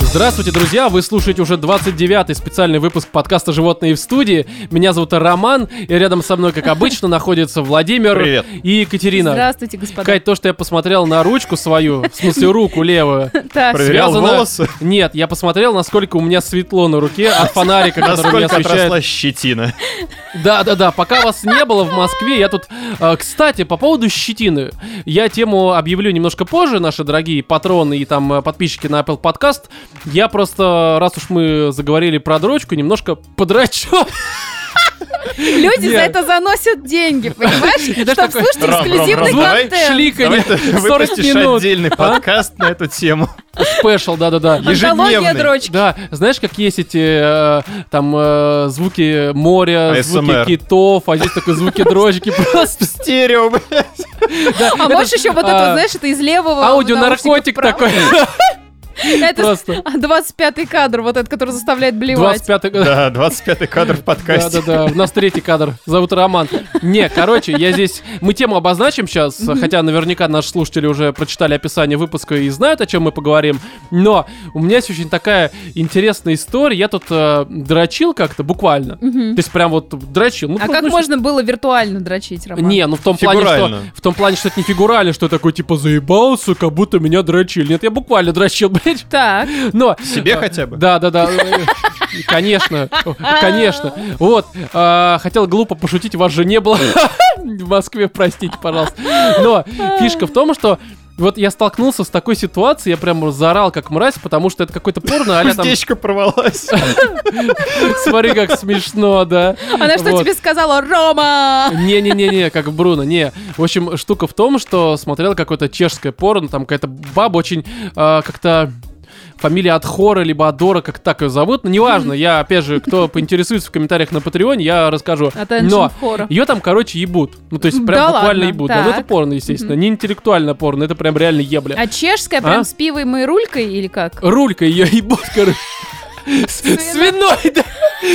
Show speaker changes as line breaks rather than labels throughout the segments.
Здравствуйте, друзья! Вы слушаете уже 29-й специальный выпуск подкаста «Животные в студии». Меня зовут Роман, и рядом со мной, как обычно, находятся Владимир
Привет.
и Екатерина.
Здравствуйте, господа.
Кать, то, что я посмотрел на ручку свою, в смысле руку левую,
Так,
Проверял
связано-
волосы?
Нет, я посмотрел, насколько у меня светло на руке от фонарика, который меня
Насколько
освещает.
отросла щетина.
Да, да, да. Пока вас не было в Москве, я тут. э, Кстати, по поводу щетины, я тему объявлю немножко позже, наши дорогие патроны и там э, подписчики на Apple Podcast. Я просто, раз уж мы заговорили про дрочку, немножко подрочу.
Люди за
Нет.
это заносят деньги, понимаешь?
даже
Чтоб
такой-
слушать
Ром, Ром,
эксклюзивный
Ром, давай
контент.
Давай
Шликанье.
ты
40
выпустишь
минут. а?
отдельный подкаст на эту тему.
Спешл, да-да-да.
Антология
Ежедневный.
дрочки.
Да, знаешь, как есть эти э, там э, звуки моря, звуки
ASMR.
китов, а здесь такой звуки дрочки просто.
Стерео, блядь.
А можешь еще вот это,
а,
знаешь, это из левого...
Аудио
наушника
наркотик
вправо.
такой.
Это
Просто.
25-й кадр, вот этот, который заставляет блевать.
25 год.
Да, 25-й кадр в подкасте.
Да, да, да. У нас третий кадр. Зовут Роман. Не, короче, я здесь. Мы тему обозначим сейчас, хотя наверняка наши слушатели уже прочитали описание выпуска и знают, о чем мы поговорим. Но у меня есть очень такая интересная история. Я тут э, дрочил как-то буквально. То есть прям вот дрочил. Ну,
А
ну,
как
ну,
можно было виртуально дрочить, Роман?
не, ну в том плане, что
Фигурально.
в том плане, что это не фигурально, что я такой типа заебался, как будто меня дрочили. Нет, я буквально дрочил, блядь.
Так,
Но
Себе хотя бы.
да, да, да. И, Конечно, конечно. Вот, а, хотел глупо пошутить, вас же не было в Москве, простите, пожалуйста. Но фишка в том, что вот я столкнулся с такой ситуацией, я прям заорал как мразь, потому что это какой-то порно, а там,
Уздечка порвалась.
смотри, как смешно, да.
она что
Вот.
тебе сказала? Рома!
Не-не-не-не, как Бруно, не. В общем, штука в том, что смотрел какое-то чешское порно, там какая-то баба очень а, как-то... Фамилия от хора, либо Адора, как так ее зовут. Ну, неважно, я, опять же, кто поинтересуется в комментариях на Патреоне, я расскажу.
Attention
Но
хора.
ее там, короче, ебут. Ну, то есть, прям
Да
буквально
ладно,
ебут. Да, ну, это
так.
порно, естественно. Не интеллектуальное порно, это прям реально ебля.
А чешская
А?
прям с пивом и рулькой или как?
Рулька ее ебут, короче. С- Свиной, да.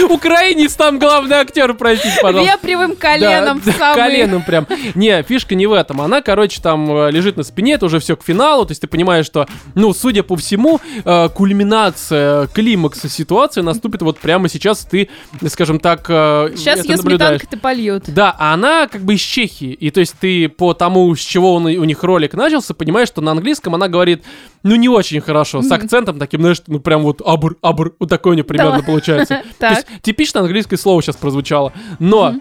Украинец там главный актер, простите, пожалуйста.
Вепривым коленом в
Да, да,
самый...
коленом прям. Не, фишка не в этом. Она, короче, там э, лежит на спине, это уже все к финалу. То есть ты понимаешь, что, ну, судя по всему, э, кульминация, климакса ситуации наступит вот прямо сейчас. Ты, скажем так, э,
Сейчас
это
ее
наблюдаешь.
сметанка-то польет.
Да, а она как бы из Чехии. И то есть ты по тому, с чего он, у них ролик начался, понимаешь, что на английском она говорит, ну, не очень хорошо, с акцентом таким, знаешь, ну, прям вот абр, абр, вот такой у нее примерно
ладно.
получается. То
Так.
есть типично английское слово сейчас прозвучало. Но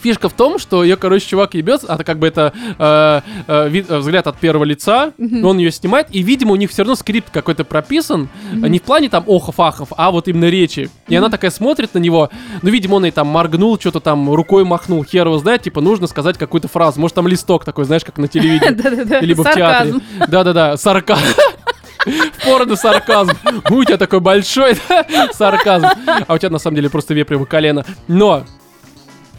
Фишка в том, что ее, короче, чувак ебется, а это как бы это э, э, вид- э, взгляд от первого лица, он ее снимает, и, видимо, у них все равно скрипт какой-то прописан, не в плане там охов-ахов, а вот именно речи. И она такая смотрит на него, ну, видимо, он и там моргнул, что-то там рукой махнул, хер его знает, типа, нужно сказать какую-то фразу, может, там листок такой, знаешь, как на телевидении.
Да-да-да,
Либо
сарказм.
в театре. Да-да-да, сарказм. В порно сарказм. «Ну, У тебя такой большой да, сарказм. А у тебя на самом деле просто вепрево колено. Но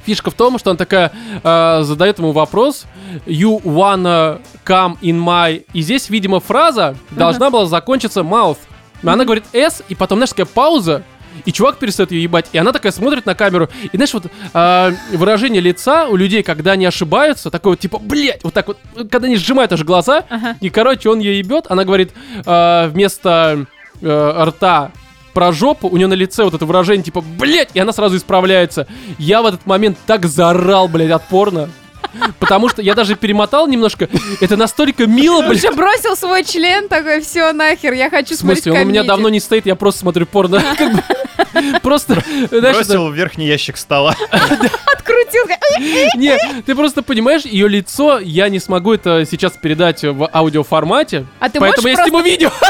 фишка в том, что она такая э, задает ему вопрос You wanna come in my... И здесь, видимо, фраза должна была закончиться mouth. Но Она говорит S, и потом, знаешь, такая пауза, и чувак перестает ее ебать. И она такая смотрит на камеру. И знаешь, вот э, выражение лица у людей, когда они ошибаются, такое вот типа, блядь, вот так вот, когда они сжимают аж глаза,
Ага.
и, короче, он ее ебет, она говорит э, вместо э, рта про жопу, у нее на лице вот это выражение типа, блядь, и она сразу исправляется. Я в этот момент так заорал, блядь, от порно. Потому что я даже перемотал немножко. Это настолько мило,
Он
блядь.
же бросил свой член, такой, все, нахер, я хочу
В смысле, он
смотреть
у меня
комедию».
давно не стоит, я просто смотрю порно. Как бы, Просто, знаешь, это-
Бросил в верхний ящик стола.
Открутил, как-
Не, ты просто понимаешь, ее лицо, я не смогу это сейчас передать в аудиоформате.
А ты
Поэтому я
можешь
сниму видео.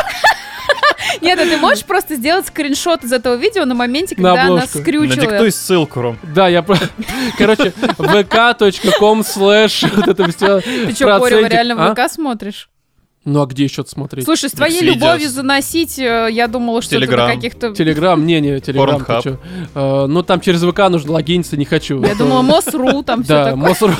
Нет, а ты можешь просто сделать скриншот из этого видео на моменте,
На
когда она
обложку.
скрючила.
Надиктуй ссылку, Ром.
Да, я про... Короче, vk.com слэш вот это все
Ты что, Корева, реально
а?
в ВК смотришь?
Ну а где еще смотреть?
Слушай, с твоей
Видео.
любовью заносить, э, я думала, что ты на
Телеграм.
каких-то...
Телеграм, не, не, Телеграм, ты
Pornhub.
чё? Э, Ну там через ВК нужно логиниться, не хочу.
Я думала, МОСРУ там все
Ну, Да,
такое. Ну,
мусор.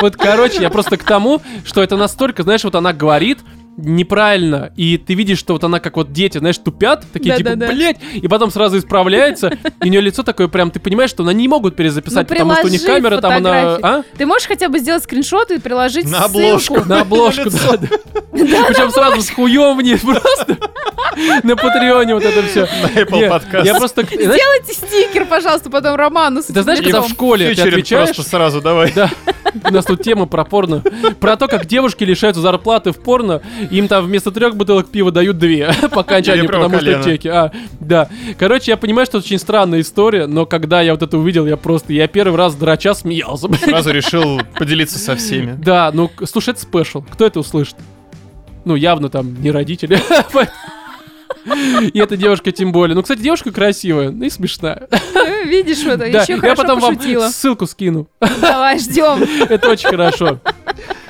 Вот, короче, я просто к тому, что это настолько, знаешь, вот она говорит, неправильно, и ты видишь, что вот она как вот дети, знаешь, тупят, такие типа,
Да-да-да.
блять, и потом сразу исправляется, и у нее лицо такое прям, ты понимаешь, что она не могут перезаписать,
Ну,
потому что у них
приложи
камера там, она,
фотографии.
а?
Ты можешь хотя бы сделать скриншоты и приложить
На
ссылку?
обложку.
На обложку, да,
Лицо.
да. Причем сразу с хуем вниз просто. На Патреоне вот это все.
На Apple подкаст.
Я просто... знаешь,
Сделайте стикер, пожалуйста, потом Роману с
Ты знаешь,
этим
когда в
лицом.
школе ты
Фьючеринг
отвечаешь,
просто сразу давай.
Да. У нас тут тема про порно. Про то, как девушки лишаются зарплаты в порно. Им там вместо трех бутылок пива дают две по окончанию,
Или прямо
потому что
колено.
чеки. А, да. Короче, я понимаю, что это очень странная история, но когда я вот это увидел, я просто... Я первый раз драча смеялся. блин.
Сразу решил поделиться со всеми.
Да, ну, к- слушай, это спешл. Кто это услышит? Ну, явно там не родители. И эта девушка тем более. Ну, кстати, девушка красивая, ну и смешная.
Э, Видишь, вот,
Да,
еще
я
хорошо
потом
пошутила.
вам ссылку скину.
Давай, ждем.
Это очень хорошо.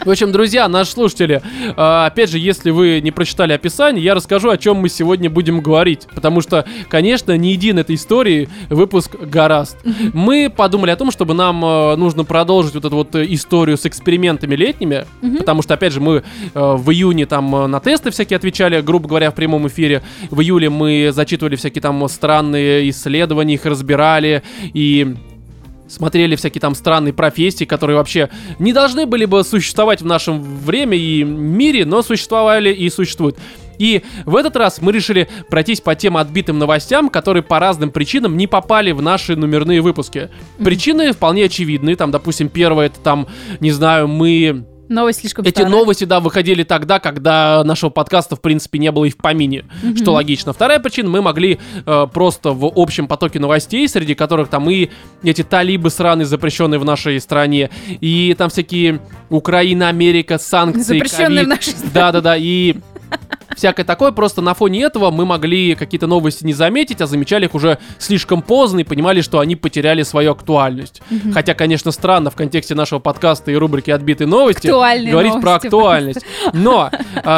В общем, друзья, наши слушатели, а, опять же, если вы не прочитали описание, я расскажу, о чем мы сегодня будем говорить. Потому что, конечно, не един этой истории выпуск гораст. Мы подумали о том, чтобы нам э, нужно продолжить вот эту вот э, историю с экспериментами летними. Потому что, опять же, мы э, в июне там э, на тесты всякие отвечали, грубо говоря, в прямом эфире. В июле мы зачитывали всякие там странные исследования, их разбирали и смотрели всякие там странные профессии, которые вообще не должны были бы существовать в нашем время и мире, но существовали и существуют. И в этот раз мы решили пройтись по тем отбитым новостям, которые по разным причинам не попали в наши номерные выпуски. Причины вполне очевидны. Там, допустим, первое это там, не знаю, мы
Новость слишком
эти
старая.
новости, да, выходили тогда, когда нашего подкаста, в принципе, не было и в помине, что логично. Вторая причина, мы могли э, просто в общем потоке новостей, среди которых там и эти талибы сраные, запрещенные в нашей стране, и там всякие Украина, Америка, санкции,
Запрещенные
ковид.
в нашей стране.
Да-да-да, и всякое такое. Просто на фоне этого мы могли какие-то новости не заметить, а замечали их уже слишком поздно и понимали, что они потеряли свою актуальность. Хотя, конечно, странно в контексте нашего подкаста и рубрики «Отбитые новости»
Актуальные
говорить про
новости
актуальность. Но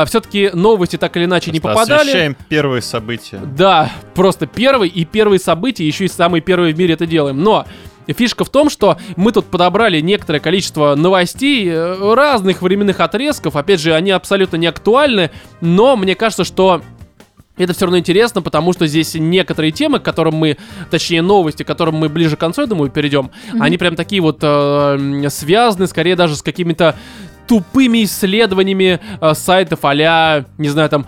все-таки новости так или иначе не
Просто
попадали.
Освещаем первые события.
Да, просто первый и первые события, еще и самые первые в мире это делаем. Но фишка в том, что мы тут подобрали некоторое количество новостей э, разных временных отрезков. Опять же, они абсолютно не актуальны, но мне кажется, что это все равно интересно, потому что здесь некоторые темы, к которым мы, точнее новости, к которым мы ближе к концу, я думаю, перейдем, они прям такие вот э, м, связаны, скорее даже с какими-то тупыми исследованиями э, сайтов а не знаю, там,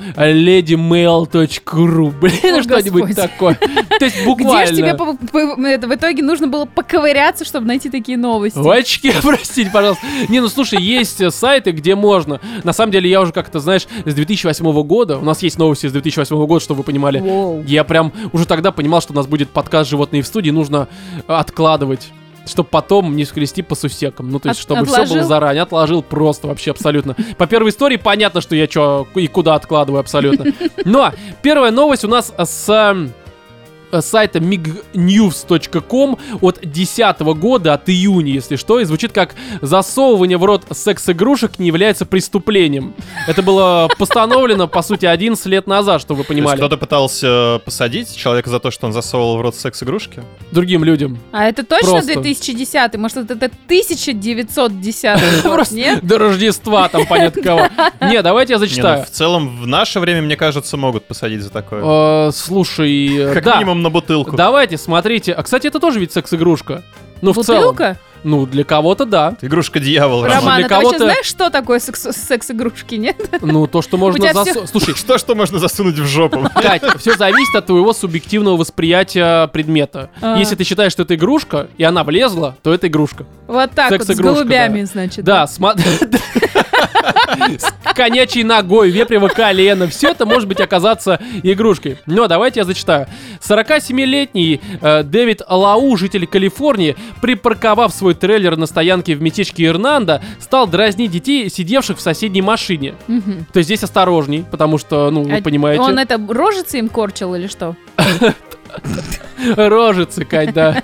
ladymail.ru, блин, ну
О,
что-нибудь
Господи.
такое. То есть
Где
буквально.
же тебе по- по- это, в итоге нужно было поковыряться, чтобы найти такие новости?
В очке, простите, пожалуйста. Не, ну слушай, есть э, сайты, где можно. На самом деле, я уже как-то, знаешь, с 2008 года, у нас есть новости с 2008 года, чтобы вы понимали,
Воу.
Я прям уже тогда понимал, что у нас будет подкаст «Животные в студии», нужно э, откладывать чтобы потом не скрести по сусекам. Ну, то есть,
От-
чтобы все было
отложил?
заранее. Отложил просто вообще абсолютно. По первой истории понятно, что я что и куда откладываю абсолютно. Но первая новость у нас с эм, э, сайта mignews.com от 10 года, от июня, если что, и звучит как «Засовывание в рот секс-игрушек не является преступлением». Это было постановлено, по сути, 11 лет назад, чтобы вы
То есть
понимали.
кто-то пытался посадить человека за то, что он засовывал в рот секс-игрушки?
другим людям.
А это точно
Просто.
2010 Может, это, это 1910 год,
Просто
нет?
До Рождества там понятно кого. Не, давайте я
Не, ну,
зачитаю.
в целом, в наше время, мне кажется, могут посадить за
Э,
такое.
Слушай, э,
Как
да,
минимум на бутылку.
давайте, смотрите. А, кстати, это тоже ведь секс-игрушка. Ну, в целом.
Бутылка?
Ну, для кого-то да.
Игрушка дьявола.
Роман.
Роман.
Для
Роман, а ты вообще
кого-то-
знаешь, что такое секс- секс-игрушки, нет?
Ну, то, что можно
тебя всё-
засунуть. Слушай,
Что, что можно засунуть в жопу?
Кать, все зависит от твоего субъективного восприятия предмета.
А.
Если ты считаешь, что это игрушка, и она влезла, то это игрушка.
Вот так вот, с
Секс-игрушка,
голубями,
да.
значит.
Да, смотри. С конячей ногой, вепрево колено. Все это может быть оказаться игрушкой. Но давайте я зачитаю. 47-летний э, Дэвид Лау, житель Калифорнии, припарковав свой трейлер на стоянке в местечке Ирнанда, стал дразнить детей, сидевших в соседней машине.
Мгм.
То есть здесь осторожней, потому что, ну, вы
А
понимаете,
Он это рожицы им корчил или что?
рожицы, Кать, да.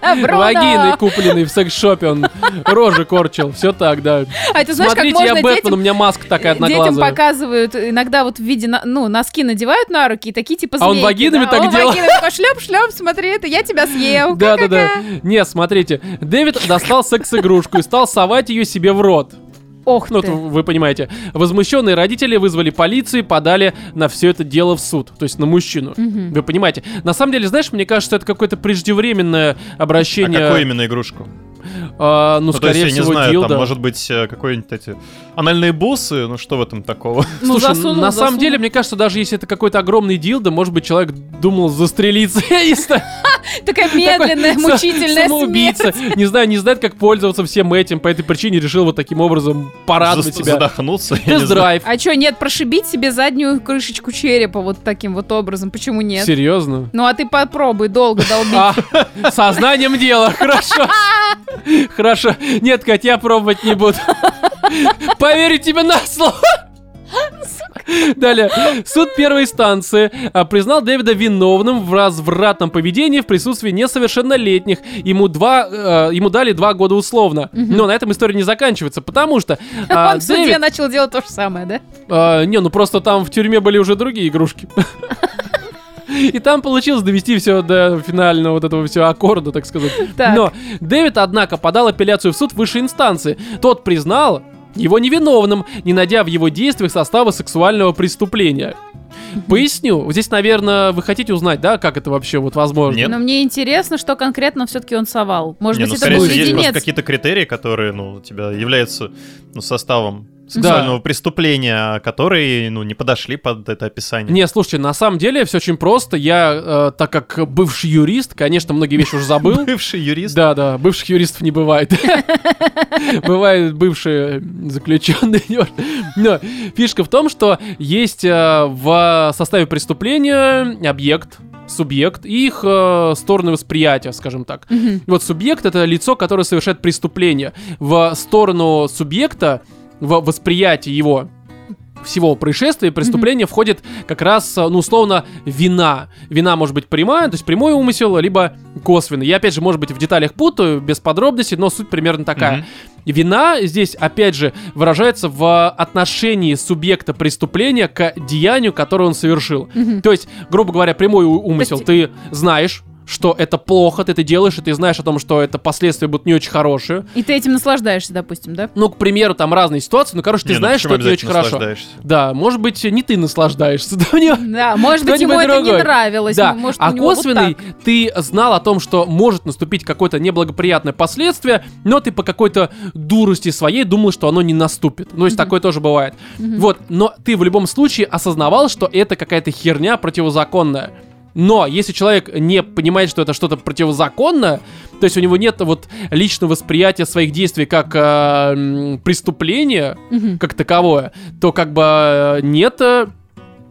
А, Бруно!
Вагины, купленные в секс-шопе, он рожи корчил. Все так, да.
А ты знаешь,
Смотрите,
как
я
можно
Бэтмен,
детям
у меня маска такая одноглазая.
Э, Детям показывают иногда вот в виде, на- ну, носки надевают на руки и такие типа
А он
змейки,
вагинами
да.
так
он
делал?
вагинами такой, шлеп, шлеп, смотри, это я тебя съел.
Да, да, да.
Ну, Ка-ка-ка.
Не, смотрите, Дэвид достал секс-игрушку и стал совать ее себе в рот.
Ох
Ну,
ты.
вот вы понимаете. Возмущенные родители вызвали полицию, подали на все это дело в суд. То есть на мужчину.
Мгм.
Вы понимаете. На самом деле, знаешь, мне кажется, это какое-то преждевременное
А
обращение.
какую именно игрушку?
а, ну,
Ну, то есть,
скорее
я не
всего,
знаю,
дилдо.
там, может быть, э, какой-нибудь эти анальные бусы, ну что в этом такого?
Ну,
Слушай,
засунул,
на
засунул.
самом деле, мне кажется, даже если это какой-то огромный дилдо, может быть, человек думал застрелиться. и стать
Такая медленная,
такой
мучительная смерть.
самоубийца. Не знаю, не знает, как пользоваться всем этим. По этой причине решил вот таким образом порадовать
Зас-
себя.
Задохнуться, я не знаю.
Тест-драйв.
А чё, нет, прошибить себе заднюю крышечку черепа вот таким вот образом. Почему нет?
Серьезно?
Ну а ты попробуй долго долбить.
А, сознанием дела, хорошо. Хорошо. Нет, Кать, я пробовать не буду. Поверю тебе на слово. Далее. Суд первой инстанции а, признал Дэвида виновным в развратном поведении в присутствии несовершеннолетних. Ему, два, э, ему дали два года условно. Но на этом история не заканчивается, потому что... а,
Он в суде
Дэвид-
начал делать то же самое, да?
а, не, ну просто там в тюрьме были уже другие игрушки. И там получилось довести все до финального вот этого всего аккорда, так сказать.
Так.
Но Дэвид, однако, подал апелляцию в суд высшей инстанции. Тот признал его невиновным, не найдя в его действиях состава сексуального преступления. Поясню. Вот Здесь, наверное, вы хотите узнать, да, как это вообще вот возможно?
Нет.
Но мне интересно, что конкретно все-таки он совал. Может
Не,
быть,
ну,
это
скорее
был
всего, есть просто
леденец.
какие-то критерии, которые, ну, у тебя являются ну, составом сексуального преступления, которые, ну, не подошли под это описание.
Не, слушайте, на самом деле все очень просто. Я, э, так как бывший юрист, конечно, многие вещи уже забыл.
Бывший юрист.
Да, да, бывших юристов не бывает. Бывают бывшие заключенные. Но фишка в том, что есть э, в составе преступления объект, субъект и их э, стороны восприятия, скажем так.
Мгм.
Вот субъект это лицо, которое совершает преступление. В сторону субъекта, в восприятии его всего происшествия и преступления входит как раз, э, ну, условно, вина. Вина может быть прямая, то есть прямой умысел, либо косвенный. Я, опять же, может быть, в деталях путаю, без подробностей, но суть примерно такая.
Мгм.
Вина здесь, опять же, выражается в отношении субъекта преступления к деянию, которое он совершил.
Мгм.
То есть, грубо говоря, прямой у- умысел.
То
Ты знаешь, что это плохо, ты это делаешь, и ты знаешь о том, что это последствия будут не очень хорошие.
И ты этим наслаждаешься, допустим, да?
Ну, к примеру, там разные ситуации, ну, короче, ты
Не, ну
знаешь, что
почему
это не очень
обязательно
хорошо.
наслаждаешься?
Да, может быть, не ты наслаждаешься, да, мне-
Да, может быть, ему
Кто-нибудь
это не
другой.
нравилось.
Да,
может, у
а
него вот
косвенный,
так.
ты знал о том, что может наступить какое-то неблагоприятное последствие, но ты по какой-то дурости своей думал, что оно не наступит. Ну, есть такое тоже бывает. Вот, но ты в любом случае осознавал, что это какая-то херня противозаконная. Но если человек не понимает, что это что-то противозаконное, то есть у него нет вот личного восприятия своих действий как э, м, преступление,
Мгм.
как таковое, то как бы э, нет э,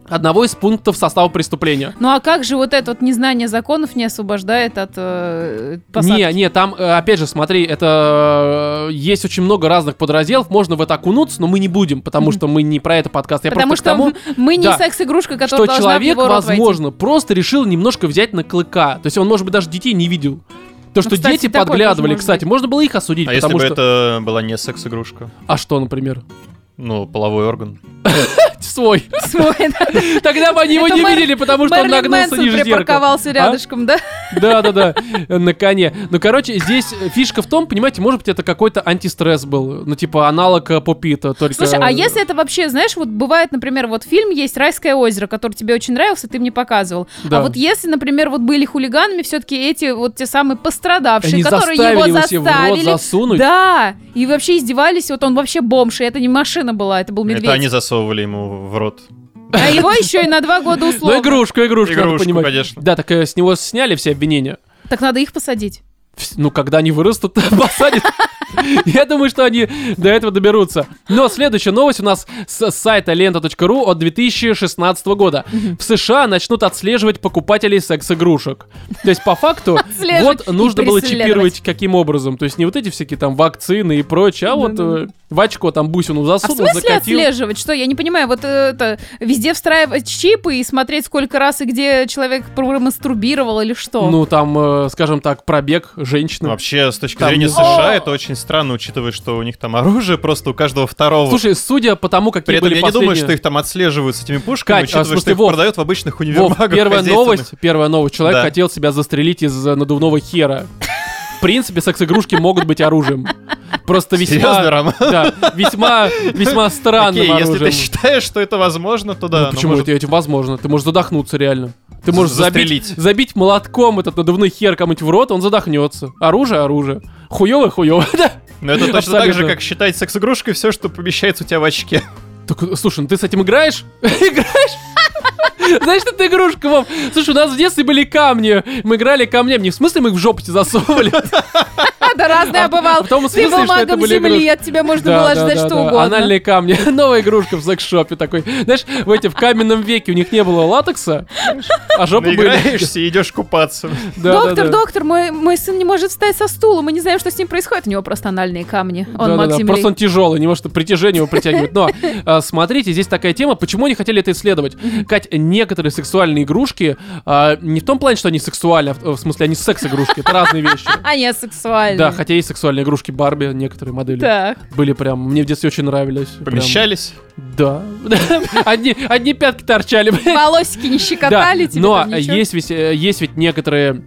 одного из пунктов состава преступления.
Ну а как же вот это вот незнание законов не освобождает от э, посадки?
Не, не, там, э, опять же, смотри, это э, есть очень много разных подразделов, можно в это окунуться, но мы не будем, потому что мы не про это подкаст. Я
Потому
просто
что
к тому,
мы не
да,
секс-игрушка,
что
которая должна в
человек,
его рот войти.
возможно, просто решил немножко взять на клыка. То есть он, может быть, даже детей не видел. То, что
Ну, кстати,
дети
такое тоже
подглядывали,
может
кстати,
быть.
можно было их осудить,
А если
потому
бы
что.
это была не секс-игрушка?
А что, например?
Ну, половой орган.
Свой.
Свой, да.
Тогда бы они его
Это
не
Мэр-
видели, потому что он
Мэрилин
нагнулся
Мэнсон
ниже зеркала. А?
припарковался рядышком, да?
Да, да, да, на коне. Ну, короче, здесь фишка в том, понимаете, может быть, это какой-то антистресс был. Ну, типа аналог э, попита, только...
Слушай, а если это вообще, знаешь, вот бывает, например, вот фильм есть «Райское озеро», который тебе очень нравился, ты мне показывал.
Да.
А вот если, например, вот были хулиганами все-таки эти вот те самые пострадавшие,
Они
которые
заставили
его
его себе в рот
заставили.
засунуть?
Да, и вообще издевались, вот он вообще бомж, и это не машина была, это был медведь.
Это они засовывали ему в рот.
А его еще и на два года
Ну,
условно.
игрушку, игрушку, надо
Игрушку,
понимать.
конечно.
Да, так э, с него сняли все обвинения.
Так надо их посадить.
Вс- Ну, когда они вырастут, посадят. Я думаю, что они до этого доберутся. Но следующая новость у нас с сайта лента.ру от 2016 года. В США начнут отслеживать покупателей секс-игрушек. То есть, по факту,
Отслеживать
вот
и
нужно было
преследовать.
чипировать каким образом. То есть, не вот эти всякие там вакцины и прочее, а вот
Да-да-да.
э, в очко там бусину
А в
засунул,
смысле
закатил.
отслеживать? Что? Я не понимаю, вот э, это везде встраивать чипы и смотреть, сколько раз и где человек промастурбировал или что?
Ну, там, э, скажем так, пробег женщины.
Вообще, с точки
Ну, Там
зрения
не-
США, это очень странно, учитывая, что у них там оружие просто у каждого второго.
Слушай, судя по тому, какие
При этом
были
я не думаю,
последние-
что их там отслеживают с этими пушками,
Кать, а,
учитывая,
в
что
смысле,
их
Вов,
продают в обычных
Вов,
универмагах.
первая
хозяйственных.
новость, первая новость. Человек
Да.
хотел себя застрелить из э, надувного хера. принципе, секс-игрушки могут быть оружием. Просто
Серьезно,
весьма...
Рома?
Да, весьма, весьма странным
Окей, если ты
оружием.
считаешь, что это возможно, то да.
Ну
оно
почему
может-
это этим возможно? Ты можешь задохнуться реально. Ты можешь забить,
застрелить.
забить молотком этот надувной хер кому-нибудь в рот, он задохнется. Оружие, оружие. Хуёво, хуёво, да?
Но это точно так же,
Абсолютно.
как считать секс-игрушкой все, что помещается у тебя в очке.
Так, э, слушай, ну ты с этим играешь? Играешь? Знаешь, что это игрушка, Вов? Слушай, у нас в детстве были камни. Мы играли камнями. Не в смысле мы их в жопу тебе засовывали?
А, да разное бывало.
в том
Ты
смысле, что
был
это
магом
были
земли,
игрушки.
от тебя можно было ожидать что угодно.
Анальные камни. Новая игрушка в секс-шопе такой. Знаешь, в эти в каменном веке у них не было латекса, а жопы были.
Наиграешься и идешь купаться.
Да, да,
Доктор,
да.
доктор, мой, мой сын не может встать со стула, мы не знаем, что с ним происходит. У него просто анальные камни. Он
Да-да-да,
маг земли.
Просто он тяжелый, не может притяжение его притягивать. Но а, смотрите, здесь такая тема, почему они хотели это исследовать. Кать, некоторые сексуальные игрушки а, не в том плане, что они сексуальны, а в, в смысле они секс-игрушки, это разные вещи.
А не сексуальный.
Да, хотя есть сексуальные игрушки Барби, некоторые модели.
Так.
Были прям, мне в детстве очень нравились. Прям-
Помещались.
Да. Одни, одни пятки торчали.
Волосики не щекотали
Да,
тебе
но
там ничего?
есть ведь, э, есть ведь некоторые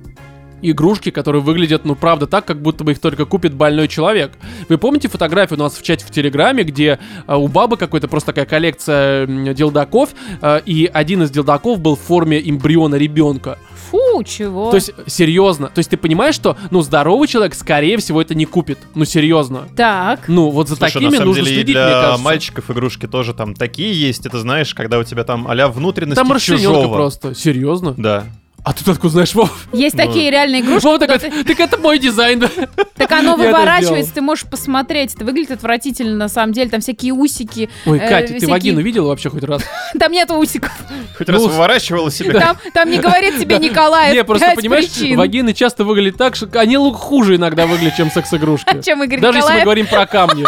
игрушки, которые выглядят, ну, правда, так, как будто бы их только купит больной человек. Вы помните фотографию у нас в чате в Телеграме, где э, у бабы какой-то просто такая коллекция м, делдаков, э, и один из делдаков был в форме эмбриона ребенка.
Фу, чего?
То есть, серьезно, то есть ты понимаешь, что, ну, здоровый человек, скорее всего, это не купит. Ну, серьезно.
Так.
Ну, вот за
Слушай, на
такими
самом
нужно
деле и
следить, мне
для
кажется.
мальчиков игрушки тоже там такие есть. Это знаешь, когда у тебя там а-ля внутренности
Там расчлененка
чужого.
просто. Серьезно?
Да.
А ты откуда знаешь, Вов?
Есть
Ну.
такие реальные игрушки.
Вов
куда
такой,
ты-
так это мой дизайн.
Так оно
Я это
выворачивается,
сделал.
ты можешь посмотреть. Это выглядит отвратительно, на самом деле. Там всякие усики.
Ой,
э,
Катя, ты
всякие-
вагину видела вообще хоть раз?
Там нет усиков.
Хоть
Ну,
раз
с-
выворачивала себе.
Там, там не говорит тебе Николай.
Не, просто
А, пять
понимаешь,
причин.
вагины часто выглядят так, что они лу- хуже иногда выглядят, чем секс-игрушки.
Чем А Игорь
Даже если мы
Николаев?
говорим про камни.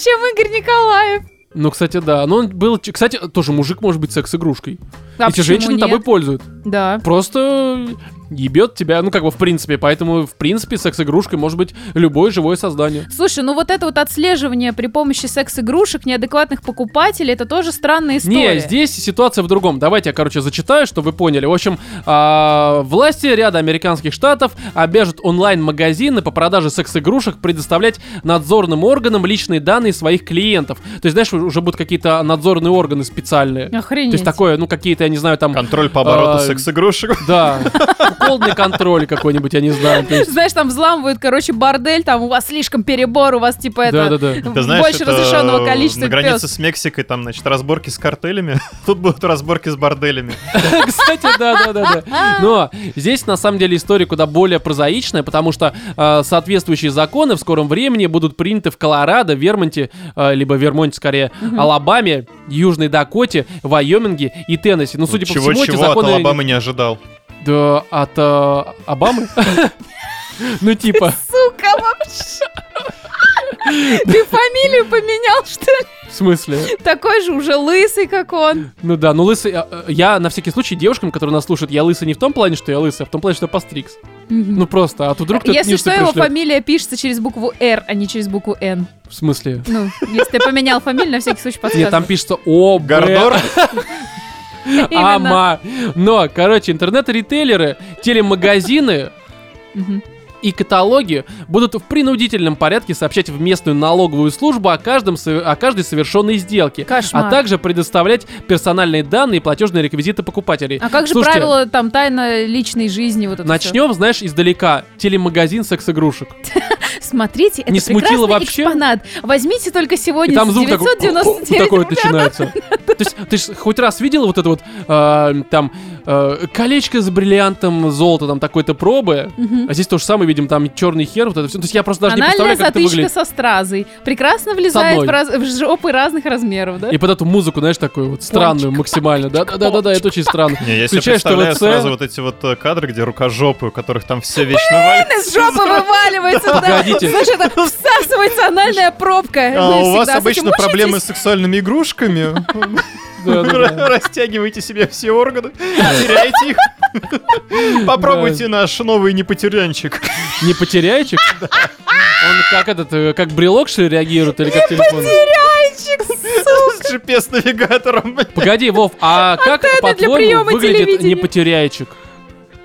Чем Игорь Николаев?
Ну, кстати, да. Ну, он был... ч- Кстати, тоже мужик может быть секс-игрушкой.
А
Эти
почему
женщины
нет?
тобой пользуют.
Да.
Просто ебет тебя, ну, как бы, в принципе. Поэтому, в принципе, секс-игрушкой может быть любое живое создание.
Слушай, ну вот это вот отслеживание при помощи секс-игрушек неадекватных покупателей, это тоже странная история.
Не, здесь ситуация в другом. Давайте я, короче, зачитаю, чтобы вы поняли. В общем, а, власти ряда американских штатов обяжут онлайн-магазины по продаже секс-игрушек предоставлять надзорным органам личные данные своих клиентов. То есть, знаешь, уже будут какие-то надзорные органы специальные.
Охренеть.
То есть такое, ну, какие-то, я не знаю, там...
Контроль по обороту
А,
секс-игрушек.
Да, полный контроль какой-нибудь, я не знаю. то есть-
Знаешь, там взламывают, короче, бордель, там у вас слишком перебор, у вас типа это...
Да-да-да.
Ты знаешь,
больше
это э,
разрешенного количества
на границе
пёс.
с Мексикой, там, значит, разборки с картелями. Тут будут разборки с борделями.
Кстати, да, да, да, да. Но здесь на самом деле история куда более прозаичная, потому что э, соответствующие законы в скором времени будут приняты в Колорадо, Вермонте, э, либо Вермонте скорее, Алабаме, Южной Дакоте, Вайоминге и Теннесси. Ну, судя по
чего,
всему, эти
чего от
законы...
Алабамы не ожидал.
Да, от э, Обамы? Ну, типа,
Сука, вообще. Ты фамилию поменял, что ли?
в смысле?
Такой же уже лысый, как он.
Ну да, ну лысый... э, э, Я, на всякий случай, девушкам, которые нас слушают, я лысый не в том плане, что я лысый, а в том плане, что я постригс. Ну просто, а то вдруг кто-то
Если
нюшты
что, его
пришлёт.
фамилия пишется через букву «Р», а не через букву «Н».
В смысле?
Ну, если ты поменял фамилию, на всякий случай подсказываю.
Нет, там пишется О, Б,
Гордор?
Именно.
Ама. Но, короче, интернет-ритейлеры, телемагазины
Мгм.
и каталоги будут в принудительном порядке сообщать в местную налоговую службу о, каждом, со- о каждой совершенной сделке.
Кошмар.
А также предоставлять персональные данные и платежные реквизиты покупателей.
А как же
Слушайте,
правило там тайна личной жизни вот это
Начнем, знаешь, издалека. Телемагазин секс-игрушек.
всё? Смотрите, это
Не смутило
прекрасный
вообще?
экспонат. Возьмите только
И
сегодня
там
за
звук такой,
999
такой вот
рублей.
начинается. То есть ты ж хоть раз видела вот это вот э, там э, колечко с бриллиантом золото, там такой-то пробы. А здесь то же самое видим, там черный хер, вот это все. То есть я просто даже не
Анальная
представляю, как это
затычка
выглядит.
со стразой. Прекрасно влезает
одной.
в, раз- в жопы разных размеров, да?
И под эту музыку, знаешь, такую вот странную максимально. Да-да-да, это очень странно.
Не, я себе
Включаешь
представляю
ТВЦ.
сразу вот эти вот э, кадры, где рукожопы, у которых там все вечно валится.
Из жопы вываливается, да.
Погодите.
Знаешь, это всасывается анальная пробка.
А
Вы
у вас
всегда с этим
обычно проблемы с
мучаетесь?
сексуальными игрушками.
Да-да-да.
Растягивайте себе все органы, теряйте их. Попробуйте наш новый непотерянчик.
Не потеряйчик? Он как этот, э, как брелок, что ли, реагирует или как телефон?
Теряйчик, сука.
С GPS-навигатором.
Погоди, Вов, а как,
Антенна для
по-твоему,
приема
выглядит
телевидения.
не потеряйчик?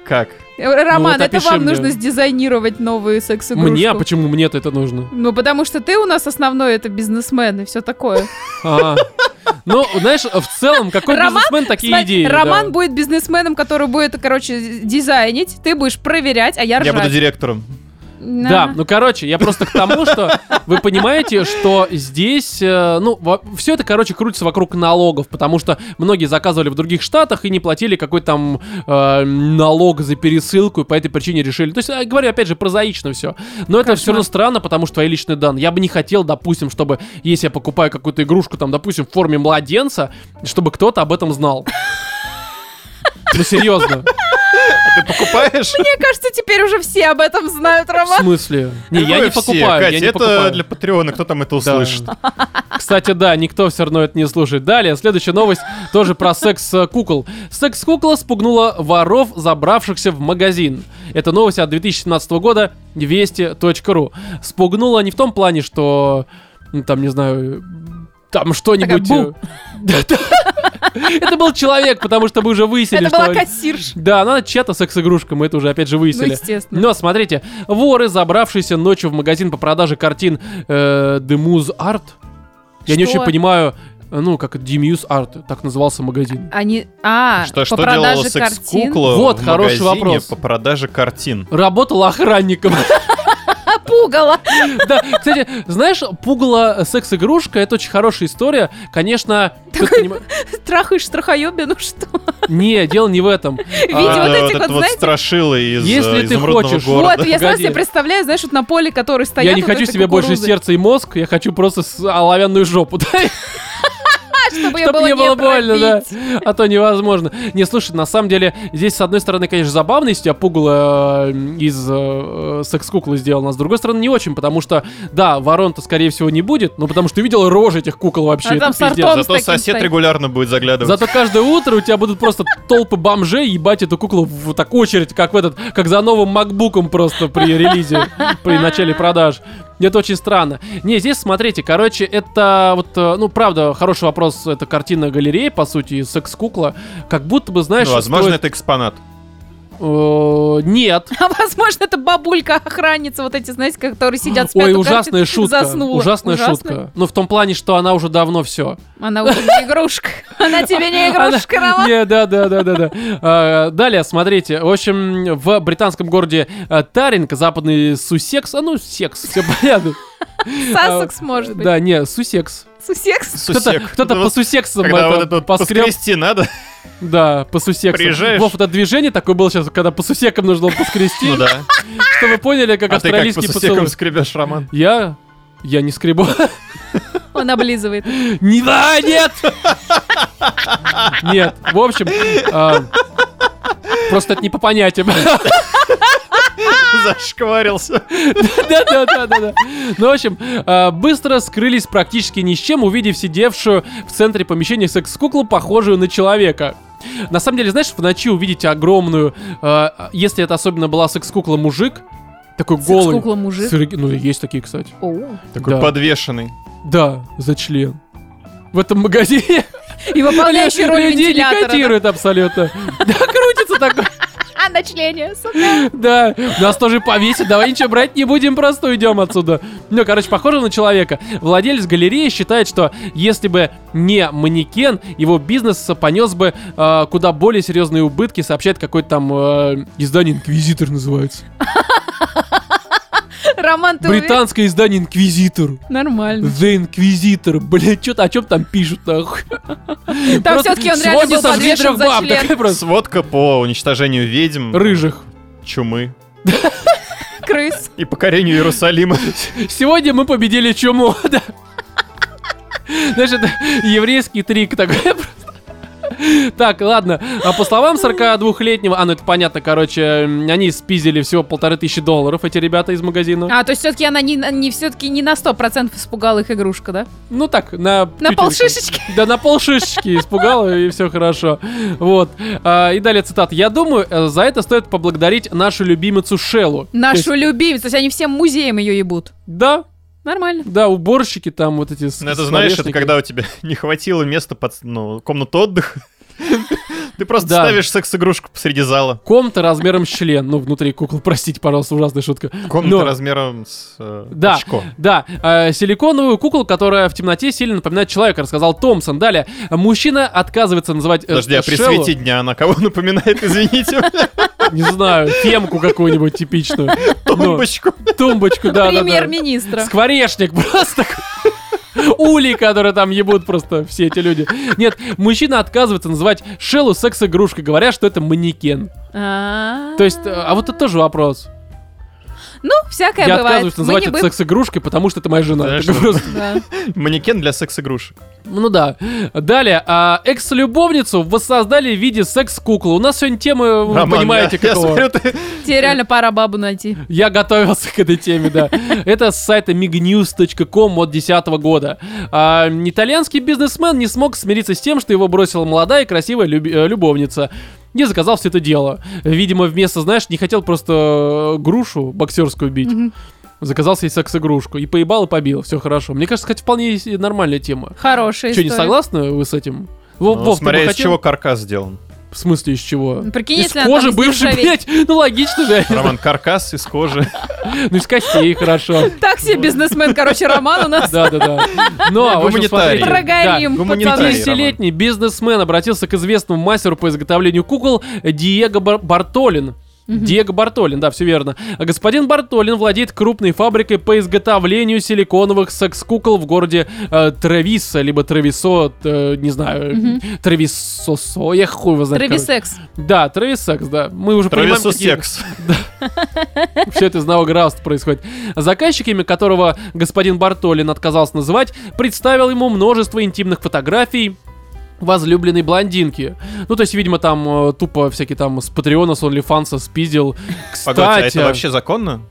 Как?
Э, Роман,
Ну, вот
это
опиши
вам
мне.
нужно сдизайнировать новые секс-игрушку.
Мне, а почему мне-то это нужно?
Ну, потому что ты у нас основной, это бизнесмен и все такое.
А. Ну, знаешь, в целом, какой
Роман,
бизнесмен, такие
Смотри,
идеи.
Роман
да.
будет бизнесменом, который будет, короче, дизайнить, ты будешь проверять, а я
Я
ржать.
буду директором.
Да, ну короче, я просто к тому, что вы понимаете, что здесь, э, ну, все это, короче, крутится вокруг налогов, потому что многие заказывали в других штатах и не платили какой-то там э, налог за пересылку, и по этой причине решили. То есть, э, говорю, опять же, прозаично все. Но это все равно странно, потому что твои личные данные. Я бы не хотел, допустим, чтобы, если я покупаю какую-то игрушку, там, допустим, в форме младенца, чтобы кто-то об этом знал. Ну, серьезно.
А ты покупаешь?
Мне кажется, теперь уже все об этом знают,
В
Роман.
смысле? Не, я
Ой,
не
все.
покупаю. я
Кать,
не
это
покупаю.
для Патреона, кто там это
Да.
услышит?
Кстати, да, никто все равно это не слушает. Далее, следующая новость тоже про э, секс-кукол. Секс-кукла спугнула воров, забравшихся в магазин. Это новость от 2017 года, вести.ру. Спугнула не в том плане, что, ну, там, не знаю, там что-нибудь...
Такая, «Бу».
э, да, да. Это был человек, потому что мы уже выяснили,
Это была
что...
кассирша.
Да, она чья-то секс-игрушка, мы это уже опять же
Ну,
выяснили.
естественно.
Но смотрите, воры, забравшиеся ночью в магазин по продаже картин э, Демуз Арт. Я не
Что?
очень понимаю, э, ну, как Демьюз Арт, так назывался магазин.
Они... А,
Что,
по
что делала
продаже картин.
секс-кукла
Вот
в
хороший
магазине
вопрос.
по продаже картин?
Работал охранником.
А, пугало.
Да, кстати, знаешь, пугало э, секс-игрушка это очень хорошая история. Конечно, тут поним-
Трахаешь страхоебину, что?
не, дело не в этом.
Видео
А,
вот
Это
эти вот,
вот
знаете-
страшилы из
Если
э,
ты
изумрудного
хочешь-
города.
Вот, я сразу
Погоди.
себе представляю, знаешь, вот на поле, которые стоят.
Я не
вот
хочу
этой
себе больше
кукурузы.
сердце и мозг, я хочу просто с- оловянную жопу.
Чтобы её
Чтоб не было больно, да.
пропить.
А то невозможно. Не, слушай, на самом деле, здесь, с одной стороны, конечно, забавно, если тебя пугало э, из э, секс-куклы сделано, а с другой стороны, не очень, потому что, да, ворон-то, скорее всего, не будет, но потому что ты видел рожи этих кукол вообще,
А там
это
с
пиздец.
ртом. Он с
Зато
таким
сосед
стоит.
регулярно будет заглядывать.
Зато каждое утро у тебя будут просто толпы бомжей ебать эту куклу в так очередь, как в этот, как за новым макбуком просто при релизе, при начале продаж. Это очень странно. Не, здесь смотрите, короче, это вот, э, ну, правда, хороший вопрос, это картина галереи, по сути, и секс-кукла. Как будто бы, знаешь,
Ну, возможно,
устроит-
это экспонат.
Э, Нет.
А возможно, это бабулька охранница, вот эти, знаете, которые сидят спят
Ой,
у
ужасная
картин,
шутка.
Заснула.
Ужасная
Ужасная?
шутка. Ну, в том плане, что она уже давно все.
Она уже не игрушка. Она тебе не игрушка, Роман.
Не, да, да, да, да, да. А, Далее, смотрите. В общем, в британском городе э, Таринг, западный Сусекс, а ну, секс, все понятно.
Сассекс, может быть.
Да, не, Сусекс.
Сусекс?
Кто-то
Сусек.
кто-то
Ну,
по
вот
сусексам
Когда вот
это
это
поскреб.
поскрести надо.
Да, по сусексам.
Приезжаешь.
Вов, это движение такое было сейчас, когда по сусекам нужно было поскрести,
Ну да.
чтобы вы поняли, как
А ты как по
австралийский поцелуй.
сусекам скребешь, Роман?
Я... Я не скребу.
Он облизывает.
Не, да, нет! Нет, в общем, а, просто это не по понятиям.
Зашкварился.
Да-да-да-да-да. Ну, в общем, а, быстро скрылись практически ни с чем, увидев сидевшую в центре помещения секс-куклу, похожую на человека. На самом деле, знаешь, в ночи увидеть огромную, а, если это особенно была секс-кукла мужик, такой голый.
Секс-кукла
с
мужик.
эрги- Ну, есть такие, кстати.
Оу.
Такой
Да.
подвешенный.
Да, за член. В этом магазине
И выполняющий роль
людей не
вентилятора.
котирует абсолютно. Да, крутится такой.
А, на члене, сука.
Да, нас тоже повесят, давай ничего брать не будем, просто уйдем отсюда. Ну, короче, похоже на человека. Владелец галереи считает, что если бы не манекен, его бизнес понес бы э, куда более серьезные убытки, сообщает какой-то там э, издание «Инквизитор» называется.
Роман, ты уверен?
Британское издание «Инквизитор».
Нормально.
The Inquisitor, блин, что-то о чем там пишут, нахуй.
Там все-таки он реально
сегодня
был
сожгли
подвешен
трех
за
баб,
член.
такая просто.
Сводка по уничтожению ведьм.
Рыжих.
Чумы.
Крыс.
И покорению Иерусалима.
Сегодня мы победили чуму, да. Знаешь, это еврейский трик такой. просто. Так, ладно. А по словам 42-летнего, а ну это понятно, короче, м, они спиздили всего полторы тысячи долларов, эти ребята из магазина.
А, то есть все-таки она не, не все-таки не на 100% испугала их игрушка, да?
Ну так, на...
На
чуть-чуть.
полшишечки.
Да на полшишечки испугала, и все хорошо. Вот. А, И далее цитат. «Я думаю, э, за это стоит поблагодарить нашу любимицу Шеллу». То есть,
Нашу любимицу. То есть они всем музеем ее ебут.
Да,
Нормально.
да, уборщики там вот эти... с-
Ну, это знаешь, это
скворечники.
когда у тебя не хватило места под ну, комнату отдыха. Ты просто
Да.
ставишь секс-игрушку посреди зала.
Комната размером с член. Ну, внутри кукол, простите, пожалуйста, ужасная шутка.
Комната
Но-
размером с э,
Да,
очко.
да. э, силиконовую кукол, которая в темноте сильно напоминает человека, рассказал Томпсон. Далее. Мужчина отказывается называть э,
Подожди, а при
Шеллу-
свете дня она кого напоминает, извините?
Ну. Не знаю, темку какую-нибудь типичную. Ну,
Тумбочку.
Тумбочку, да, да, да.
Премьер-министра.
Скворечник просто. Ули, которые там ебут просто все эти люди. Нет, мужчина отказывается называть Шеллу секс-игрушкой, говоря, что это манекен.
А.
То есть, э, а вот это тоже вопрос.
Ну, всякое
Я
бывает.
отказываюсь
Мы
называть
не
это
бы-
секс-игрушкой, потому что это моя жена.
Знаешь, ну,
Так
что-
просто-
Да.
Манекен для секс-игрушек.
Ну да. Далее. а, экс-любовницу воссоздали в виде секс-куклы. У нас сегодня темы, вы
Роман,
Ну, понимаете,
я- я
какого.
смотрю, ты-
Тебе реально пора бабу найти.
Я готовился к этой теме, да. Это с сайта mignews.com от 2010 года. А, итальянский бизнесмен не смог смириться с тем, что его бросила молодая и красивая люби- э, любовница. Не заказал все это дело. Видимо, вместо, знаешь, не хотел просто э, грушу боксерскую бить.
Мгм.
Заказал себе секс-игрушку. И поебал, и побил. Все хорошо. Мне кажется, кстати, вполне есть и нормальная тема.
Хорошая
Че,
история.
не согласны вы с этим? Во-
Ну,
Вов, ты бы
смотря из
хотел?
чего каркас сделан.
В смысле, из чего?
Ну, Прикинь,
Из
если она
кожи
там
бывшей,
издержавеет.
блядь. Ну, логично же.
Роман, каркас из кожи.
Ну, из костей, хорошо.
Так себе бизнесмен, короче, Роман у
Ну.
нас.
Да, да, да. Но, Ну, а, в общем,
Гуманитарий.
смотрите,
Прогорим,
Ну,
Да,
пацаны.
гуманитарий.
50-летний бизнесмен обратился к известному мастеру по изготовлению кукол Диего Бар- Бартолин. Диего Бартолин, да, все верно. А Господин Бартолин владеет крупной фабрикой по изготовлению силиконовых секс-кукол в городе э, Тревиса, либо Тревисо, э, не знаю,
Мгм.
Тревисосо, я хуй его знает. короче.
Трэвисекс.
Да, Трэвисекс, да. Мы уже понимаем,
Травесу
какие-
секс.
все это из одного графства происходит. Заказчиками, которого господин Бартолин отказался называть, представил ему множество интимных фотографий возлюбленной блондинки. Ну, то есть, видимо, там э, тупо всякие там с Патреона, с Онлифанса спиздил.
Погоди, а это
Кстати,
вообще законно?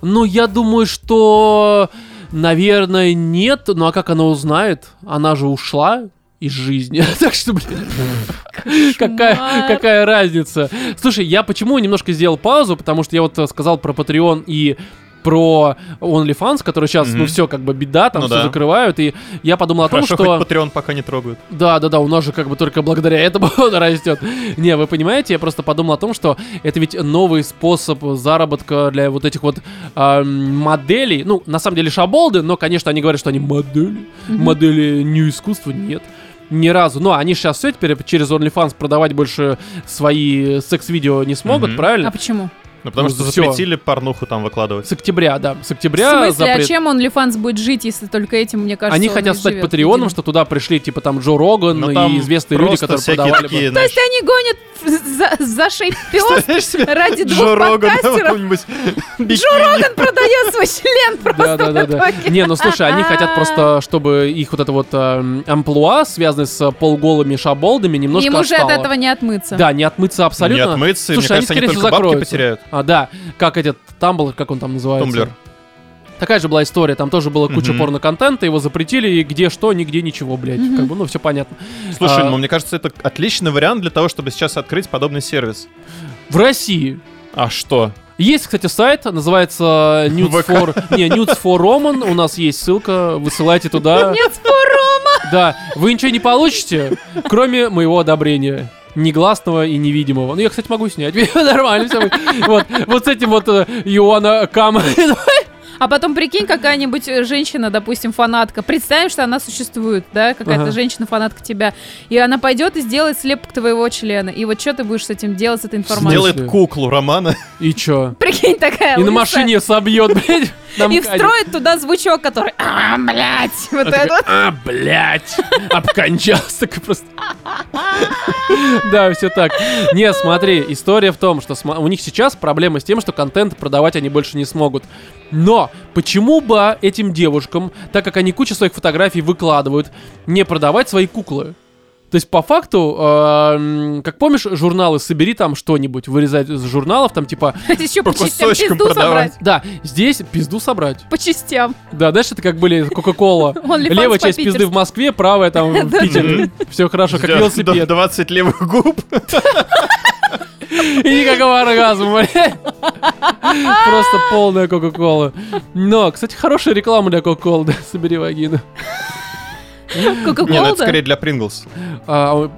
ну, я думаю, что, наверное, нет. Ну, а как она узнает? Она же ушла из жизни. Так что, блин, Какая, какая разница? Слушай, я почему немножко сделал паузу, потому что я вот э, сказал про Patreon и про OnlyFans, который сейчас,
Мгм.
ну все, как бы беда, там
Ну
все
да.
закрывают, и я подумал о том,
Хорошо,
что...
хоть Патреон пока не трогают.
Да, да, да, у нас же как бы только благодаря этому он растет. Не, вы понимаете, я просто подумал о том, что это ведь новый способ заработка для вот этих вот а, м, моделей. Ну, на самом деле шаболды, но, конечно, они говорят, что они модели.
Мгм.
Модели не искусства, нет. Ни разу. Но они сейчас все теперь через OnlyFans продавать больше свои секс-видео не смогут,
Мгм.
правильно?
А почему?
Ну, потому
Ну,
что
всё.
запретили порнуху там выкладывать.
С октября, да. С
В
октября
смысле, а
запрет.
чем он Лифанс будет жить, если только этим, мне кажется,
они
он
хотят
и
стать
живет?
патреоном, что туда пришли, типа, там, Джо Роган
Но
и известные люди,
Ну, просто
которые
всякие
продавали бы.
такие,
То есть
знаешь,
они гонят за, за шейпион
представляешь себе,
ради
Джо
двух
Рогана
подкастеров?
какого-нибудь бикини.
Джо Роган продает свой член
Да,
просто
да, да,
на
да.
токе.
Не, ну слушай, они хотят просто, чтобы их вот это вот эм, амплуа, связанное с э, полуголыми шаболдами, немножко
Им уже от
отстало.
этого не отмыться.
Да, не отмыться
Не
абсолютно.
отмыться, и, мне
Слушай, они,
кажется, они
скорее всего,
только бабки
закроются.
потеряют.
А, да. Как этот тамбл, как он там называется?
Тумблер.
Такая же была история, там тоже была куча
Мгм.
порно-контента, его запретили, и где что, нигде ничего, блядь.
Мгм.
Как бы, ну, все понятно.
Слушай,
А.
ну мне кажется, это отличный вариант для того, чтобы сейчас открыть подобный сервис.
В России
А что?
Есть, кстати, сайт, называется э, Nudes for... Не, Nudes for Roman, у нас есть ссылка, высылайте туда.
Нет спору.
Да, вы ничего не получите, кроме моего одобрения. Негласного и невидимого. Ну, я, кстати, могу снять. Нормально все. Вот, вот с этим вот э, Иоанна Кам.
А потом прикинь, какая-нибудь э, женщина, допустим, фанатка. Представим, что она существует, да, какая-то
Ага.
женщина-фанатка тебя. И она пойдет и сделает слепок твоего члена. И вот что ты будешь с этим делать, с этой информацией?
Сделай-
Делает куклу Романа.
И чё?
Прикинь, такая
И на
лысая.
машине собьет, блядь. на
Э,
МКАДе.
И встроит туда звучок, который «А, блядь!» Вот
Она
это
такая,
вот.
А, блядь, обкончался такой просто. Да, все так. Не, смотри, история в том, что сма- у них сейчас проблема с тем, что контент продавать они больше не смогут. Но почему бы этим девушкам, так как они кучу своих фотографий выкладывают, не продавать свои куклы? То есть, по факту, эм, как помнишь, журналы собери там что-нибудь, вырезать из журналов, там типа,
Еще по
По
частям
кусочкам
пизду
продавать.
собрать.
да, здесь пизду собрать.
По частям.
Да, знаешь, это как были Кока-Кола.
OnlyFans
Левая часть
по-питерски.
пизды в Москве, правая там в
Да.
Питере. Все хорошо, А как
Сделал
велосипед.
20 левых губ.
И никакого оргазма, блядь. Просто полная Кока-Кола. Но, кстати, хорошая реклама для Кока-Колы, да, собери вагину.
Не, ну это
Кока-кола?
скорее для Принглс.
А, у-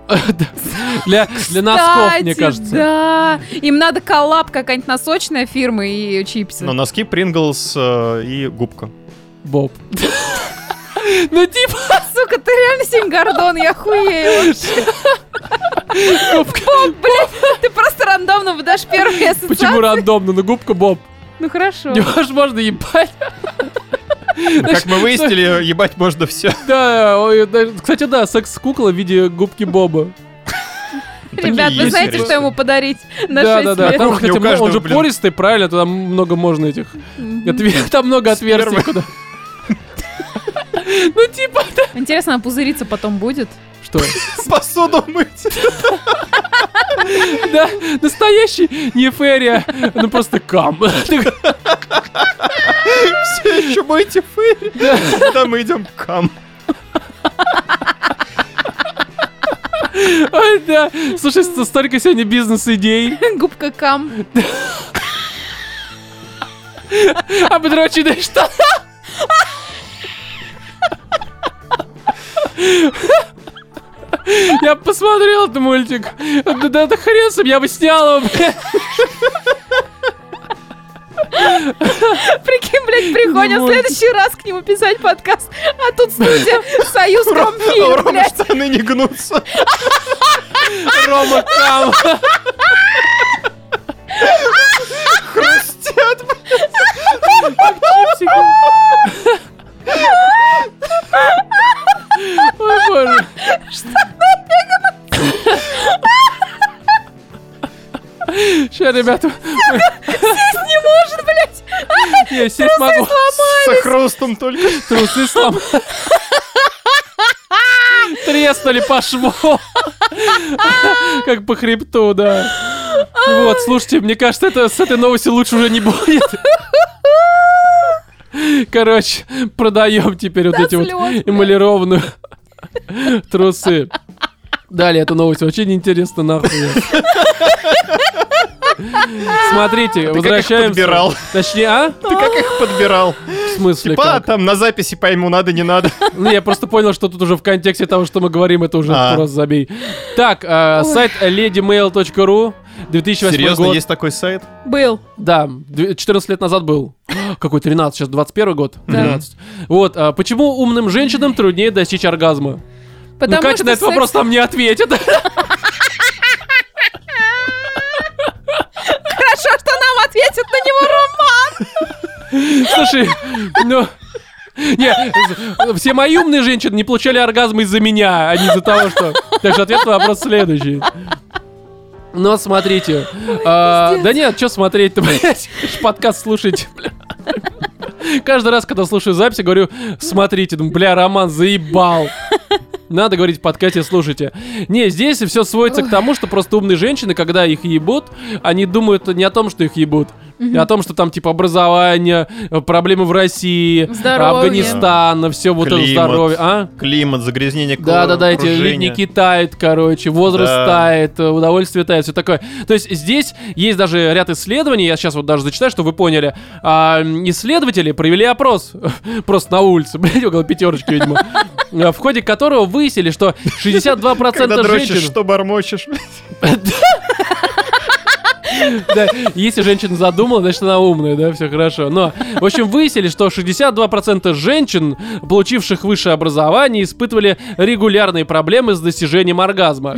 Для для носков, мне
Кстати,
кажется.
да. Им надо коллаб какая-нибудь носочная фирма и чипсы.
Но Ну, носки Принглс э, и губка.
Боб. Ну, типа,
Сука, ты реально Сим Гордон, я хуею.
губка.
Боб, блядь, ты просто рандомно выдашь первый
Почему
ассоциацию.
рандомно? Ну, губка Боб.
Ну хорошо.
Невозможно ебать.
А Как мы выяснили, ебать можно все.
Да, ой, да, кстати, да, секс-кукла в виде губки Боба.
Ребят, вы
Есть
знаете,
серьезно.
что ему подарить на
Да,
6
да, да.
лет?
А Там,
Кухня
кстати,
у
м- он
каждого,
же
блин.
пористый, правильно, туда много можно этих.
Мгм.
отве- Там много отверстий.
Спермы.
куда- Ну, типа,
Интересно, а пузыриться потом будет?
что?
Посуду мыть.
Да, настоящий не ферия, ну просто кам.
Все еще мойте фэри. Когда мы идем к кам.
Ой, да. Слушай, ст- столько сегодня бизнес-идей.
Губка кам.
А подроченные что? Я посмотрел этот мультик. Да, да, да хрен с ним, я бы снял его, бля.
Прикинь, блядь, приходим в
Думаю.
следующий раз к нему писать подкаст. А тут студия Союз
А у
Комфильм,
Ромы
блядь.
штаны не гнутся.
Рома Кам.
Хрустят. блин.
Ой, боже. Сейчас, ребята.
Не может, блядь.
Я сесть могу.
Со хрустом только.
Трусы сломали. Треснули по шву. Как по хребту, да. Вот, слушайте, мне кажется, это с этой новости лучше уже не будет. Короче, продаем теперь вот
До
эти вот
слез, блядь.
эмалированные трусы. Далее эту новость очень интересно нахуй. Смотрите,
их
возвращаемся.
подбирал?
Точнее, а?
Ты как их подбирал?
В смысле?
Типа, а,
как?
там на записи пойму, надо, не надо.
Ну, я просто понял, что тут уже в контексте того, что мы говорим, это уже
А.
просто забей. Так, э, сайт ladymail.ru 2008
Серьезно,
год.
есть такой сайт?
Был.
Да, дв- 14 лет назад был. Какой 13, сейчас 21 год.
Да.
13. Вот, э, почему умным женщинам труднее достичь оргазма? ну, Катя на этот
секс-
вопрос нам не ответит.
Хорошо, что нам ответит на него Роман.
Слушай, ну... Не, з- все мои умные женщины не получали оргазм из-за меня, а не из-за того, что... Так что ответ на вопрос следующий. Но смотрите. а, да нет, что смотреть-то, блядь? Ж Подкаст слушайте, бля. Каждый раз, когда слушаю записи, говорю, смотрите, думаю, бля, Роман заебал. Надо говорить в подкасте, слушайте. Не, здесь все сводится к тому, что просто умные женщины, когда их ебут, они думают не о том, что их ебут, а о том, что там типа образование, э, проблемы в России,
Здоровье.
Афганистан, все вот это
Климат.
здоровье, а?
Климат, загрязнение
Да, да, да, эти
окружения.
ледники тают, короче, возраст
Да.
тает, э, удовольствие тает, все такое. То есть здесь есть даже ряд исследований, я сейчас вот даже зачитаю, чтобы вы поняли. А, м, исследователи провели опрос просто на улице, блядь, около пятерочки, видимо, э, в ходе которого выяснили, что 62%
Когда дрочишь,
женщин...
что бормочешь?
Да, если женщина задумала, значит она умная, да, все хорошо. Но, в общем, выяснили, что 62% женщин, получивших высшее образование, испытывали регулярные проблемы с достижением оргазма.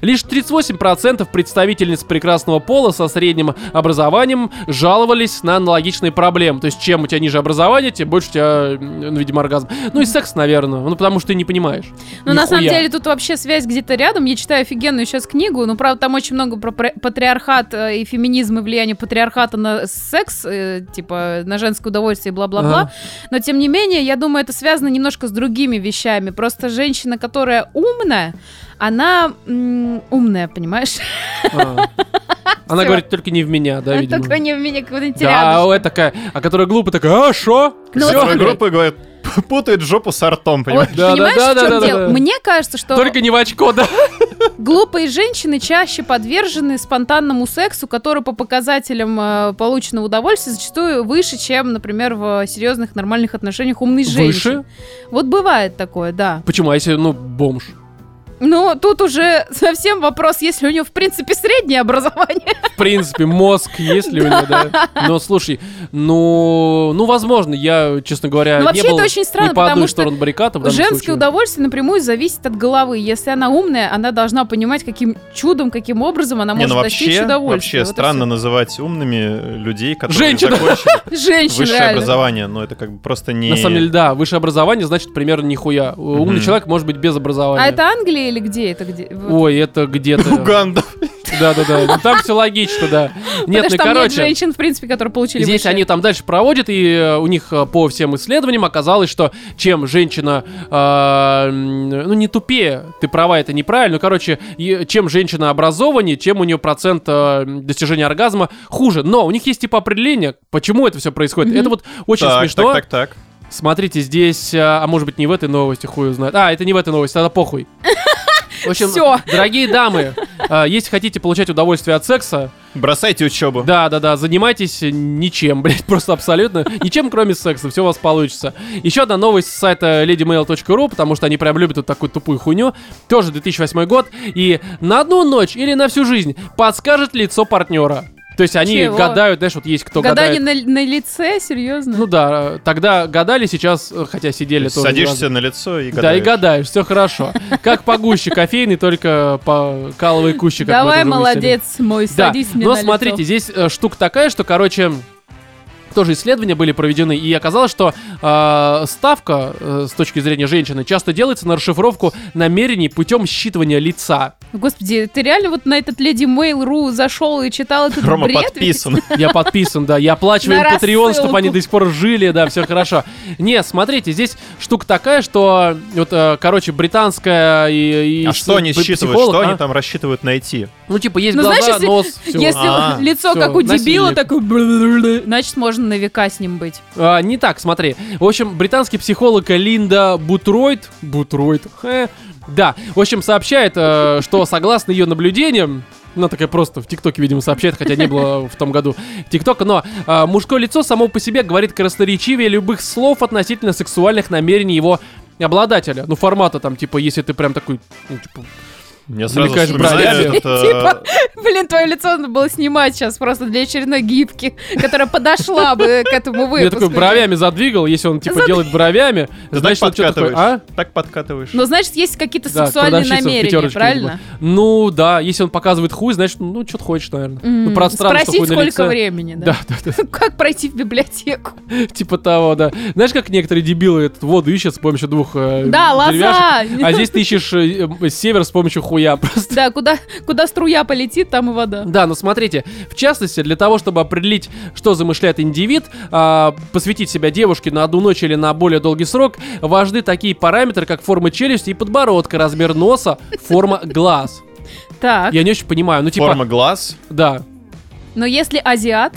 Лишь 38% представительниц прекрасного пола со средним образованием жаловались на аналогичные проблемы. То есть, чем у тебя ниже образование, тем больше у тебя, м, ну, видимо, оргазм. Ну и секс, наверное. Ну, потому что ты не понимаешь.
Ну, на самом
Нихуя.
деле, тут вообще связь где-то рядом. Я читаю офигенную сейчас книгу. Ну, правда, там очень много про пре- патриархат э, и феминизм, и влияние патриархата на секс, э, типа, на женское удовольствие и бла-бла-бла.
Ага.
Но, тем не менее, я думаю, это связано немножко с другими вещами. Просто женщина, которая умная, она м, умная, понимаешь?
А. Она
Всё.
говорит только не в меня, да, видимо.
Только не в меня какой-нибудь
Да,
рядышек.
ой, такая, а которая глупая, такая, а, шо?
Ну,
Всё,
Вторая
блядь.
группа говорит, путает жопу с ртом, понимаешь?
Вот,
Да,
понимаешь,
да,
в
да,
чем
да, да,
дело?
да.
Мне кажется, что
Только не в очко, да?
глупые женщины чаще подвержены спонтанному сексу, который по показателям э, полученного удовольствия зачастую выше, чем, например, в серьезных нормальных отношениях умной женщины.
Выше.
Вот бывает такое, да.
Почему? А если, ну, бомж?
Но тут уже совсем вопрос, если у нее, в принципе, среднее образование.
В принципе, мозг есть ли у него, да? Но слушай, ну, ну, возможно, я, честно говоря,
Ну, вообще
не был
это очень
ни
странно,
по
потому
одной
что
стороне баррикад. а в данном
Женское
случае-
удовольствие напрямую зависит от головы. Если она умная, она должна понимать, каким чудом, каким образом она
Не,
а может
ну
достичь
вообще, вообще
удовольствия. Вот и
странно называть умными э, людей, которые
Женщина.
закончили
всё. Женщин,
высшее
реально.
образование. Но это как бы просто не...
На самом деле, да, высшее образование значит примерно нихуя. Э, Умный
Мгм.
человек может быть без образования.
А это Англия или где это? Где? Вот.
Ой, это где-то...
Уганда.
Да-да-да, Ну, там все логично, да. Нет,
Потому
ну,
что там нет
короче...
женщин, в принципе, которые получили
Здесь
высшее.
они там дальше проводят, и э, у них э, по всем исследованиям оказалось, что чем женщина, э, м, ну не тупее, ты права, это неправильно, но, короче, и э, чем женщина образованнее, чем у нее процент э, достижения оргазма хуже. Но у них есть типа определение, почему это все происходит.
Мгм.
Это вот очень
Так,
смешно.
так, так, так.
Смотрите, здесь, э, а может быть не в этой новости, хуй знает. А, это не в этой новости, тогда похуй. В общем,
Всё.
дорогие дамы, э, если хотите получать удовольствие от секса,
Бросайте учебу.
да, да, да, занимайтесь ничем, блядь, просто абсолютно. Ничем, кроме секса, все у вас получится. Еще одна новость с сайта ladymail.ru, потому что они прям любят вот такую тупую хуйню. Тоже 2008 год. И на одну ночь или на всю жизнь подскажет лицо партнера. То есть они
Чего?
гадают, знаешь, вот есть кто
Гадание
гадает.
на, на лице, серьезно?
Ну да, э, тогда гадали, сейчас, э, хотя сидели тоже.
Садишься на лицо и
Да, и
гадаешь.
гадаешь, все хорошо. Как погуще кофейный, только по каловой куще. как мы
Давай,
тоже выяснили.
молодец мой,
Да,
садись мне
но
на лицо.
смотрите, здесь э, штука такая, что, короче, тоже исследования были проведены, и оказалось, что э, ставка э, с точки зрения женщины часто делается на расшифровку намерений путем считывания лица.
Господи, ты реально вот на этот Леди Mail.ru зашел и читал этот
Рома
бред?
подписан.
Я подписан, да, я оплачиваю им
На
Patreon, чтобы
рассылку.
они до сих пор жили, да, все хорошо. Не, смотрите, здесь штука такая, что э, вот, э, короче, британская и... и
А что они
пси-
считывают?
психолог,
Что они
а?
там рассчитывают найти?
Ну, типа, есть
Ну,
глаза,
знаешь, если-
нос, всё.
Если
А,
лицо
всё,
как у дебила,
насильник.
такой... «Блю-блю-блю», Значит, можно на века с ним быть.
А, не так, смотри. В общем, британский психолог Линда Бутройд... Бутройд? Хе. Да. В общем, сообщает, э, что согласно ее наблюдениям, она такая просто в ТикТоке, видимо, сообщает, хотя не было в том году ТикТока, но э, мужское лицо само по себе говорит красноречивее любых слов относительно сексуальных намерений его обладателя. Ну, формата там, типа, если ты прям такой, ну, типа,
Мне сразу
Замекаешь
вспоминаю
бровями.
этот, э,
Блин, твое лицо надо было снимать сейчас просто для очередной гибки, которая подошла бы к этому
Ну, я
выпуску.
такой бровями задвигал, если он, типа, делает бровями,
Ты
значит,
так
он что такое, а?
подкатываешь. Так подкатываешь.
Ну,
Но значит, есть какие-то
Да,
сексуальные
продавщица в
намерения,
пятерочке
правильно?
Ну да, если он показывает хуй, значит, ну что-то хочешь, наверное.
М,
Ну, пространство
Спросить,
хуй на
сколько
лице.
времени, да?
Да, да, да,
Как пройти в библиотеку?
типа того, да. Знаешь, как некоторые дебилы эту воду ищут с помощью двух э,
Да,
деревяшек?
лоза!
А здесь ты ищешь э, э, север с помощью хуя просто.
Да, куда, куда струя полетит, там и вода.
Да, но смотрите, в частности, для того, чтобы определить, что замышляет индивид, а, посвятить себя девушке на одну ночь или на более долгий срок, важны такие параметры, как форма челюсти и подбородка, размер носа, форма глаз.
Так,
Я не очень понимаю, ну типа,
Форма глаз.
да,
но если азиат,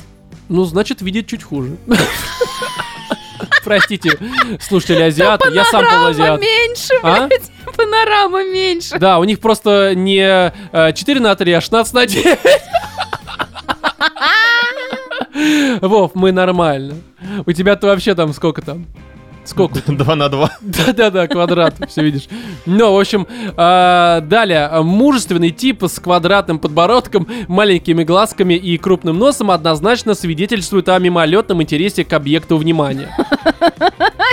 Ну, значит, видит чуть хуже. Простите, слушатели азиаты, я сам был
панорама
азиат.
меньше,
А?
панорама меньше.
Да, у них просто не э, 4 на 3, а 16 на 9. Вов, мы нормально. У тебя-то вообще там сколько там? Сколько?
Два на два.
Ну, Да-да-да, квадрат, все видишь. Ну, в общем, а, далее. Мужественный тип с квадратным подбородком, маленькими глазками и крупным носом однозначно свидетельствует о мимолетном интересе к объекту внимания.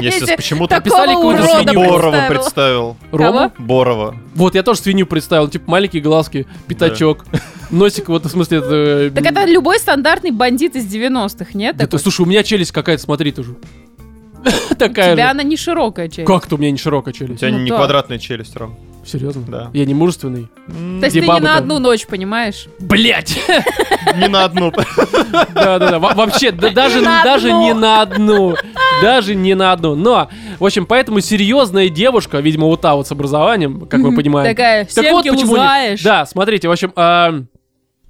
Если
Эти-
с- почему-то
такого писали какую-то урода свинью.
Борова
представила.
представил.
Рома?
Кого?
Борова.
Вот, я тоже свинью представил, типа маленькие глазки, пятачок, носик, вот, в смысле, это... э,
Так это любой стандартный бандит из 90-х, нет?
да ты-
такой?
Слушай, у меня челюсть какая-то, смотри, тоже.
У
Такая
тебя
же.
она не широкая, челюсть.
Как-то у меня не широкая
У
челюсть.
тебя
Ну
не
да.
квадратная челюсть, Ром.
Серьезно?
Да.
Я не мужественный.
То есть ты не
Ебаба
на
там.
одну ночь, понимаешь?
Блять!
Не на одну.
Да, да, да. Во- Вообще, да, даже,
На
даже
одну.
не на одну. Даже не на одну. Но, в общем, поэтому серьезная девушка, видимо, вот та вот с образованием, как мы понимаем.
Такая,
Так
семки
у них-
лузаешь.
Да, смотрите, в общем, а,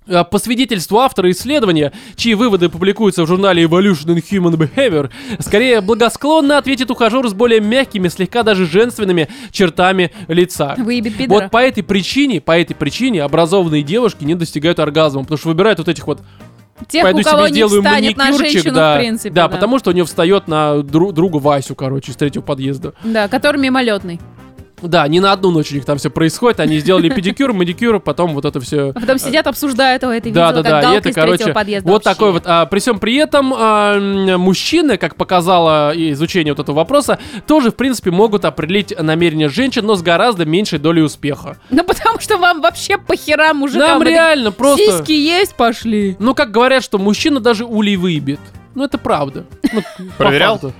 Э, По свидетельству автора исследования, чьи выводы публикуются в журнале Evolution in Human Behavior, скорее благосклонно ответит ухажер с более мягкими, слегка даже женственными чертами лица.
Выебет пидора.
Вот по этой причине, по этой причине образованные девушки не достигают оргазма, потому что выбирают вот этих вот
Тех,
пойду
у кого
себе
не
сделаю
встанет на
маникюрчик,
женщину,
да,
в принципе.
да, потому что у нее встает на дру- друга Васю, короче, из третьего подъезда.
Да, который мимолетный.
Да, не на одну ночь у них там все происходит, они сделали педикюр, маникюр, потом вот это все.
А потом сидят, обсуждают, ой, ты
Да,
видела,
да, да,
как
и
галка
это,
из третьего
короче,
подъезда
Вот
вообще.
такой вот. а, при всем при этом а, м, мужчины, как показало и изучение вот этого вопроса, тоже в принципе могут определить намерения женщин, но с гораздо меньшей долей успеха.
Ну потому что вам вообще по херам мужикам.
Нам
Вы
реально
такие,
просто.
Сиськи есть, пошли.
Ну, как говорят, что мужчина даже улей выбит. Ну, это правда. Ну, по
Проверял?
факту.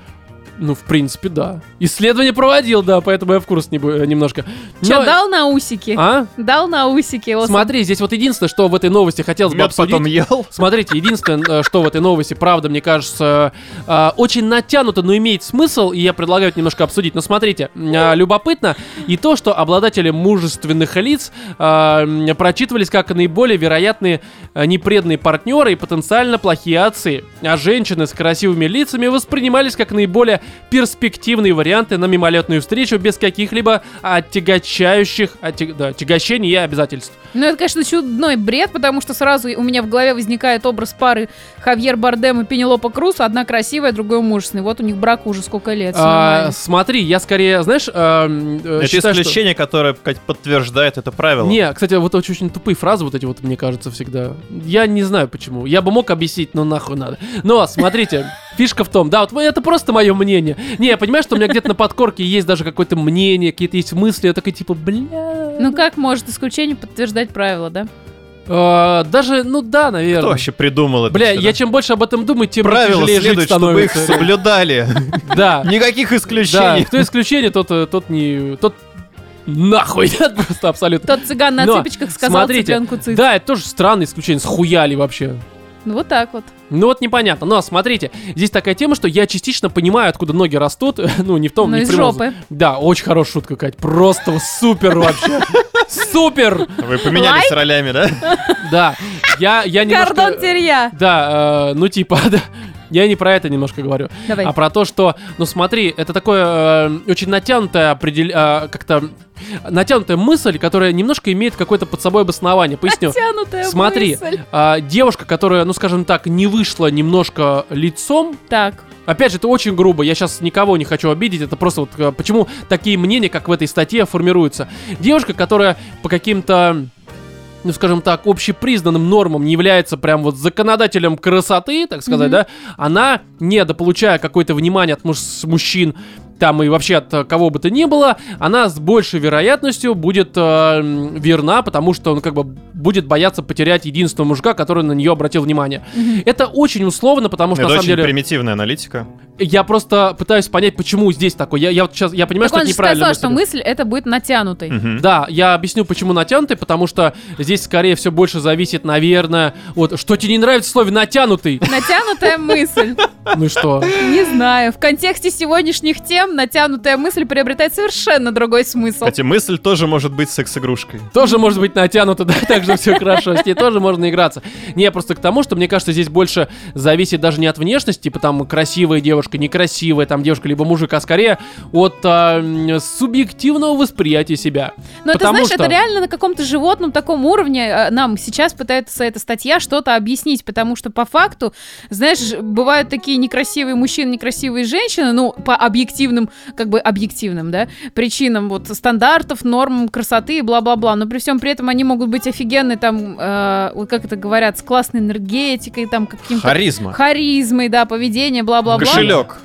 Ну, в принципе, да. Исследование проводил, да, поэтому я в курс не бу- э, немножко.
Че,
Но-
дал на усики?
А?
Дал на усики. вот
Смотри, здесь вот единственное, что в этой новости хотелось бы
Мед
обсудить.
потом ел.
Смотрите, единственное, э, что в этой новости, правда, мне кажется, э, очень натянуто, но имеет смысл, и я предлагаю это немножко обсудить. Но смотрите, э, любопытно и то, что обладатели мужественных лиц э, м, прочитывались как наиболее вероятные э, непреданные партнеры и потенциально плохие отцы. А женщины с красивыми лицами воспринимались как наиболее перспективные варианты на мимолетную встречу без каких-либо отягочающих, отя- да, отягощений и обязательств.
Ну, это, конечно, чудной бред, потому что сразу у меня в голове возникает образ пары Хавьер Бардем и Пенелопа Круз. Одна красивая, другая мужественная. Вот у них брак уже сколько лет. всё
А,
нормально.
смотри, я скорее, знаешь, эм, э,
Это
считаю, что-
исключение, которое Кать, подтверждает это правило.
Не, кстати, вот очень, очень тупые фразы вот эти вот, мне кажется, всегда. Я не знаю почему. Я бы мог объяснить, но нахуй надо. Но, смотрите, фишка в том, да, вот это просто мое мнение. Не, я понимаю, что у меня где-то на подкорке есть даже какое-то мнение, какие-то есть мысли, я такой типа, бля...
Ну, как может исключение подтверждать правила, да?
Э, даже, ну да,
Кто
наверное.
вообще придумал это?
Бля,
всё,
я
да?
чем больше об этом думаю, тем
Правила
тяжелее жить
следует, чтобы их
становится.
соблюдали.
Да.
Никаких
Да,
исключений.
кто исключение, тот, э, тот не... Тот нахуй, просто абсолютно.
Тот цыган на
Но,
цыпочках сказал
смотрите,
цыпленку цыц.
Да, это тоже странное исключение, схуяли вообще.
Ну, вот так вот.
Ну вот непонятно. Но смотрите, здесь такая тема, что я частично понимаю, откуда ноги растут. Ну, не в том,
Ну,
не в
из
прямом
жопы.
смысле. Да, очень хорошая шутка, Кать. Просто супер вообще. Супер!
Вы поменялись ролями, да?
Да. Я, я немножко...
Кордон терья.
Да, э, ну типа, да. Я не про это немножко говорю.
Давай.
А про то, что, ну смотри, это такое э, очень натянутая определ... э, как-то натянутая мысль, которая немножко имеет какое-то под собой обоснование. Поясню.
Тянутая
Смотри,
мысль.
а, девушка, которая, ну скажем так, не вышла немножко лицом,
Так.
Опять же, это очень грубо, я сейчас никого не хочу обидеть, это просто вот э, почему такие мнения, как в этой статье, формируются. Девушка, которая по каким-то ну, скажем так, общепризнанным нормам не является прям вот законодателем красоты, так сказать,
Мгм.
да, она, недополучая какое-то внимание от муж- с мужчин, там и вообще от э, кого бы то ни было, она с большей вероятностью будет э, м, верна, потому что он как бы будет бояться потерять единственного мужика, который на нее обратил внимание.
Мгм.
Это очень условно, потому что на
Это
самом
очень
деле...
примитивная аналитика.
Я просто пытаюсь понять, почему здесь такое. Я, я вот сейчас, я понимаю,
Так он
что это
же
неправильно.
сказал, что мысль это будет натянутой.
Мгм.
Да, я объясню, почему натянутый, потому что здесь скорее все больше зависит, наверное, вот что тебе не нравится в слове натянутый.
Натянутая мысль.
Ну и что?
Не знаю. В контексте сегодняшних тем натянутая мысль приобретает совершенно другой смысл.
Кстати, мысль тоже может быть секс-игрушкой.
Тоже может быть натянуто, да, так же все хорошо. С ней тоже можно играться. Не, просто к тому, что мне кажется, здесь больше зависит даже не от внешности, типа там красивая девушка, некрасивая там девушка, либо мужик, а скорее от а, м, субъективного восприятия себя.
Но это,
Потому
знаешь,
что-
это реально на каком-то животном таком уровне э, нам сейчас пытается эта статья что-то объяснить, потому что по факту, знаешь, ж- бывают такие некрасивые мужчины, некрасивые женщины, ну, по объективным, как бы объективным, да, причинам вот стандартов, норм красоты и бла-бла-бла, но при всем при этом они могут быть офигенны там, э, вот как это говорят, с классной энергетикой, там каким-то...
Харизма.
харизмой, да, поведение, бла-бла-бла.
Кошелек.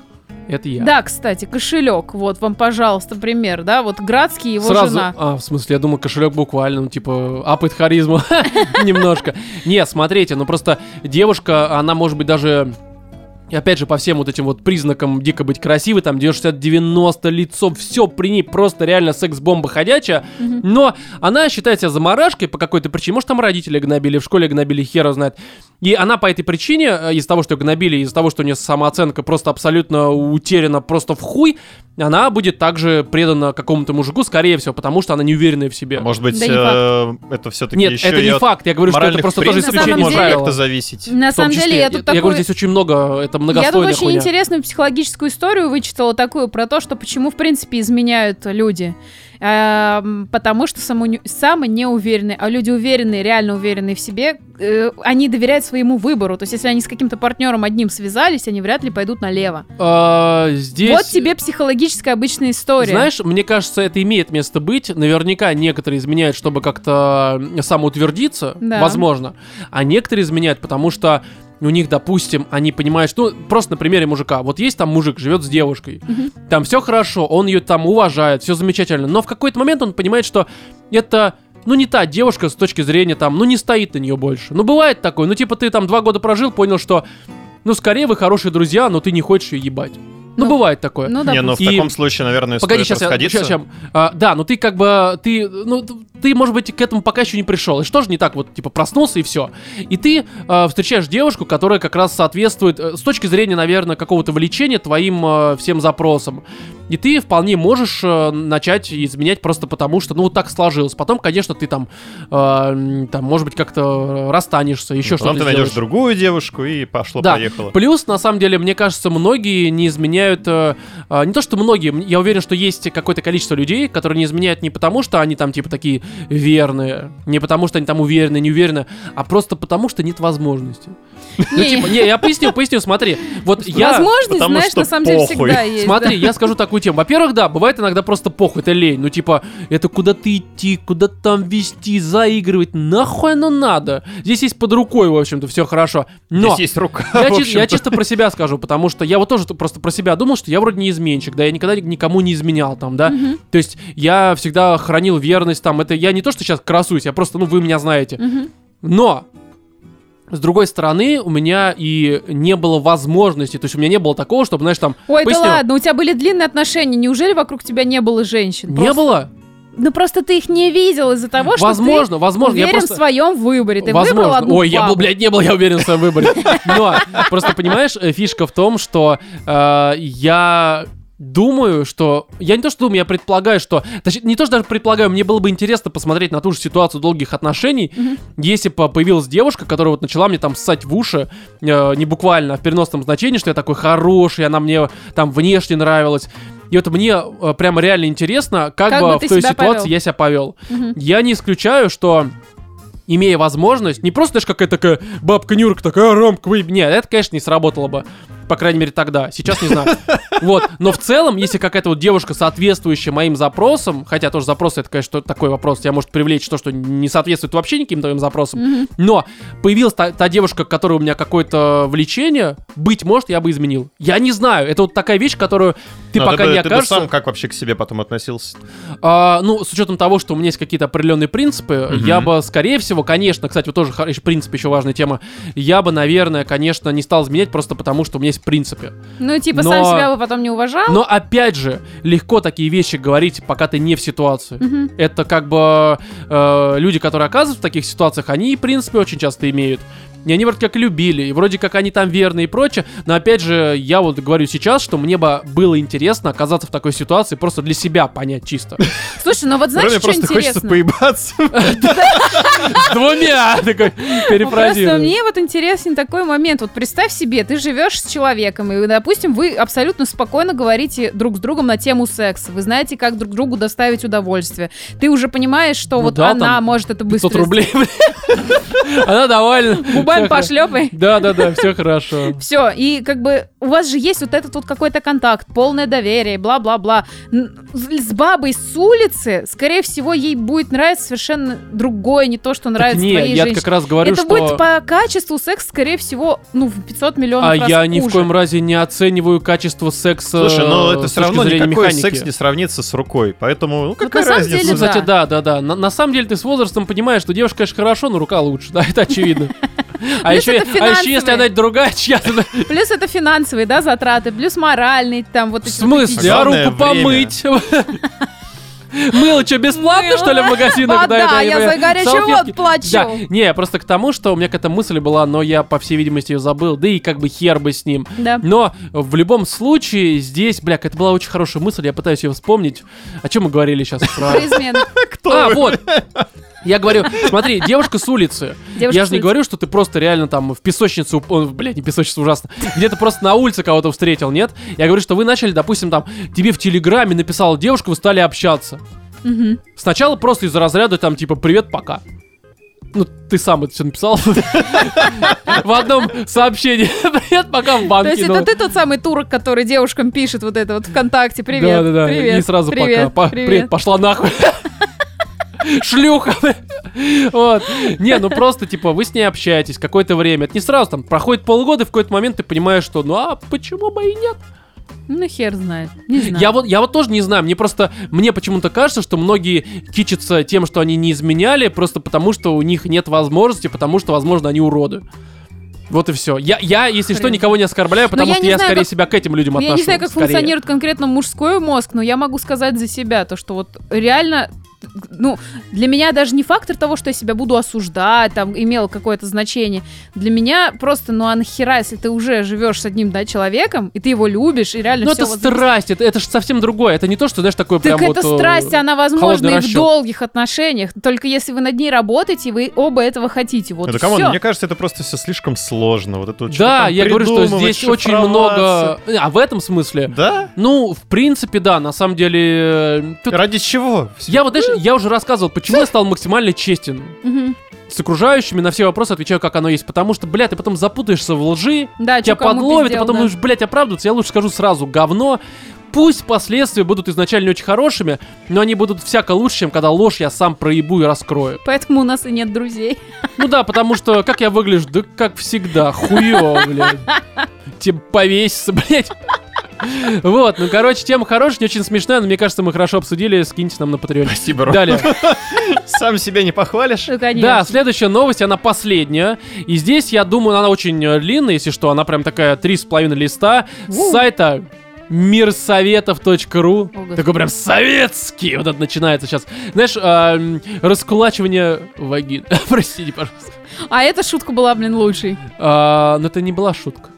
Это я.
Да, кстати, кошелек, вот вам, пожалуйста, пример, да, вот Градский и его
Сразу,
жена.
а, в смысле, я думал, кошелек буквально, ну, типа, апает харизму немножко. Не, смотрите, ну просто девушка, она может быть даже И опять же, по всем вот этим вот признакам дико быть красивой, там 90-90 лицо, все при ней просто реально секс-бомба ходячая.
Мгм.
Но она считает себя заморашкой по какой-то причине. Может, там родители гнобили, в школе гнобили, хер его знает. И она по этой причине, э, из-за того, что ее гнобили, из-за того, что у нее самооценка просто абсолютно утеряна просто в хуй, она будет также предана какому-то мужику, скорее всего, потому что она не уверенная в себе.
А Может быть,
Да не
э, это все-таки
Нет,
еще
это не факт. Я говорю, что это просто тоже Ну,
принципов
исключение
может
из
деле-
правила.
как-то зависеть.
На
В том
самом деле,
числе.
я тут такой...
говорю, здесь очень много, это
Я тут
многослойная
очень
хуйня.
интересную психологическую историю вычитала такую про то, что почему, в принципе, изменяют люди. Эм, потому что самоню- самые неуверенные, а люди уверенные, реально уверенные в себе, э, они доверяют своему выбору. То есть, если они с каким-то партнером одним связались, они вряд ли пойдут налево.
А, здесь...
Вот тебе психологическая обычная история.
Знаешь, мне кажется, это имеет место быть. Наверняка некоторые изменяют, чтобы как-то самоутвердиться,
Да.
возможно. А некоторые изменяют, потому что у них, допустим, они понимают, что... Ну, просто на примере мужика. Вот есть там мужик, живет с девушкой.
Мгм.
Там все хорошо, он ее там уважает, все замечательно. Но в какой-то момент он понимает, что это... Ну, не та девушка с точки зрения там, ну, не стоит на нее больше. Ну, бывает такое. Ну, типа, ты там два года прожил, понял, что, ну, скорее вы хорошие друзья, но ты не хочешь ее ебать. Ну,
Ну,
бывает такое.
Ну,
Не,
допустим.
ну в
И- Ну,
таком случае, наверное,
Погоди,
стоит
сейчас я...
расходиться.
щас, щас. А, да, но ты как бы... Ты, ну, т- ты, может быть, к этому пока еще не пришел. И что же не так? Вот, типа, проснулся и все. И ты а, встречаешь девушку, которая как раз соответствует, э, с точки зрения, наверное, какого-то влечения твоим э, всем запросам. И ты вполне можешь э, начать изменять просто потому, что, ну, вот так сложилось. Потом, конечно, ты там, э, м, там может быть, как-то э, расстанешься, еще
Ну,
что-то
Потом ты найдешь
сделаешь.
другую девушку и
Да.
пошло-поехало.
Плюс, на самом деле, мне кажется, многие не изменяют... э, э, не то, что многие, м- я уверен, что есть какое-то количество людей, которые не изменяют не потому, что они там, типа, такие верные, не потому, что они там уверены, не уверены, а просто потому, что нет возможности. Ну,
Не,
типа, не, я поясню, поясню, смотри. Вот я...
Возможность,
потому
знаешь,
что
на самом деле
похуй.
всегда есть.
Смотри,
да.
я скажу такую тему. Во-первых, да, бывает иногда просто похуй, это лень. Ну, типа, это куда ты идти, куда там вести, заигрывать, нахуй оно надо. Здесь есть под рукой, в общем-то, все хорошо. Но...
Здесь есть рука,
Я,
в
чи- я
общем-то.
чисто про себя скажу, потому что я вот тоже т- просто про себя думал, что я вроде не изменщик, да, я никогда ни- никому не изменял там, да.
Мгм,
То есть я всегда хранил верность там, это я не то, что сейчас красуюсь, я просто, ну, вы меня знаете.
мгм.
Но, с другой стороны, у меня и не было возможности, то есть у меня не было такого, чтобы, знаешь, там...
Ой, да
поясню,
ладно, у тебя были длинные отношения. Неужели вокруг тебя не было женщин?
Не
Просто-
было?
Ну просто ты их не видел из-за того, что
возможно,
ты
возможно. я
уверен
просто...
в своем выборе. Ты выбрал
Возможно.
одну
Ой, я был,
бабу.
блядь, не был, я уверен в своем выборе. Но просто понимаешь, э, фишка в том, что э, я думаю, что... Я не то, что думаю, я предполагаю, что... Точнее, не то, что даже предполагаю, мне было бы интересно посмотреть на ту же ситуацию долгих отношений,
Мгм.
если бы появилась девушка, которая вот начала мне там ссать в уши, э, не буквально, а в переносном значении, что я такой хороший, она мне там внешне нравилась. И вот мне э, прямо реально интересно, как,
Как
бы,
бы
в
ты
той
себя
ситуации
повел?
я себя повел.
Мгм.
Я не исключаю, что имея возможность, не просто, знаешь, какая-то такая бабка Нюрка такая, «А, Ромка, вы... Нет, это, конечно, не сработало бы. По крайней мере, тогда. Сейчас не знаю. Вот. Но в целом, если какая-то вот девушка, соответствующая моим запросам, хотя тоже запросы, это, конечно, такой вопрос, я может привлечь то, что не соответствует вообще никаким твоим запросам,
Мгм.
но появилась та, та девушка, к которой у меня какое-то влечение, быть может, я бы изменил. Я не знаю. Это вот такая вещь, которую ты
Но
пока
бы-
не
ты бы
окажешься.
сам как вообще к себе потом относился?
А, ну, с учетом того, что у меня есть какие-то определенные принципы,
Мгм.
я бы, скорее всего, конечно, кстати, вот тоже хор- еще принцип еще важная тема. Я бы, наверное, конечно, не стал изменять просто потому, что у меня есть принципы.
Ну типа
Но-
сам себя бы потом не уважал.
Но опять же, легко такие вещи говорить, пока ты не в ситуации.
Мгм.
Это как бы э, люди, которые оказываются в таких ситуациях, они принципы очень часто имеют. И они вроде как любили, и вроде как они там верные и прочее. Но опять же, я вот говорю сейчас, что мне бы было интересно оказаться в такой ситуации, просто для себя понять чисто.
Слушай, ну вот знаешь,
Роме
что
просто
интересно?
хочется поебаться.
С двумя! Такой
Ну, Просто
перефразирую.
мне вот интересен такой момент. Вот представь себе, ты живешь с человеком, и, допустим, вы абсолютно спокойно говорите друг с другом на тему секса. Вы знаете, как друг другу доставить удовольствие. Ты уже понимаешь, что
Ну
вот
да,
она
там
может это
500
быстро...
рублей, блин. Она довольна.
Губами
Всё хо-
пошлепай.
Да, да, да, все хорошо.
Все, и как бы у вас же есть вот этот вот какой-то контакт, полное доверие, бла-бла-бла. Н- С с бабой с улицы, скорее всего, ей будет нравиться совершенно другое, не то, что
Так
нравится
не,
твоей
я
женщине.
как раз говорю,
Это будет
что...
по качеству секс, скорее всего, ну, в 500 миллионов
А
раз
я ни в
хуже.
коем разе не оцениваю качество секса
Слушай, ну
э,
это
с
все
точки
равно
зрения
никакой
механики.
секс не сравнится с рукой. Поэтому, ну какая
на самом
разница?
Ну,
деле-
кстати,
да.
да, да, да. На, на самом деле ты с возрастом понимаешь, что девушка, конечно, хорошо, но рука лучше, да, это очевидно. А
Плюс
еще,
это
а еще если
финансовые.
она другая чья-то... да,
Плюс это финансовые, да, затраты, плюс моральные, там вот
В
эти
смысле?
А
А
главное
руку
время.
помыть? Мыло что, бесплатно,
Мыло.
что ли, в магазинах?
Вода,
не
А я
понимаю.
за горячий
Салфетки.
мод плачу.
Да, не, просто к тому, что у меня какая-то мысль была, но я, по всей видимости, ее забыл, да и как бы хер бы с ним.
вот- Да.
Но в любом случае здесь, бля, это была очень хорошая мысль, я пытаюсь ее вспомнить. О чем мы говорили сейчас? Про...
Про измену.
А, вот. Я говорю, смотри, девушка с улицы.
Девушка
я
с
же не
улицы.
говорю, что ты просто реально там в песочнице, уп- о, блядь, не песочница, ужасно. Где-то просто на улице кого-то встретил, нет? Я говорю, что вы начали, допустим, там, тебе в Телеграме написала девушка, вы стали общаться.
Мгм.
Сначала просто из разряда там типа «Привет, пока». Ну, ты сам это все написал. В одном сообщении. Привет, пока в
То
банке.
есть
ну.
это ты тот самый турок, который девушкам пишет вот это вот ВКонтакте. Привет,
Да, да, да.
привет,
И сразу
привет,
пока. Па-
привет.
Привет, пошла нахуй. Шлюха. Вот. Не, ну просто, типа, вы с ней общаетесь какое-то время. Это не сразу, там, проходит полгода, и в какой-то момент ты понимаешь, что, ну а почему бы и нет?
Ну хер знает, не знаю.
Я вот, я вот тоже не знаю, мне просто, мне почему-то кажется, что многие кичатся тем, что они не изменяли, просто потому что у них нет возможности, потому что, возможно, они уроды. Вот и все. Я, я если
Хрен.
что, никого не оскорбляю, потому
я
что
не
я
знаю,
скорее
как-
себя к этим людям
Ну,
отношусь.
Я не знаю, как функционирует конкретно мужской мозг, но я могу сказать за себя, то, что вот реально ну, для меня даже не фактор того, что я себя буду осуждать, там, имело какое-то значение. Для меня просто, ну, а нахера, если ты уже живешь с одним, да, человеком, и ты его любишь, и реально
Ну
все
это страсть, это, это же совсем другое. Это не то, что, знаешь, такое
Так
прям вот...
это
э,
страсть, она возможна
холодный
и в
расчёт.
долгих отношениях, только если вы над ней работаете, и вы оба этого хотите, вот
это,
всё.
камон, мне кажется, это просто все слишком сложно. Вот это вот что-то
Да,
там
я говорю, что
придумывать,
здесь очень
шифроваться.
много... А в этом смысле?
Да?
Ну, в принципе, да, на самом деле... э, тут-
Ради чего?
Я вот, знаешь, я уже рассказывал, почему я стал максимально честен
Мгм.
с окружающими, на все вопросы отвечаю, как оно есть. Потому что, бля, ты потом запутаешься в лжи,
Да,
тебя
А чё кому
подловят, и
пиздел,
потом
да.
будешь, блядь, оправдываться. Я лучше скажу сразу, говно. Пусть последствия будут изначально не очень хорошими, но они будут всяко лучше, чем когда ложь я сам проебу и раскрою.
Поэтому у нас и нет друзей.
Ну да, потому что как я выгляжу? Да как всегда, хуё, блядь. Типа повеситься, блядь. Вот, ну короче, тема хорошая, не очень смешная, но мне кажется, мы хорошо обсудили, скиньте нам на Патреоне.
Спасибо, Ром.
Далее.
Сам себя не похвалишь?
Ну, конечно.
Да, следующая новость, она последняя. И здесь, я думаю, она очень э, длинная, если что, она прям такая три с половиной листа
Уу.
с сайта мирсоветов.ру.
О, господи.
Такой прям советский. Вот это начинается сейчас. Знаешь, эм, раскулачивание вагин. Простите, пожалуйста.
А эта шутка была, блин, лучшей.
А, но это не была шутка.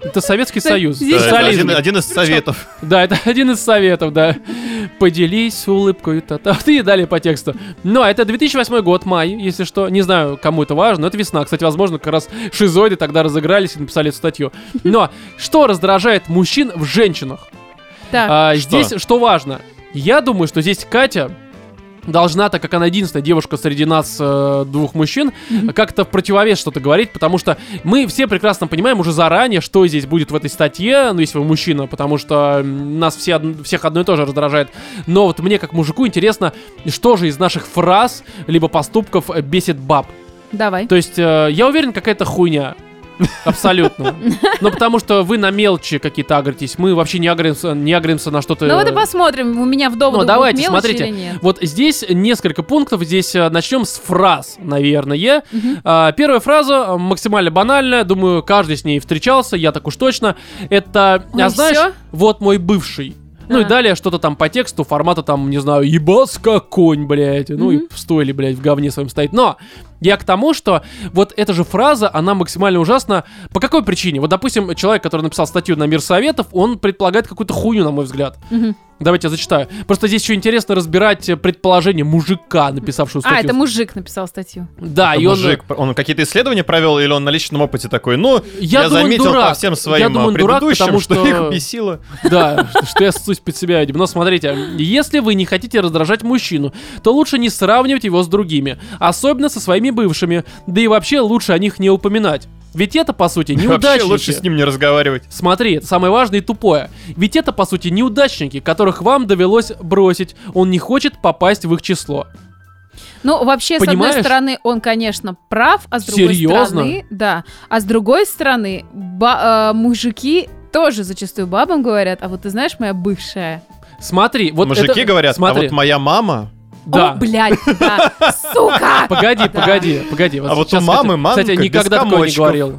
Это Советский
Да,
Союз.
здесь-
Да, это
Социализм.
один, один из советов.
Да, это один из советов, да. Поделись улыбкой, та та и далее по тексту. Но это 2008 год, май, если что. Не знаю, кому это важно, но это весна. Кстати, возможно, как раз шизоиды тогда разыгрались и написали эту статью. Но что раздражает мужчин в женщинах?
Так.
А,
Что?
Здесь что важно? Я думаю, что здесь Катя должна, так как она единственная девушка среди нас э, двух мужчин,
Мгм.
как-то в противовес что-то говорить, потому что мы все прекрасно понимаем уже заранее, что здесь будет в этой статье, ну, если вы мужчина, потому что м, нас все, од- всех одно и то же раздражает. Но вот мне, как мужику, интересно, что же из наших фраз либо поступков э, бесит баб.
Давай.
То есть, э, я уверен, какая-то хуйня. Абсолютно. Ну, потому что вы на мелочи какие-то агритесь. Мы вообще не агримся, не агримся на что-то...
Ну вот и посмотрим, у меня в доводу
э, Ну, давайте,
будут мелочи
смотрите.
или нет.
Вот здесь несколько пунктов. Здесь э, начнем с фраз, наверное.
Мгм.
А, Первая фраза э, максимально банальная. Думаю, каждый с ней встречался. Я так уж точно. Это,
Ой,
а знаешь,
всё?
вот мой бывший. Ну и
А.
далее что-то там по тексту, формата там, не знаю, ебаска конь, блядь. Ну
Мгм.
и стоили, блядь, в говне своем стоит. Но я к тому, что вот эта же фраза, она максимально ужасна. По какой причине? Вот, допустим, человек, который написал статью на Мир Советов, он предполагает какую-то хуйню, на мой взгляд.
Мгм.
Давайте я зачитаю. Просто здесь еще интересно разбирать э, предположение мужика, написавшего статью.
А, это мужик написал статью.
Да,
Это
а и он...
А мужик, он какие-то исследования провел, или он на личном опыте такой, ну, я,
Я думаю,
заметил по
дурак.
всем
Я
своим а,
думаю, дурак,
предыдущим,
потому
что,
что-
их бесило.
э, Да, что- что я ссусь под себя, видимо. Но смотрите, если вы не хотите раздражать мужчину, то лучше не сравнивать его с другими, особенно со своими бывшими, да и вообще лучше о них не упоминать. Ведь это, по сути,
Вообще
неудачники.
лучше с ним не разговаривать.
Смотри, это самое важное и тупое. Ведь это, по сути, неудачники, которых вам довелось бросить. Он не хочет попасть в их число.
Ну, вообще, с одной
Понимаешь?
стороны, он, конечно, прав, а с другой
Серьезно?
стороны, да. А с другой стороны, ба- э, мужики тоже зачастую бабам говорят, а вот ты знаешь, моя бывшая.
Смотри, вот
Мужики
это-
говорят, а
смотри,
вот моя мама,
Да.
О, блядь, да, сука!
Погоди,
Да.
погоди, погоди.
А вот у
сейчас,
мамы
кстати- Кстати, я
мамка без
никогда такого не
комочков.
говорил.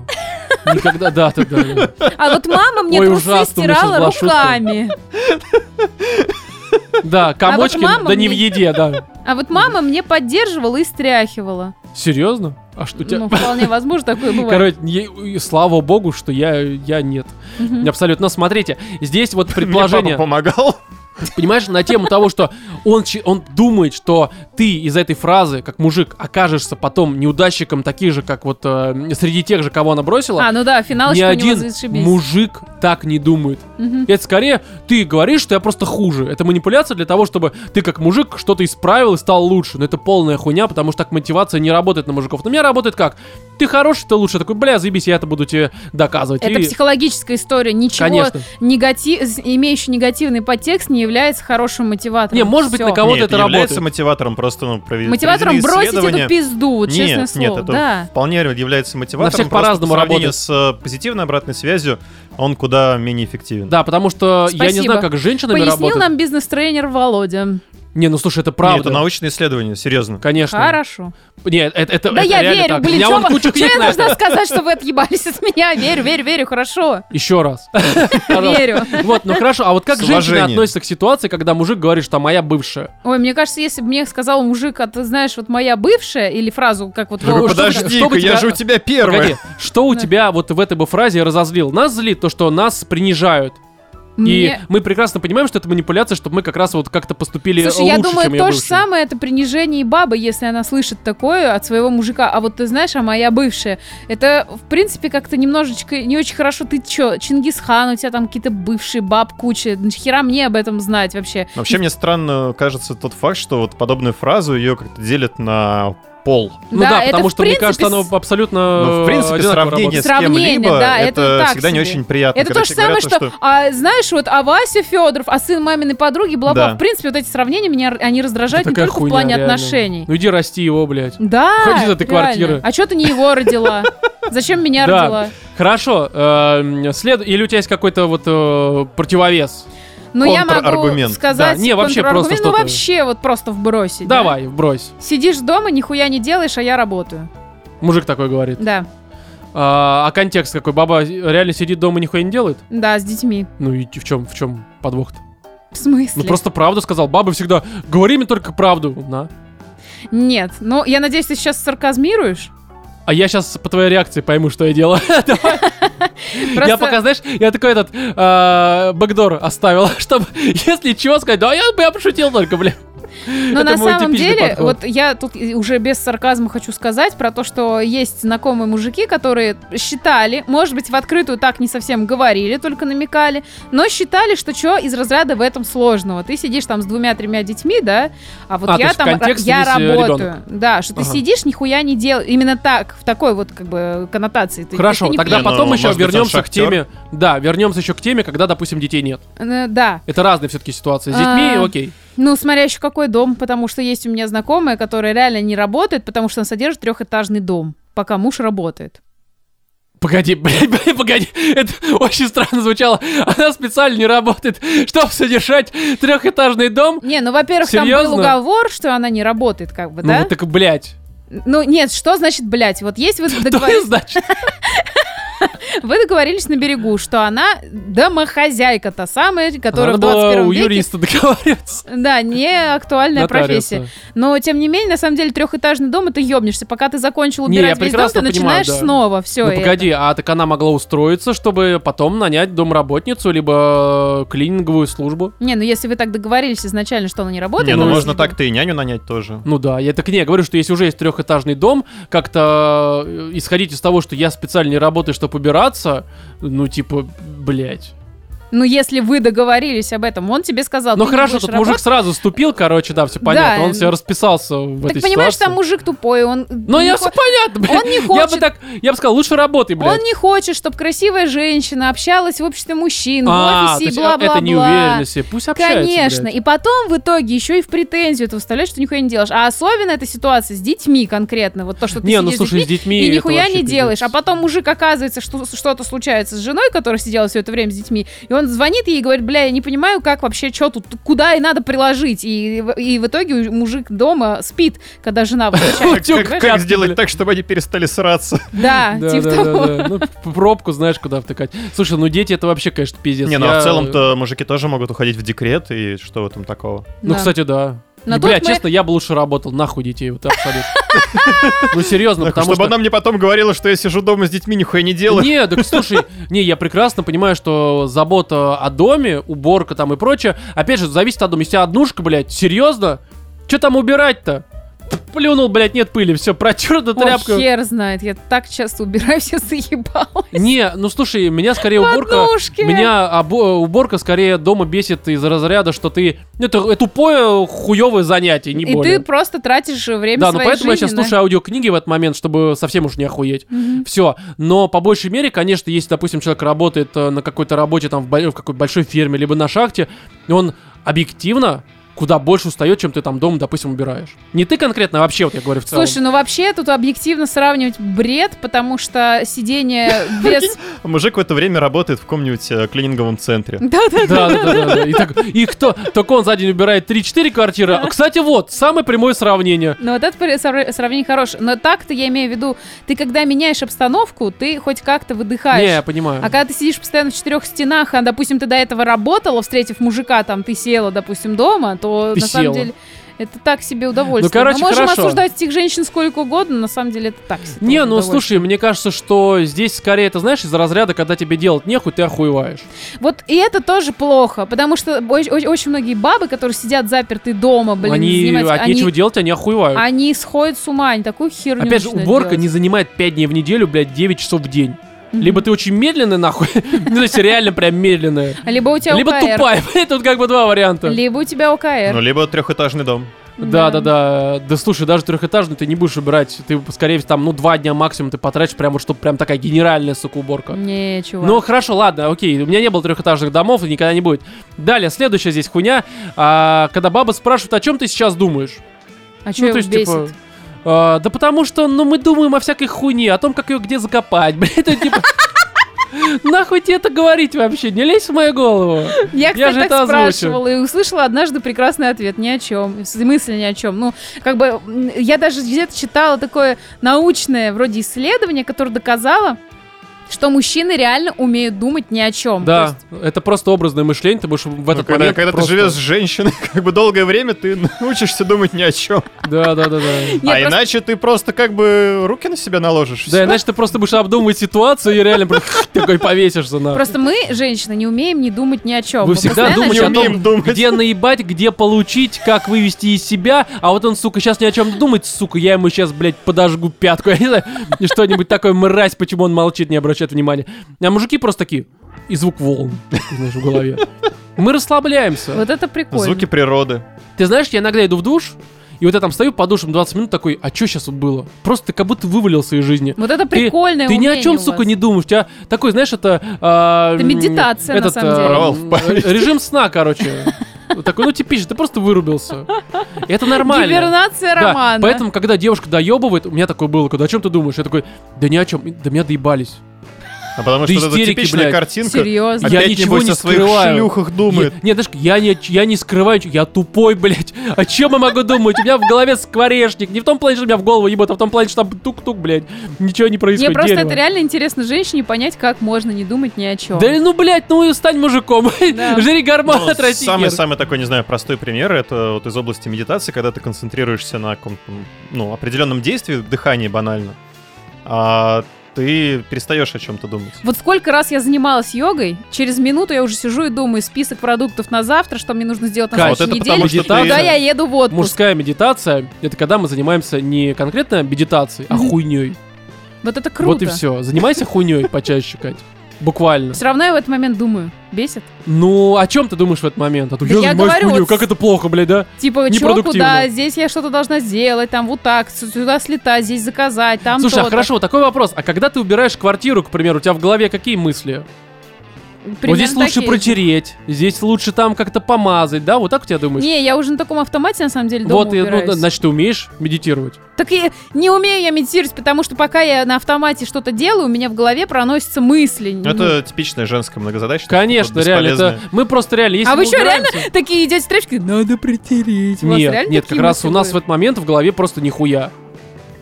Никогда, да, ты да.
А вот мама мне
Ой,
трусы
ужасно, у меня
стирала
сейчас была шутка.
руками.
Да, комочки,
А мама
да не в
мне-
еде, да.
А вот мама мне поддерживала и стряхивала.
Серьезно? А что у тебя...
Ну, вполне возможно, такое бывает.
Короче, не- и слава богу, что я, я нет.
Мгм.
Абсолютно. Но смотрите, здесь вот
Мне
предположение,
папа помогал.
понимаешь, на тему того, что он, чи- он думает, что ты из этой фразы, как мужик, окажешься потом неудачником таких же, как вот э, среди тех же, кого она бросила.
А, ну да, финал
ни
у него
один
зашибись.
мужик так не думает.
Мгм.
Это скорее ты говоришь, что я просто хуже. Это манипуляция для того, чтобы ты как мужик что-то исправил и стал лучше. Но это полная хуйня, потому что так мотивация не работает на мужиков. На меня работает как? Ты хороший, ты лучше. Я такой, бля, заебись, я это буду тебе доказывать.
Это
И-
психологическая история. Ничего
Конечно.
негатив, с- имеющий негативный подтекст не является хорошим мотиватором.
Не, может быть,
Всё.
на кого-то
Нет,
А это
является
работает.
мотиватором, просто ну, провели
Мотиватором
провели
бросить
исследование.
эту пизду, вот честное
нет,
слово.
нет, это
да.
вполне является мотиватором.
всех
просто
по-разному
по сравнению
работает.
с э, позитивной обратной связью он куда менее эффективен.
Да, потому что я не
Спасибо.
знаю, как с женщинами
Пояснил
работает.
нам бизнес-тренер Володя.
Не, ну слушай, это
Нет,
правда.
это научное исследование, серьезно.
Конечно.
Хорошо.
Нет, это, это,
да
это
я
реально
верю,
так. У
блин,
меня
чё
вон
вам-
куча
чё
книг
я
на это.
должна сказать, что вы отъебались от меня? Верю, верю, верю, хорошо.
Еще раз. Пожалуйста.
Верю.
Вот, ну хорошо, а вот как
С
женщина
уважением.
относится к ситуации, когда мужик говорит, что моя бывшая?
Ой, мне кажется, если бы мне сказал мужик, а ты знаешь, вот моя бывшая, или фразу, как вот...
Ну,
Вова-
что- что бы
Подожди-ка, я
тебя-
же у тебя
Погоди,
первый.
что у
Да.
тебя вот в этой бы фразе разозлил? Нас злит то, что нас принижают. И
Мне-
мы прекрасно понимаем, что это манипуляция, чтобы мы как раз вот как-то поступили
Слушай,
лучше,
я думаю,
чем
то же
бывшая.
самое это принижение и бабы, если она слышит такое от своего мужика. А вот ты знаешь, а моя бывшая. Это, в принципе, как-то немножечко не очень хорошо. Ты чё, Чингисхан, у тебя там какие-то бывшие баб куча. Хера мне об этом знать вообще.
Вообще мне странно кажется тот факт, что вот подобную фразу ее как-то делят на пол.
Ну
Да,
да,
это
потому
в
что, мне
принципе,
кажется, оно
с-
абсолютно
Ну, в принципе,
одинаково
сравнение
работает.
с
Сравнение,
кем-либо,
да,
это,
это так
всегда не
себе.
очень приятно.
Это
когда
то же
тебе говорят
самое, что, а, знаешь, вот, а Вася Федоров, а сын маминой подруги, бла
Да.
В принципе, вот эти сравнения меня, они раздражают
Это
не
такая
только в
хуйня,
плане
реально.
отношений.
Ну иди расти его, блядь.
Да,
Ходи за этой
реально.
квартиры.
А что ты не его родила? Зачем меня
Да.
родила?
Хорошо, эм, след... или у тебя есть какой-то вот э, противовес?
Ну, я могу
Контраргумент.
сказать...
Да, не, вообще просто
контраргумент,
что-то.
Ну, вообще вот просто вбросить. да.
Давай, брось.
Сидишь дома, нихуя не делаешь, а я работаю.
Мужик такой говорит.
Да,
А, а контекст какой? Баба реально сидит дома, нихуя не делает?
да, с детьми.
Ну и в чем, в чем подвох-то?
В смысле?
Ну просто правду сказал. Бабы всегда, говори мне только правду. На.
Нет, ну, я надеюсь, ты сейчас сарказмируешь?
А я сейчас по твоей реакции пойму, что я делаю.
Просто-
Я пока, знаешь, я такой этот э, бэкдор оставил, чтобы, если чего сказать, да я, я пошутил только, бля.
Но
Это
на
мой
самом
типичный
деле,
подход.
вот я тут и уже без сарказма хочу сказать про то, что есть знакомые мужики, которые считали, может быть, в открытую так не совсем говорили, только намекали, но считали, что что из разряда в этом сложного. Ты сидишь там с двумя-тремя детьми, да, а вот
А, то
я
есть
там
контекст
я
здесь, э,
работаю.
ребенок.
Да, что ты
Ага.
сидишь, нихуя не делаешь. Именно так, в такой вот как бы коннотации. Ты-
Хорошо,
ты не
тогда
Не,
понимаешь.
ну,
потом еще
может быть, он
вернемся к
шахтер.
теме. Да, вернемся еще к теме, когда, допустим, детей нет.
Э, Да.
Это разные все-таки ситуации. С детьми,
А.
окей.
Ну, смотря еще какой дом, потому что есть у меня знакомая, которая реально не работает, потому что она содержит трехэтажный дом, пока муж работает.
Погоди, блядь, блядь, погоди, это очень странно звучало. Она специально не работает, чтобы содержать трехэтажный дом.
Не, ну, во-первых, там
Серьезно?
был уговор, что она не работает, как бы,
Ну
да?
вот так, блядь.
Ну, нет, что значит, блядь, вот есть вы
То есть,
договорились,
значит,
вы договорились на берегу, что она домохозяйка та самая, которая
надо было
в 21
у
веке...
юриста договариваться.
Да, не актуальная
Нотариуса.
профессия. Но, тем не менее, на самом деле, трехэтажный дом, и ты ебнешься. Пока ты закончил
Не, я
убирать весь дом, ты
прекрасно понимаю,
начинаешь
да.
снова все
Ну погоди, а так она могла устроиться, чтобы потом нанять домработницу, либо э, клининговую службу?
Не, ну если вы так договорились изначально, что она не работает...
Не,
Ну,
ну
если
можно
так
так-то и няню нанять тоже.
Ну да, я так не, я говорю, что если уже есть трехэтажный дом, как-то э, исходить из того, что я специально не работаю, чтобы убираться, ну типа, блядь.
Ну, если вы договорились об этом, он тебе сказал.
Ну
А ты не
хорошо,
будешь
тут мужик
работать.
сразу ступил, короче, да, все понятно,
Да.
он все расписался в
Так
этой
понимаешь, там
ситуации.
мужик тупой, он.
Ну
не
я все
хо-
понятно, блядь.
Он не
Я бы
хочет.
так, я бы сказал, лучше работай,
Он
блядь.
не хочет, чтобы красивая женщина общалась в обществе мужчин, Ну, в
А, то
офисе и
есть это
бла-бла-бла.
неуверенность, и пусть общается,
Конечно.
блядь.
И потом в итоге еще и в претензию это вставляешь, что нихуя не делаешь. А особенно эта ситуация с детьми конкретно. Вот то, что ты
Не, ну
сидишь с
слушай, с
детьми
детьми
и
это
нихуя
вообще
не делаешь.
пиздец.
А потом мужик оказывается, что что-то случается с женой, которая сидела все это время с детьми, и он он звонит ей и говорит, бля, я не понимаю, как вообще, что тут, куда и надо приложить. И, в- и в итоге мужик дома спит, когда жена возвращается.
Как, как-
Тюк,
как
пятки,
сделать
блядь.
так, чтобы они перестали сраться?
Да,
Да,
типа
да, да,
того.
да. Ну, п- пробку знаешь, куда втыкать. Слушай, ну дети это вообще, конечно, пиздец.
Не, ну
Я-
а в целом-то мужики тоже могут уходить в декрет, и что в этом такого?
Ну,
Да.
кстати, да.
Но
И, бля,
тут мы-
честно, я бы лучше работал, нахуй детей, вот абсолютно. Ну, серьезно,
Так,
потому
чтобы
что...
она мне потом говорила, что я сижу дома с детьми, нихуя не делаю.
Не, так слушай, не, я прекрасно понимаю, что забота о доме, уборка там и прочее, опять же, зависит от дома. Если однушка, блядь, серьезно? Че там убирать-то? Плюнул, блядь, нет пыли, все, протерта
Ой,
тряпка.
хер знает, я так часто убираюсь, я заебалась.
Не, ну слушай, меня скорее уборка...
Подушки.
Меня обо- уборка скорее дома бесит из разряда, что ты... Это, это тупое, хуевое занятие, не
И
более.
ты просто тратишь время
Да, ну
своей
поэтому я
жизни
сейчас
на-
слушаю аудиокниги в этот момент, чтобы совсем уж не охуеть.
Мгм.
Все. Но по большей мере, конечно, если, допустим, человек работает э, на какой-то работе, там, в, бо- в какой-то большой ферме, либо на шахте, он объективно куда больше устает, чем ты там дома, допустим, убираешь. Не ты конкретно, а вообще, вот я говорю в целом.
Слушай, ну вообще тут объективно сравнивать бред, потому что сидение без...
А Мужик в это время работает в каком-нибудь э, клининговом центре.
Да-да-да.
да, да, да, да, да. И, так- и кто? Только он за день убирает 3-4 квартиры. А, Кстати, вот, самое прямое сравнение.
Ну вот это при- сравн- сравнение хорошее. Но так-то я имею в виду, ты когда меняешь обстановку, ты хоть как-то
Не, я
выдыхаешь.
понимаю.
А когда ты сидишь постоянно в четырех стенах, а, допустим, ты до этого работала, встретив мужика, там, ты села, допустим, дома, то
Ты
на самом
села.
деле это так себе удовольствие.
Ну, короче,
Мы можем
хорошо.
осуждать этих женщин сколько угодно, на самом деле это так себе
Не, ну
удовольствие.
слушай, мне кажется, что здесь скорее, это знаешь, из-за разряда, когда тебе делать нехуй, ты охуеваешь.
Вот и это тоже плохо, потому что оч- оч- очень многие бабы, которые сидят заперты дома, блин,
они
занимаются-
от
они,
нечего делать, они охуевают.
они сходят с ума, они такую херню
Опять же,
начинают
уборка
делать.
не занимает 5 дней в неделю, блядь, 9 часов в день.
Мгм.
Либо ты очень медленный, нахуй, ну, то есть реально прям медленная.
А Либо у тебя
Либо
ОКР.
тупая, блядь, тут как бы два варианта.
Либо у тебя ОКР.
Ну, либо трехэтажный дом.
Да, да, да. Да слушай, даже трехэтажный ты не будешь убирать. Ты, скорее всего, там, ну, два дня максимум ты потратишь, прям вот, чтобы прям такая генеральная, сука, уборка.
Не, чувак.
Ну хорошо, ладно, окей, у меня не было трехэтажных домов, и никогда не будет. Далее, следующая здесь хуйня, А, когда баба спрашивает, о чем ты сейчас думаешь?
а что
ну, то есть,
бесит?
типа, а, да потому что, ну, мы думаем о всякой хуйне, о том, как ее где закопать, блядь, это типа... Нахуй тебе это говорить вообще? Не лезь в мою голову.
Я, кстати,
же
так
это озвучил.
спрашивала и услышала однажды прекрасный ответ. Ни о чем. В смысле ни о чем. Ну, как бы, м, я даже где-то читала такое научное вроде исследование, которое доказало, что мужчины реально умеют думать ни о чем.
Да, это просто образное мышление, ты будешь в
Ну,
этот
когда
момент
когда ты
просто-
живешь с женщиной, как бы долгое время ты научишься думать ни о чем.
Да, да, да, да.
Не,
а
просто-
иначе ты просто как бы руки на себя наложишь.
Да, иначе ты просто будешь обдумывать ситуацию и реально просто такой повесишься на.
Просто мы, женщины, не умеем не думать ни о чем.
Вы всегда думаете
Не
о том,
умеем думать.
где наебать, где получить, как вывести из себя, а вот он, сука, сейчас ни о чем думает, сука, я ему сейчас, блядь, подожгу пятку, я не знаю, и что-нибудь такое, мразь, почему он молчит, не обращает внимания. А мужики просто такие, и звук волн, знаешь, в голове. Мы расслабляемся.
Вот это прикольно.
Звуки природы.
Ты знаешь, я иногда иду в душ, и вот я там стою по душам 20 минут такой, а что сейчас вот было? Просто ты как будто вывалился из жизни.
Вот это
Ты-
прикольное
Ты ни о
умение у
чем,
вас.
сука, не думаешь. У тебя такой, знаешь, это... а,
Это
м,
медитация, на
этот,
самом
а,
деле.
Провал в память.
Режим сна, короче. Вот Такой, ну типичный, ты просто вырубился. Это нормально.
Гибернация
Да,
романа.
поэтому, когда девушка доебывает, у меня такое было, когда о чем ты думаешь? Я такой, да ни о чем, и до меня доебались.
А потому
Да
что вот эта
истерики,
типичная
блядь.
картинка.
Серьезно.
Я
Опять,
ничего
небось,
не
о своих
скрываю.
шлюхах думает.
Я- Нет, знаешь, я не, я не скрываю, я тупой, блядь. О чем я могу думать? У меня в голове скворечник. Не в том плане, что меня в голову ебут, а в том плане, что там тук-тук, блядь. Ничего не
Мне
происходит.
просто
Дерево.
это реально интересно женщине понять, как можно не думать ни о чем.
Да ну, блядь, ну и стань мужиком.
Да.
Жри гормон
Ну,
от России.
Самый-самый такой, не знаю, простой пример, это вот из области медитации, когда ты концентрируешься на каком-то, ну, определенном действии, дыхании банально, а ты перестаешь о чем-то думать.
Вот сколько раз я занималась йогой, через минуту я уже сижу и думаю, список продуктов на завтра, что мне нужно сделать на
Кать,
следующей
вот это
неделе,
потому, что ты-
куда я еду в отпуск.
Мужская медитация — это когда мы занимаемся не конкретно медитацией, а
Мгм.
хуйней.
Вот это круто.
Вот и все. Занимайся хуйней почаще, Кать. Буквально.
Все равно я в этот момент думаю, бесит.
Ну, о чем ты думаешь в этот момент? А то
Да я
я занимаюсь
говорю,
хуйней,
вот
как
с-
это плохо, блядь, да?
Типа, чё,
Непродуктивно.
куда, здесь я что-то должна сделать, там вот так, сю- сюда слетать, здесь заказать, там
Слушай, а
то-то.
хорошо, вот такой вопрос. А когда ты убираешь квартиру, к примеру, у тебя в голове какие мысли? Вот
примерно
здесь лучше
такие.
протереть, здесь лучше там как-то помазать, да? Вот так у тебя думаешь?
Не, я уже на таком автомате, на самом деле, дома
вот, и, ну,
убираюсь.
значит, ты умеешь медитировать.
Так и не умею я медитировать, потому что пока я на автомате что-то делаю, у меня в голове проносятся мысли.
Ну, Это типичная женская многозадачность.
Конечно,
вот
реально, это...
бесполезная.
Мы просто реально... Если
А вы
мы
чё, реально
убираемся-
Такие идете строчки, надо протереть. У вас
Нет,
реально
нет,
такие
как раз у
мысли
нас в
были?
этот момент в голове просто нихуя.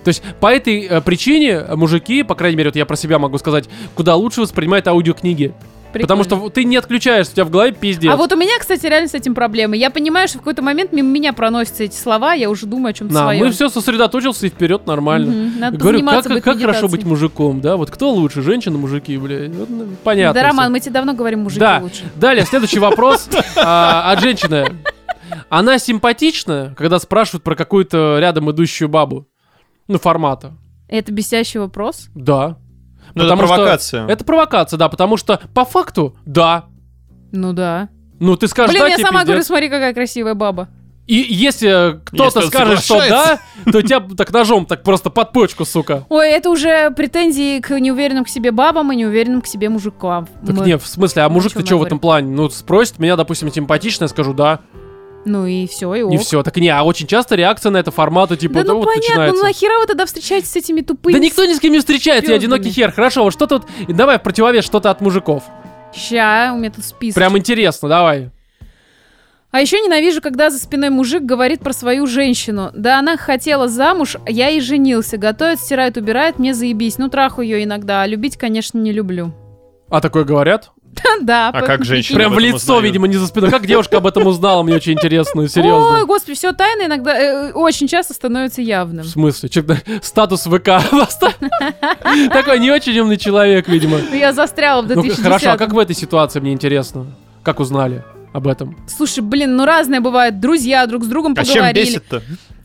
То есть по этой э, причине мужики, по крайней мере, вот я про себя могу сказать, куда лучше воспринимают аудиокниги. Потому
Прикольно.
что в- ты не отключаешься, у тебя в голове пиздец.
А вот у меня, кстати, реально с этим проблемы. Я понимаю, что в какой-то момент мимо меня проносятся эти слова, я уже думаю о чем-то
На,
своем.
мы все сосредоточился и вперед нормально.
Мгм, Надо
Говорю, как,
позаниматься
как
будет
хорошо
медитацией.
быть мужиком, да? Вот кто лучше, женщины, мужики, блядь? Вот, ну, понятно.
Да,
всё.
Роман, мы тебе давно говорим, мужики
Да.
лучше.
Далее, следующий вопрос а, от женщины. Она симпатична, когда спрашивают про какую-то рядом идущую бабу? Ну, формата.
Это бесящий вопрос.
Да.
Ну, это
Потому что
провокация.
Это провокация, да, потому что по факту, да.
Ну да.
Ну, ты скажешь,
Блин,
да,
я
тебе
сама
пиздец.
говорю, смотри, какая красивая баба.
И если кто-то
Если он
скажет, что да,
соглашается.
то тебя так ножом так просто под почку, сука.
Ой, это уже претензии к неуверенным к себе бабам и неуверенным к себе мужикам.
Так
Мы-
не, в смысле, а
Ну,
мужик
чё
ты что в
мы
этом плане? Ну, спросит меня, допустим, симпатично, я скажу да,
Ну и все, и ок.
и все. Так не, а очень часто реакция на это формата, типа,
Да
да
ну
вот
понятно, ну
начинается.
нахера вы тогда встречаетесь с этими тупыми?
Да никто ни с кем не встречается, я
пёздами.
одинокий хер. Хорошо, вот что-то вот, и давай в противовес что-то от мужиков.
Ща, у меня тут список.
Прям интересно, давай.
А еще ненавижу, когда за спиной мужик говорит про свою женщину. Да она хотела замуж, а я и женился. Готовит, стирает, убирает, мне заебись. Ну, траху ее иногда, а любить, конечно, не люблю.
А такое говорят?
Да,
А
по-
как женщина?
Прям
об
в
этом
лицо,
узнаю.
видимо, не за спиной. Как девушка об этом узнала, мне очень интересно, серьезно.
Ой, господи, все тайно иногда, э, очень часто становится явным.
В смысле? Чё, да, статус ВК просто? Такой не очень умный человек, видимо.
Ну, Я застряла в
Ну,
2010
хорошо, а как в этой ситуации, мне интересно? Как узнали об этом?
Слушай, блин, ну разное бывает. Друзья друг с другом
А чем
поговорили.
бесит-то?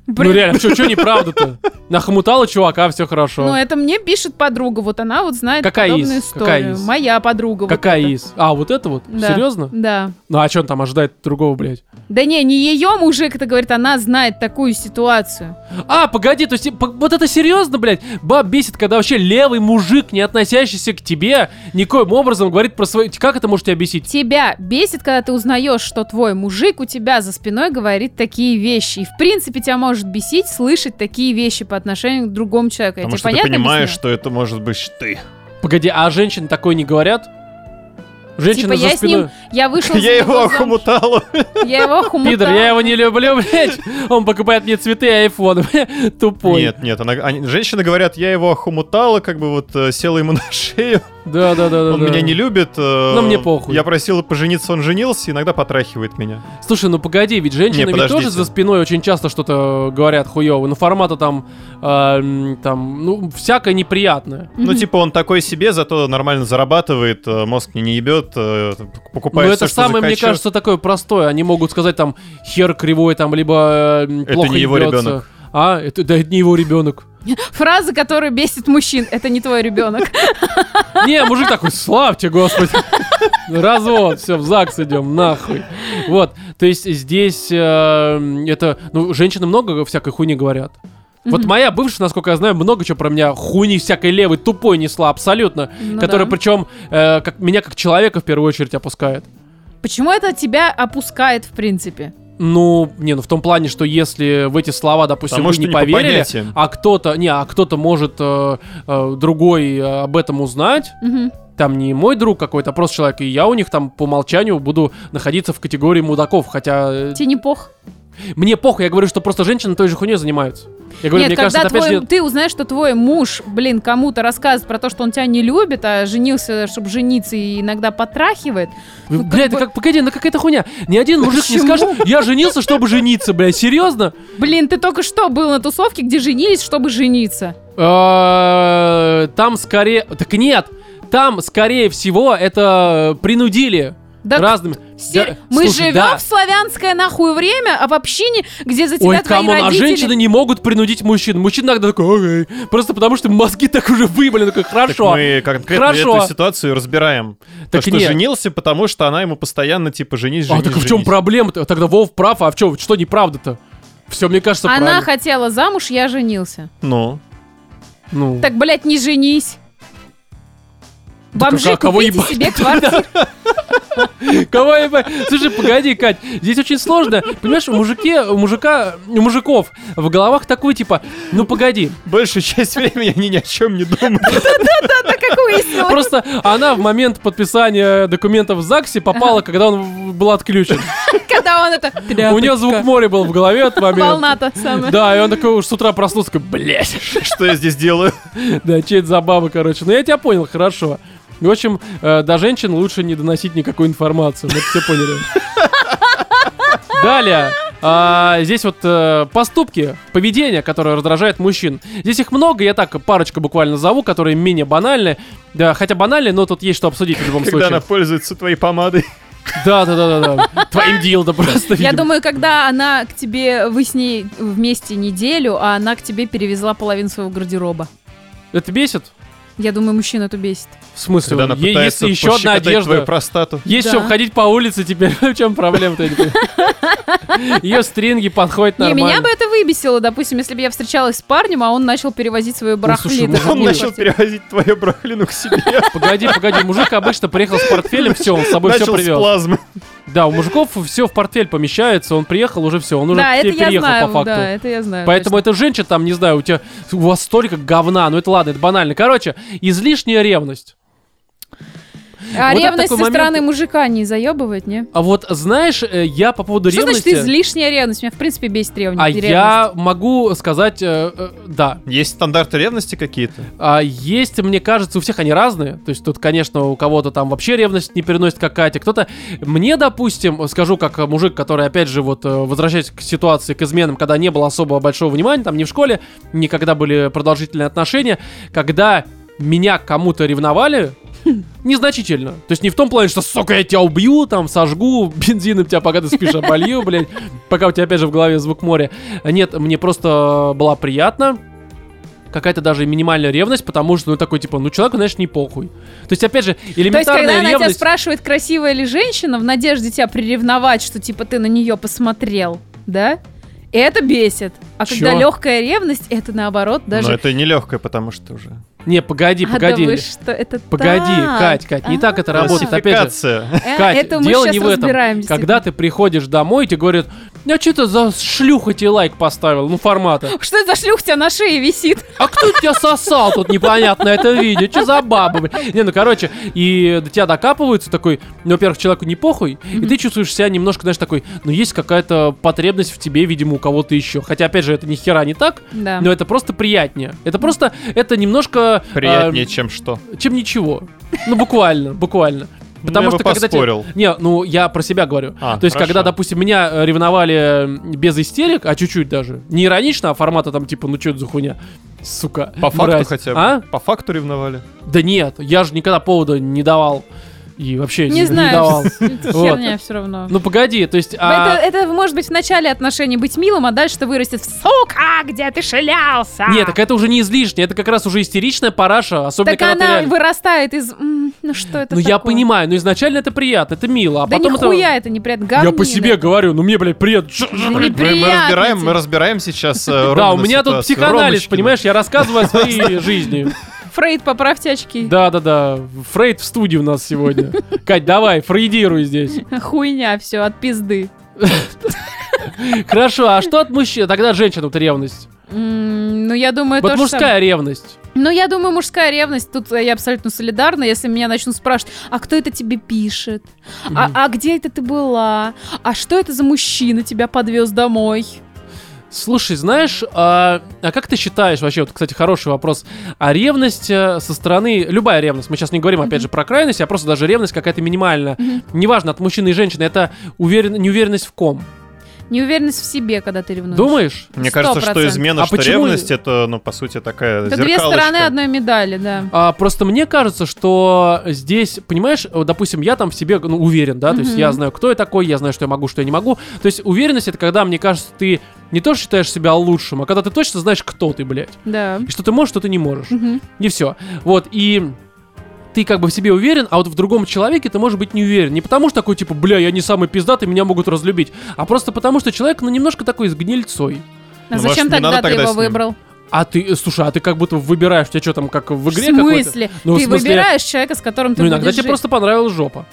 Блин,
Ну реально, что, что неправда-то? Нахмутала чувака, все
ну,
хорошо.
это мне пишет подруга, вот она вот знает
Какая
подобную
из?
историю.
Какая из?
Моя подруга. вот
Какая
эта.
из? А, вот это вот?
Да.
Серьезно?
Да.
Ну а что он там ожидает другого, блядь?
Да не, не ее мужик, это говорит, она знает такую ситуацию.
А, погоди, то есть по- вот это серьезно, блядь? Баб бесит, когда вообще левый мужик, не относящийся к тебе, никоим образом говорит про свои... Как это может тебя бесить?
Тебя бесит, когда ты узнаешь, что твой мужик у тебя за спиной говорит такие вещи. И в принципе тебя может бесить слышать такие вещи по отношению к другому человеку. Я
Потому
тебе
что ты
понятно
понимаешь,
объясняю?
что это может быть ты.
Погоди, а женщины такое не говорят? Женщины
Типа
за
я с
спиной...
ним, я вышел
Я его охомутала.
Я его охомутала.
Пидор, я его не люблю, блядь. Он покупает мне цветы и айфон. Тупой.
Нет, нет, она- они- женщины говорят, я его охомутала, как бы вот э, села ему на шею.
Да, да, да, да.
Он
да. Ну,
меня не любит. Но
мне похуй.
Я просила пожениться, он женился, иногда потрахивает меня.
Слушай, ну погоди, ведь женщины
Не,
ведь тоже
подождите.
за спиной очень часто что-то говорят хуёво. Ну формата там, э, м, там, ну всякое неприятное.
Ну,
Мгм.
типа, он такой себе, зато нормально зарабатывает, э, мозг мне не ебет, э,
Но
покупает
Ну, это
всё, что
самое, мне
захочу.
кажется, такое простое. Они могут сказать там хер кривой, там либо э, м,
Это
плохо
не его
ебётся.
ребёнок.
А, это, да, это не его ребенок.
Фраза, которая бесит мужчин. Это не твой ребенок.
Не, мужик такой, славьте, господи. Развод, все, в ЗАГС идем, нахуй. Вот, то есть здесь э, это, ну, женщины много всякой хуйни говорят. Вот
Мгм.
моя бывшая, насколько я знаю, много чего про меня хуйни всякой левой тупой несла абсолютно.
Ну
которая
да.
причем э, как, меня как человека в первую очередь опускает.
Почему это тебя опускает, в принципе?
Ну, не, ну в том плане, что если в эти слова, допустим,
Потому
вы
что
не
не по
поверили,
понятиям.
а кто-то, не, а кто-то может э, э, другой э, об этом узнать,
Мгм.
там не мой друг какой-то, а просто человек, и я у них там по умолчанию буду находиться в категории мудаков, хотя э,
Тебе не пох?
мне похуй, я говорю, что просто женщины той же хуйней занимаются. Я говорю,
Нет,
мне
когда
кажется, это опять
твой-
же-
ты узнаешь, что твой муж, блин, кому-то рассказывает про то, что он тебя не любит, а женился, чтобы жениться, и иногда потрахивает. ну, как
Бля, это
бы-
как, погоди, ну какая-то хуйня. Ни один мужик не
Почему?
скажет, я женился, чтобы жениться, бля, серьезно?
Блин, ты только что был на тусовке, где женились, чтобы жениться.
Э, Там скорее... Так нет, там, скорее всего, это принудили
Да
разными...
сер-
да,
мы
слушай,
живем
да.
в славянское нахуй время, а в общине, где за тебя
Ой,
твои
камон, а
родители...
женщины не могут принудить мужчин. Мужчин иногда такой, «Окей». просто потому что мозги так уже выбыли, такой,
Так
хорошо. А,
мы конкретно
Хорошо.
эту ситуацию разбираем.
Так
То, что
нет.
женился, потому что она ему постоянно, типа, женись,
А
женись,
так в чем
женись».
проблема-то? Тогда Вов прав, а в чем? Что неправда-то? Все, мне кажется,
Она
правильно.
хотела замуж, я женился.
Ну,
Ну.
Так, блядь, не женись.
а
Бомжи,
кого
купите
ебать?
себе квартиру.
Кого я... бо- Слушай, погоди, Кать, здесь очень сложно. Понимаешь, у мужике, у мужика, у мужиков в головах такой, типа, ну погоди,
Большую часть времени они ни о чем не думают.
Да, как выяснилось.
Просто она в момент подписания документов в ЗАГСе попала, когда он в- был отключен.
Когда он это...
У нее звук моря был в голове от момента.
Волна-то самая.
Да, и он такой уж с утра проснулся, такой, блядь,
Что я здесь делаю?
да, че это за баба, короче. Ну, я тебя понял, хорошо. В общем, э, до женщин лучше не доносить никакую информацию. Мы это все поняли. Далее. А, здесь вот э, поступки, поведение, которое раздражает мужчин. Здесь их много, я так парочку буквально зову, которые менее банальны. Да, хотя банальные, но тут есть что обсудить в любом
Когда
случае.
она пользуется твоей помадой.
Да, да, да, да, да. Твоим дилдо просто.
Я
видимо.
думаю, когда она к тебе, вы с ней вместе неделю, а она к тебе перевезла половину своего гардероба.
Это бесит?
Я думаю, мужчин это бесит.
В смысле?
Когда она
Е-
пытается
Если еще одна
пощекотать твою
одежда.
простату.
Есть
Да.
чем ходить по улице теперь. В чем проблема-то? я не понимаю. Ее стринги подходят
Не, меня бы
нормально.
это выбесило, допустим, если бы я встречалась с парнем, а он начал перевозить свою
слушай,
барахлит.
ну,
Он
Забыла.
начал перевозить твою брахлину к себе.
Погоди, погоди, мужик обычно приехал с портфелем, все, он с собой все
Начал с
привез.
плазмы.
Да, у мужиков все в портфель помещается, он приехал, уже все, он уже
Да,
к тебе
это я
Ну, переехал по
знаю,
факту.
да, это я знаю.
Поэтому это женщина там, не знаю, у тебя у вас столько говна, ну это ладно, это банально. Короче, излишняя ревность.
точно.
вот
А
это
ревность
такой
со
момент-
стороны мужика не заебывает, не?
А вот знаешь, э, я по поводу
Что значит
ревности,
излишняя ревность? Меня, в принципе, бесит ревность.
а
ревность.
я могу сказать, э, э, да,
Есть стандарты ревности какие-то?
А есть, мне кажется, у всех они разные. То есть тут, конечно, у кого-то там вообще ревность не переносит какая-то. Кто-то... Мне, допустим, скажу, как э, мужик, который, опять же, вот э, возвращаясь к ситуации, к изменам, когда не было особо большого внимания, там, ни в школе, ни когда были продолжительные отношения, когда меня к кому-то ревновали,
Хм.
незначительно. То есть не в том плане, что, сука, я тебя убью, там, сожгу, бензином тебя, пока ты спишь, оболью, блядь, пока у тебя, опять же, в голове звук моря. Нет, мне просто была приятна какая-то даже минимальная ревность, потому что, ну, такой, типа, ну, человеку, знаешь, не похуй. То есть, опять же,
То есть, когда
элементарная
она тебя
ревность...
спрашивает, красивая ли женщина, в надежде тебя приревновать, что типа ты на нее посмотрел, да? Это бесит. А
Чё? Ну,
когда легкая ревность, это наоборот
Но
даже.
это нелегкое, потому что уже...
Не, погоди,
А да
погоди.
вы что, это
Погоди,
так.
Кать, Кать, не
А,
так это работает. Опять же,
Классификация.
э,
Кать,
это мы
дело
сейчас
не в этом.
разбираем.
когда ты приходишь домой, и тебе говорят, а что ты за шлюха тебе лайк поставил, ну, формата.
действительно. Что это за шлюх у тебя на шее висит?
А кто тебя сосал тут непонятно это видео? Что за баба? блин? Не, ну короче, и до тебя докапываются такой, ну, во-первых, человеку не похуй, и ты чувствуешь себя немножко, знаешь, такой, ну, есть какая-то потребность в тебе, видимо, у кого-то еще. Хотя, опять же, это ни хера не так,
Да.
но это просто приятнее. Это просто, это немножко... э,
Приятнее, чем что.
чем ничего. Ну, буквально, буквально. Потому
я
что
бы
когда те-
поспорил.
Не, ну я про себя говорю.
А,
То есть,
хорошо.
когда, допустим, меня э, ревновали э, без истерик, а чуть-чуть даже, не иронично, а формата там типа, ну что это за хуйня? Сука.
По факту
мразь.
хотя бы.
А?
По факту ревновали.
Да нет, я же никогда повода не давал. И вообще
Не
давал.
знаю,
Вот.
херня все равно.
Ну погоди, то есть... а,
Это, это может быть в начале отношений быть милым, а дальше это вырастет в сука, а где ты шлялся.
Нет, так это уже не излишнее, это как раз уже истеричная параша, особенно
Так
когда ты
она
реально-
вырастает из... м, ну что это
Ну я
такое?
понимаю, но изначально это приятно, это мило, а
да
потом это...
нихуя это, не приятно.
Я
говнина.
по себе говорю, ну мне, блядь, приятно.
Мы, мы
Неприятно
разбираем,
тебе.
мы разбираем сейчас. э,
Да,
ровно
у меня тут
ситуацию.
психоанализ,
Ромочкина.
понимаешь, я рассказываю о своей жизни.
Фрейд, поправьте очки.
Да-да-да, Фрейд в студии у нас сегодня. Кать, давай, фрейдируй здесь.
Хуйня все, от пизды.
Хорошо, а что от мужчин? Тогда женщинам-то ревность.
М, Ну, я думаю, то
Вот
же самое.
мужская ревность.
Ну, я думаю, мужская ревность. Тут э, я абсолютно солидарна. Если меня начнут спрашивать, а кто это тебе пишет? А,
Мгм.
а где это ты была? А что это за мужчина тебя подвез домой?
Слушай, знаешь, а, а как ты считаешь вообще, вот, кстати, хороший вопрос, а ревность э, со стороны, любая ревность, мы сейчас не говорим, опять же, про крайность, а просто даже ревность какая-то минимальная,
Мгм.
неважно, от мужчины и женщины, это уверен, неуверенность в ком.
Неуверенность в себе, когда ты ревнуешь.
Думаешь?
Мне кажется, что
100%.
измена,
А
что
почему-
ревность, это, ну, по сути, такая
Это две
зеркалочка.
стороны одной медали, да.
А, просто мне кажется, что здесь, понимаешь, вот, допустим, я там в себе ну, уверен, да, то есть
Мгм.
я знаю, кто я такой, я знаю, что я могу, что я не могу. То есть уверенность это когда, мне кажется, ты не то что считаешь себя лучшим, а когда ты точно знаешь, кто ты, блядь.
Да.
И что ты можешь, что ты не можешь.
Мгм.
И все. Вот, и ты как бы в себе уверен, а вот в другом человеке ты можешь быть не уверен. Не потому что такой, типа, бля, я не самый пиздатый, меня могут разлюбить, а просто потому что человек, ну, немножко такой с гнильцой.
А
Ну,
зачем
может, не
тогда
надо
ты
тогда
его
с ним?
выбрал?
А ты, э, слушай, а ты как будто выбираешь, у тебя что там, как в
В
игре какой-то?
смысле?
Ну, в
ты
смысле-
выбираешь человека, с которым ты
Ну, иногда
будешь
тебе
жить. А
просто понравилась жопа.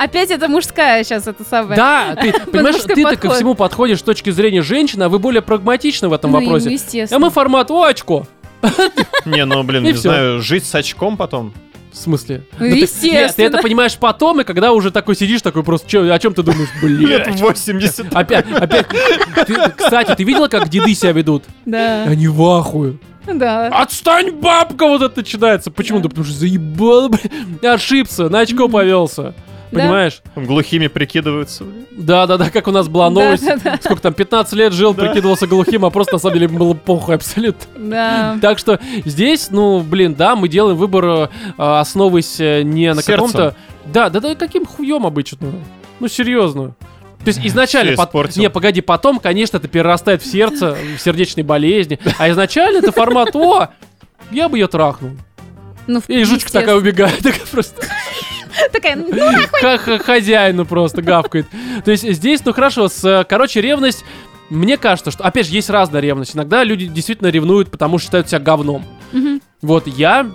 Опять это мужская сейчас это самое.
Да, ты понимаешь,
мужской
ты-то ко
подход.
всему подходишь с точки зрения женщины, а вы более прагматичны в этом
Ну,
вопросе. А
естественно.
мы формат «О, очко!»
Не, ну, блин,
И
не
всё.
знаю, жить с очком потом.
В смысле?
Ну,
Да ты- Нет, ты
естественно.
это понимаешь потом, и когда уже такой сидишь, такой просто, «Чё, о чем ты думаешь, блин?
Лет 80.
Опять, опять. Ты- кстати, ты видела, как деды себя ведут?
Да,
Они в ахуе.
да.
Отстань, бабка! Вот это начинается. Почему? Да потому что заебал, блин. Ошибся, на очко повелся.
Да.
Понимаешь?
Там Глухими прикидываются. блин.
Да-да-да, как у нас была
Да,
новость.
да, да.
Сколько там, 15 лет жил, прикидывался глухим, а просто на самом деле было похуй абсолютно.
Да.
Так что здесь, ну, блин, да, мы делаем выбор, э, основываясь э, не на
Сердцем.
каком-то... Да, да, да, каким хуем обычно? Ну, серьезно. То есть изначально...
Всё
пот-
испортил.
Не, погоди, потом, конечно, это перерастает в сердце, в сердечные болезни. А изначально это формат, о, я бы ее трахнул.
Ну, в-
И жучка такая убегает, такая просто
естественно. Такая, ну,
как х- хозяину просто гавкает. То есть здесь, ну хорошо, с, э, короче, ревность, мне кажется, что, опять же, есть разная ревность. Иногда люди действительно ревнуют, потому что считают себя говном.
Мгм.
Вот я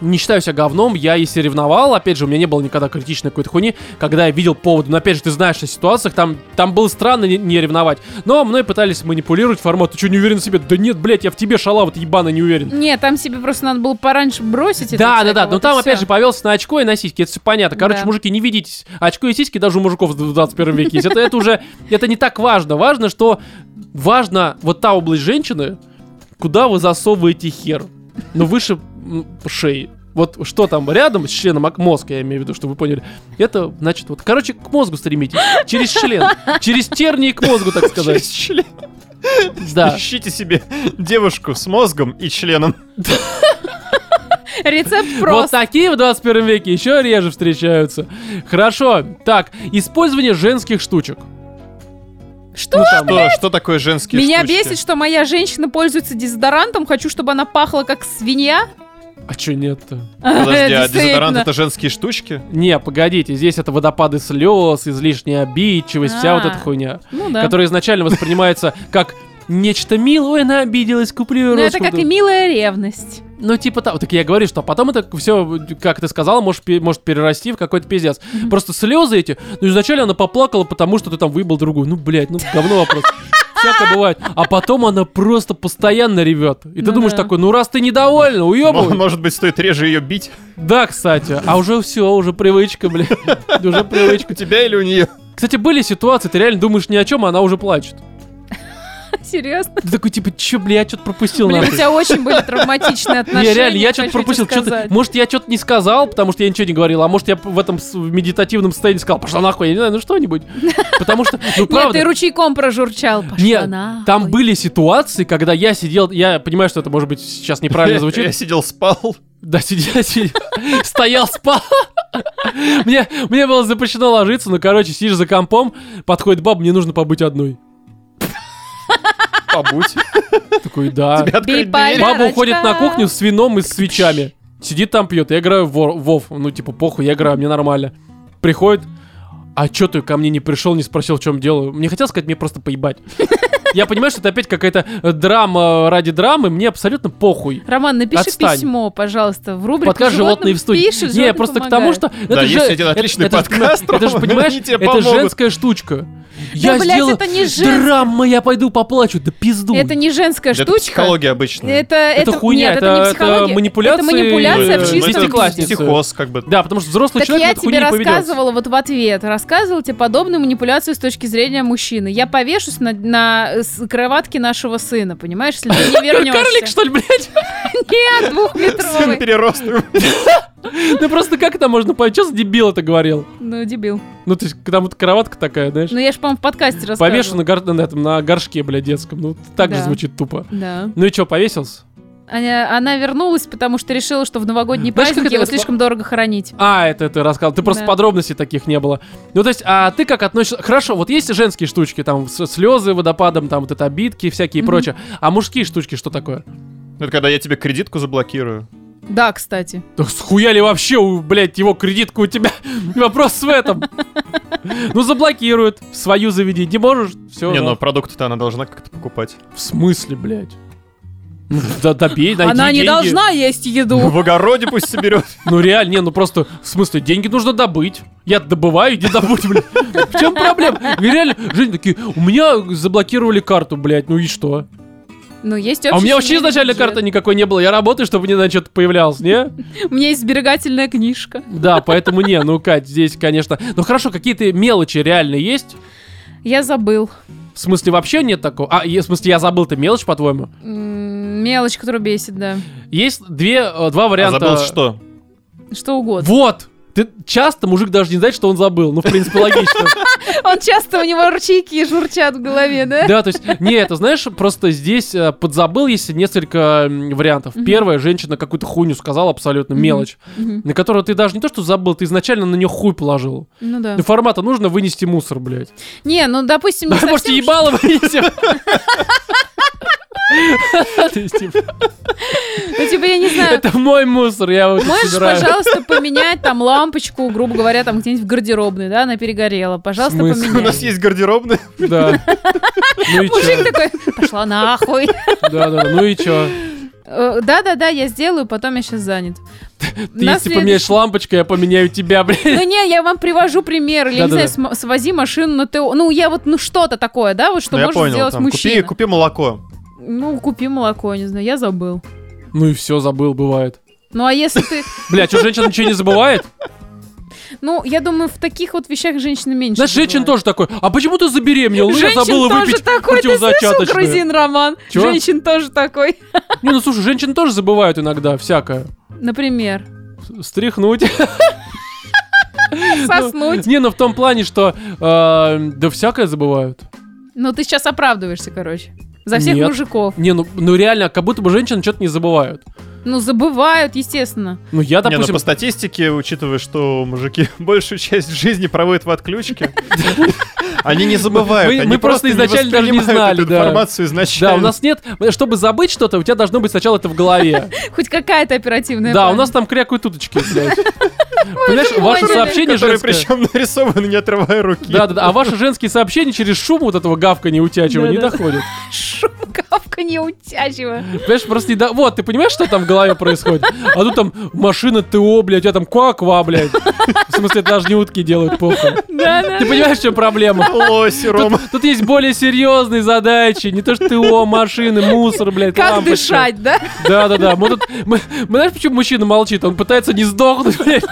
не считаю себя говном, я если ревновал, опять же, у меня не было никогда критичной какой-то хуйни, когда я видел повод, но опять же, ты знаешь о ситуациях, там, там было странно не, не ревновать, но мной пытались манипулировать формат, ты что, не уверен в себе? Да нет, блядь, я в тебе шалава, ты ебаный не уверен.
Не, там себе просто надо было пораньше бросить. это
Да,
всё,
да, да.
вот
Но
и
там,
всё.
опять же, повелся на очко и на сиськи. Это все понятно. Короче,
Да.
мужики, не ведитесь. Очко и сиськи даже у мужиков в 21 веке есть. Это, это уже... Это не так важно. Важно, что... Важно вот та область женщины, куда вы засовываете хер. Но выше м, шеи. Вот что там рядом с членом, а к мозг, я имею в виду, чтобы вы поняли. Это, значит, вот, короче, к мозгу стремитесь. Через член. Через тернии к мозгу, так сказать.
Через член.
Да.
Ищите себе девушку с мозгом и членом.
Рецепт
Вот
просто.
такие в 21 веке еще реже встречаются. Хорошо. Так, использование женских штучек.
Что?
Ну, там,
Что, что такое женские
Меня
штучки?
бесит, что моя женщина пользуется дезодорантом. Хочу, чтобы она пахла как свинья.
А чё нет-то?
Подожди, а дезодорант
Э, Действительно.
это женские штучки?
Не, погодите, здесь это водопады слез, излишняя обидчивость, вся вот эта
А.
хуйня,
Ну да.
которая изначально воспринимается как нечто милое, она обиделась, куплю
Ну это
ручку.
как и милая ревность.
Ну, типа того. Так я и говорю, что потом это все, как ты сказала, может, пе- может перерасти в какой-то пиздец. Просто слезы эти, ну, изначально она поплакала, потому что ты там выебал другую. Ну, блядь, ну, говно вопрос. Всякое бывает. А потом она просто постоянно ревет. И ты
Ну
думаешь
да.
такой, ну, раз ты недовольна,
М-
уебывай.
Может быть, стоит реже ее бить?
Да, кстати. А уже все, уже привычка, блядь. Уже привычка.
У тебя или у нее?
Кстати, были ситуации, ты реально думаешь ни о чем, а она уже плачет.
Серьезно?
Ты такой, типа, че, бля, я что-то пропустил
Блин, у
нахуй».
тебя очень были травматичные отношения.
Не, реально, я
хочу
что-то
тебе
пропустил. Чё ты-
сказать.
может, я что-то не сказал, потому что я ничего не говорил, а может, я в этом с- в медитативном состоянии сказал, пошла нахуй, я не знаю, ну что-нибудь. Потому что, ну
Нет, ты
правда,
ручейком прожурчал. Пошла
Нет,
нахуй.
там были ситуации, когда я сидел, я понимаю, что это, может быть, сейчас неправильно звучит,
Я сидел, спал.
Да, сидел, сидел, стоял, спал. Мне, мне было запрещено ложиться, но, короче, сидишь за компом, подходит баба, мне нужно побыть одной.
Побудь.
Такой, да.
Тебя открыть дверь.
Биполярочка.
Баба уходит на кухню с вином и с свечами. Сидит там, пьет. Я играю в Вор- Вов. Ну, типа, похуй, я играю, мне нормально. Приходит. А чё ты ко мне не пришел, не спросил, в чем дело? Мне хотел сказать, мне просто поебать. Я понимаю, что это опять какая-то э, драма ради драмы, мне абсолютно похуй.
Ром, напиши
Отстань.
письмо, пожалуйста, в рубрику
Подкаст «Животные в студии».
Пишешь,
не, просто к тому, что...
Да,
это же-
если один отличный
это,
подкаст,
Это, же,
Рома,
понимаешь,
они тебе
это
помогут.
женская штучка. Я
Я Ну, блядь,
сделал...
это не женская,
Драма, я пойду поплачу, да пизду.
это не женская
Это
штучка.
психология обычная. Ну,
Это, это,
Э, Это хуйня,
нет,
это-
это не
это
психология.
манипуляции,
Это манипуляция
э,
в чистом
мастер-класс.
виде.
ну, Психоз, как бы.
Да, потому что взрослый
Так
человек
я
от хуйни
тебе
не поведется.
рассказывала вот в ответ, рассказывала тебе подобную манипуляцию с точки зрения мужчины. Я повешусь на, на с- кроватке нашего сына, понимаешь, если ты не вернешься.
Карлик, что ли, блядь?
Нет,
Сын
двухметровый.
переросток.
Ну просто как это можно понять? Че за дебил это говорил?
Ну, дебил.
Ну, то есть, там вот кроватка такая, знаешь,
Ну, я же, по-моему, в подкасте рассказывала.
повешена на, гор- на этом, на горшке, бля, детском. Ну, так же
Да.
звучит тупо.
Да.
Ну и чё, повесился?
Она, она вернулась, потому что решила, что в новогодние
Знаешь, как
праздники
это
его
вот-
слишком дорого хоронить.
А, это ты рассказал. Ты просто
Да.
подробностей таких не было. Ну, то есть, а ты как относишься? Хорошо, вот есть женские штучки, там, с- слезы водопадом, там, вот это обидки всякие и
Мгм.
прочее. А мужские штучки что такое?
Это когда я тебе кредитку заблокирую.
Да, кстати.
Да схуя ли вообще, у, блядь, его кредитку у тебя? Вопрос в этом. Ну, заблокируют, в свою
ну,
заведи. Не можешь, все.
Не, но продукты-то она должна как-то покупать.
В смысле, блядь? Ну, Да, добей, найди
Она не
деньги.
должна есть еду.
В огороде пусть соберет.
Ну реально, не, ну просто, в смысле, деньги нужно добыть. Я добываю, иди добудь, блядь. В чем проблема? И реально, Жень, такие, у меня заблокировали карту, блядь, ну и что?
Ну, есть
А у меня вообще
общесемейный
изначально
бюджет.
карты никакой не было. Я работаю, чтобы мне на что-то появлялось, не?
У меня есть сберегательная книжка.
Да, поэтому не, ну, Кать, здесь, конечно... Ну хорошо, какие-то мелочи реально есть?
Я забыл.
В смысле, вообще нет такого? А, е- в смысле, я забыл-то мелочь, по-твоему?
М, Мелочь, которая бесит, да.
Есть две, э, два
А
варианта.
забыл что?
Что угодно.
Вот! Ты часто мужик даже не знает, что он забыл. Ну, в принципе, логично.
Он часто, у него ручейки журчат в голове, да?
Да, то есть, не, это знаешь, просто здесь э, подзабыл есть несколько м, вариантов.
Мгм.
Первое, женщина какую-то хуйню сказала, абсолютно
Мгм.
мелочь,
Мгм.
на которую ты даже не то что забыл, ты изначально на нее хуй положил.
Ну да.
Ну, формата нужно вынести мусор, блядь.
Не, ну, допустим, не
Может,
совсем,
ебало вынесем? То есть, типа,
ну, типа, я не знаю,
Это мой мусор, я его тут
Можешь,
собираю.
пожалуйста, поменять там лампочку, грубо говоря, там где-нибудь в гардеробной, да, она перегорела. Пожалуйста,
В смысле?
У
поменяй.
нас есть гардеробная.
Да. Ну и
Мужик
чё?
такой, пошла нахуй.
Да, да, ну и чё?
Э, Да-да-да, я сделаю, потом я сейчас занят.
Ты типа,
На
если
след-
поменяешь лампочку, я поменяю тебя, блядь.
Ну не, я вам привожу пример. или, Я не
Да-да-да.
знаю, см- свози машину на ТО. Ну, я вот, ну что-то такое, да, вот что
Ну, я
может
понял.
сделать
там, Купи
мужчина.
купи молоко.
Ну, купи молоко, я не знаю, я забыл.
Ну и все, забыл, бывает.
Ну, а если ты...
Бля, что, женщина ничего не забывает?
Ну, я думаю, в таких вот вещах женщины меньше
Знаешь, женщин тоже
забывают.
такой, а почему ты забеременела? Ну, я
Женщин
забыла
тоже
выпить
такой, ты слышал,
противозачаточное.
грузин Роман?
Чё?
Женщин тоже такой.
Не, ну слушай, женщины тоже забывают иногда всякое.
Например,
С- Стряхнуть.
соснуть.
Не, ну в том плане, что э, да всякое забывают.
Ну, ты сейчас оправдываешься, короче. За всех
Нет.
мужиков.
Не, ну, ну реально, как будто бы женщины что-то не забывают.
Ну, забывают, естественно.
Ну я,
Не, ну
допустим,
по статистике, учитывая, что мужики большую часть жизни проводят в отключке, они не забывают.
Мы-
они
мы просто
не
изначально даже не
воспринимают
знали,
эту
да.
информацию изначально.
Да, у нас нет, чтобы забыть что-то, у тебя должно быть сначала это в голове.
Хоть какая-то оперативная
Да, у
память.
нас там крякают уточки, блядь. Понимаешь, ваше
поняли.
сообщение
которые
женское...
причем нарисованы, не отрывая руки.
Да, да, да. А ваши женские сообщения через шум вот этого гавканья и утячего не
Да-да.
доходят.
шум кавка неутяжива.
Понимаешь, просто не до... Вот, ты понимаешь, что там в голове происходит? А тут там машина ТО, блядь, а там куаква, блядь. В смысле, это даже не утки делают, похуй.
Да, да.
Ты понимаешь, в чем проблема?
Лоси, Рома.
Тут, тут есть более серьезные задачи, не то что ТО, машины, мусор, блядь,
Как
лампочка.
дышать, да?
Да-да-да, мы тут... Мы, мы знаешь, почему мужчина молчит? Он пытается не сдохнуть, блядь.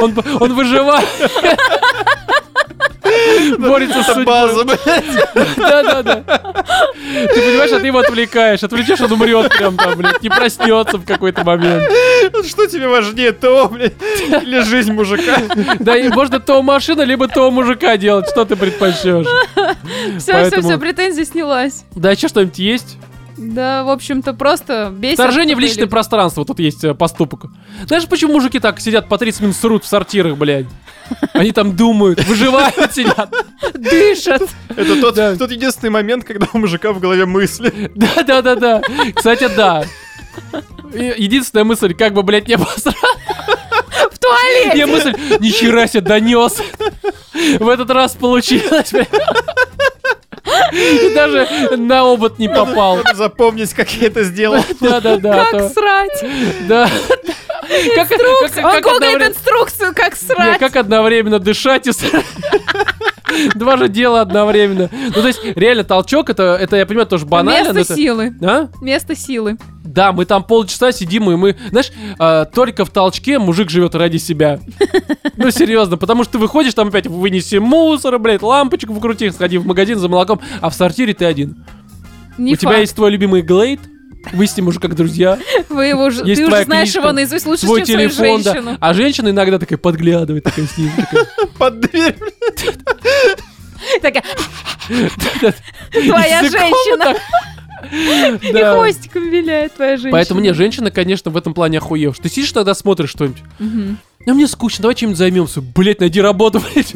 Он, он выживает. Борется с
Это
судьбой.
база, блядь.
Да-да-да. Ты понимаешь, а ты его отвлекаешь. Отвлечешь, он умрет прям там, блядь. Не проснется в какой-то момент.
Что тебе важнее, то, блядь, или жизнь мужика?
Да, и можно то машина, либо то мужика делать. Что ты предпочтешь?
Все,
Поэтому-
все, все, претензия снялась.
Да, еще что-нибудь есть?
Да, в общем-то, просто бесит.
Вторжение в
Тупые
личное
люди.
пространство. Тут есть э, поступок. Знаешь, почему мужики так сидят по 30 минут срут в сортирах, блядь? Они там думают, выживают, сидят.
Дышат.
Это тот,
Да.
тот единственный момент, когда у мужика в голове мысли.
Да-да-да-да. Кстати, да. Е- Единственная мысль, как бы, блядь, не посрать.
В туалете.
Я мысль, нихера себе донес. В этот раз получилось. блядь. И даже на обод не попал.
Надо запомнить, как я это сделал.
Да-да-да.
Как
то-
срать?
Да. Как, как- как
Он гуглит
одновременно-
инструкцию, как
не,
срать.
как одновременно дышать и срать. Два же дела одновременно. Ну, то есть, реально, толчок, это, это я понимаю, тоже банально. но
Место
это-
силы.
А?
Место силы.
Да, мы там полчаса сидим, и мы, знаешь, а, только в толчке мужик живет ради себя. Ну, серьезно, потому что ты выходишь, там опять вынеси мусор, блядь, лампочку выкрути, сходи в магазин за молоком, а в сортире ты один.
Не
У тебя
факт.
есть твой любимый Глейд, вы с ним уже как друзья,
Вы его уже,
есть
ты уже
твоя
знаешь
книжка,
его наизусть лучше,
твой
чем свою
телефон,
женщину.
да. А женщина иногда такая подглядывает, такая с ним, такая,
Под дверь.
Такая, Твоя
языком
женщина. И
да.
хвостиком виляет твоя женщина.
Поэтому мне женщина, конечно, в этом плане охуевшая. Ты сидишь тогда, смотришь что-нибудь,
Мгм.
А мне скучно, давай чем-нибудь займемся. Блять, найди работу, блять.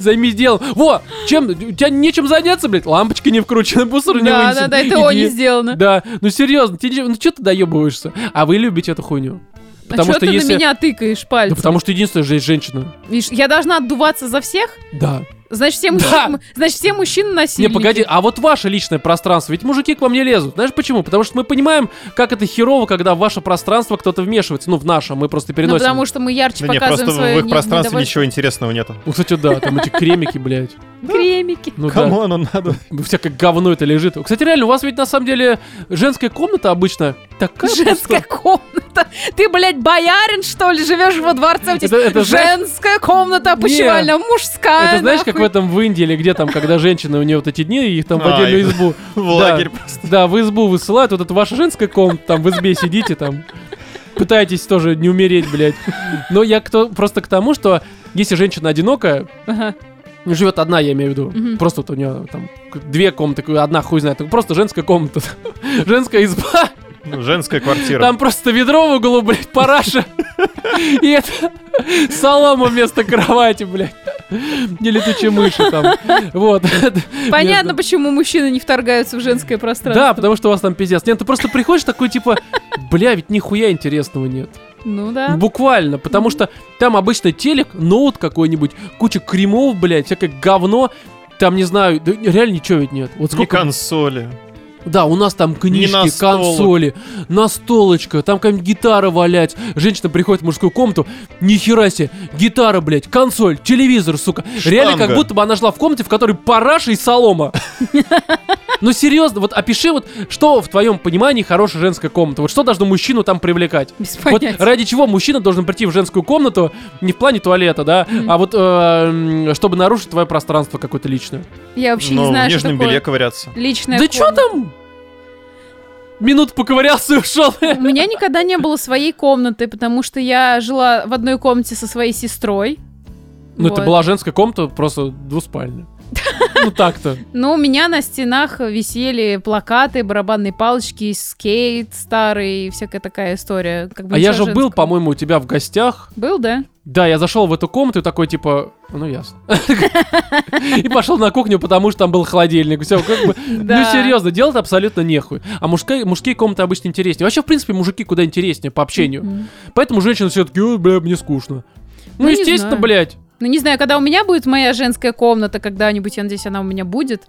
Займись делом. Во, чем? У тебя нечем заняться, блять. Лампочка не вкручена, мусор не
Да,
вынесен.
да, да, это о,
Иди.
не сделано.
Да, ну серьезно, ты, ну что ты доебываешься? А вы любите эту хуйню. потому
а чё
что
ты
если-
на меня тыкаешь
Да
пальцем?
потому что единственная же есть женщина.
Видишь, Я должна отдуваться за всех?
Да.
Значит, все
Да.
мужчины, значит, все мужчины
Не,
насильники. Ну,
погоди, а вот ваше личное пространство, ведь мужики к вам не лезут. Знаешь почему? Потому что мы понимаем, как это херово, когда в ваше пространство кто-то вмешивается. Ну, в наше, мы просто
Ну,
переносим.
потому что мы ярче
Да не,
показываем
просто в
свое
их
не-
пространстве
недовольство.
ничего интересного нету.
Ну, кстати, да, там эти кремики, блядь.
Кремики.
Ну, да.
Кому оно надо?
Всякое говно это лежит. Кстати, реально, у вас ведь на самом деле женская комната обычно такая
Женская
пусто-
комната. Ты, блядь, боярин, что ли, живешь во дворце? У тебя
Это- это знаешь-
женская комната
Не.
опочивальная, мужская.
Это знаешь, как в
А, нахуй.
этом в Индии или где там, когда женщины, у нее вот эти дни, их там в
А,
отдельную
это-
избу.
В лагерь просто.
Да, в избу высылают, вот это ваша женская комната, там в избе сидите, там пытаетесь тоже не умереть, блядь. Но я кто, просто к тому, что если женщина одинокая,
Ага.
ну, живет одна, я имею в виду,
Мгм.
просто вот у нее там к- две комнаты, к- одна хуй знает, просто женская комната, женская изба,
Ну, Женская квартира.
там просто ведро в углу, блядь, параша. И это солома вместо кровати, блядь. Не летучие мыши там. Вот.
Понятно,
Между-
почему мужчины не вторгаются в женское пространство.
Да, потому что у вас там пиздец. Нет, ты просто приходишь такой, типа, бля, ведь нихуя интересного нет.
Ну да.
Буквально, потому что там обычно телек, ноут какой-нибудь, куча кремов, блядь, всякое говно. Там, не знаю, да реально ничего ведь нет. Вот
Ни
сколько...
консоли.
Да, у нас там книжки,
настолок.
консоли, настолочка, там какая-нибудь гитара валяется. Женщина приходит в мужскую комнату, нихера себе, гитара, блядь, консоль, телевизор, сука. Реально, как
Штанга.
будто бы она шла в комнате, в которой параша и солома. Ну серьезно, вот опиши вот, что в твоем понимании хорошая женская комната, вот что должно мужчину там привлекать?
Без
Вот
понятия.
ради чего мужчина должен прийти в женскую комнату, не в плане туалета, да, а вот э, м, чтобы нарушить твое пространство какое-то личное.
Я вообще не
Ну, в
знаю, что
нижнем
такое
белье ковыряться.
личная
да что там? Минут поковырялся и ушел.
У меня никогда не было своей комнаты, потому что я жила в одной комнате со своей сестрой.
Ну, это
Вот.
была женская комната, просто двуспальная. Ну, так-то.
Но у меня на стенах висели плакаты, барабанные палочки, скейт старый, и всякая такая история. Как бы
А я
ничего
же был,
женского.
по-моему, у тебя в гостях.
Был, да?
Да, я зашел в эту комнату и такой, типа, ну, ясно. И пошел на кухню, потому что там был холодильник. Все, как бы... Ну,
Да.
серьезно, делать абсолютно нехуй. А мужская- мужские комнаты обычно интереснее. Вообще, в принципе, мужики куда интереснее по общению.
Мгм.
Поэтому женщины все таки ой, бля, мне скучно. Ну,
Ну, не
естественно,
знаю.
блядь.
Ну, не знаю, когда у меня будет моя женская комната, когда-нибудь, я надеюсь, она у меня будет,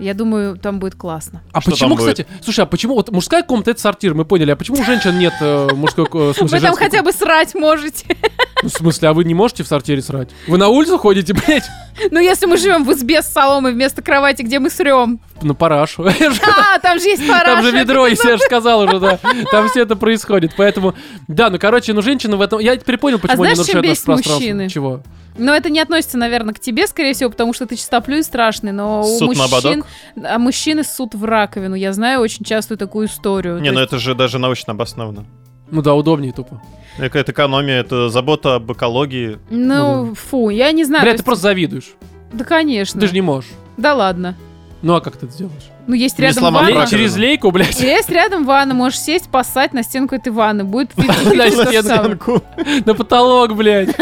я думаю, там будет классно.
А
Что
почему,
там будет?
кстати, слушай, а почему вот мужская комната это сортир, мы поняли, а почему у женщин нет э, мужской э, в смысле,
Вы там
женской
хотя бы срать можете.
ком- Ну, в смысле, а вы не можете в сортире срать? Вы на улицу ходите, блядь,
Ну, если мы живем в избе с соломой вместо кровати, где мы срем.
на парашу.
А, там же есть параша.
Там же ведро, и я же сказал уже, да. Там все это происходит. Поэтому, да, ну короче, ну женщина в этом. Я теперь понял, почему они
А знаешь,
нарушают
чем
наше
бесит
пространство.
мужчины?
Чего?
Но это не относится, наверное, к тебе, скорее всего, потому что ты чистоплю и страшный, но у
Суд на
мужчин... А мужчины суд в раковину. Я знаю очень частую такую историю.
Не,
То
ну
есть-
это же даже научно обосновано.
Ну да, удобнее тупо.
Эко- Это экономия, это забота об экологии.
ну, фу, я не знаю.
Бля,
то
ты
есть-
просто завидуешь.
Да, конечно.
Ты же не можешь.
Да ладно.
Ну а как ты это сделаешь?
Ну, есть
Не
рядом
сломав
ванна.
раковину.
Через лейку, блядь,
Есть рядом ванна, можешь сесть, поссать на стенку этой ванны. Будет вид-
На
вид- вид-
стенку. на потолок, блядь.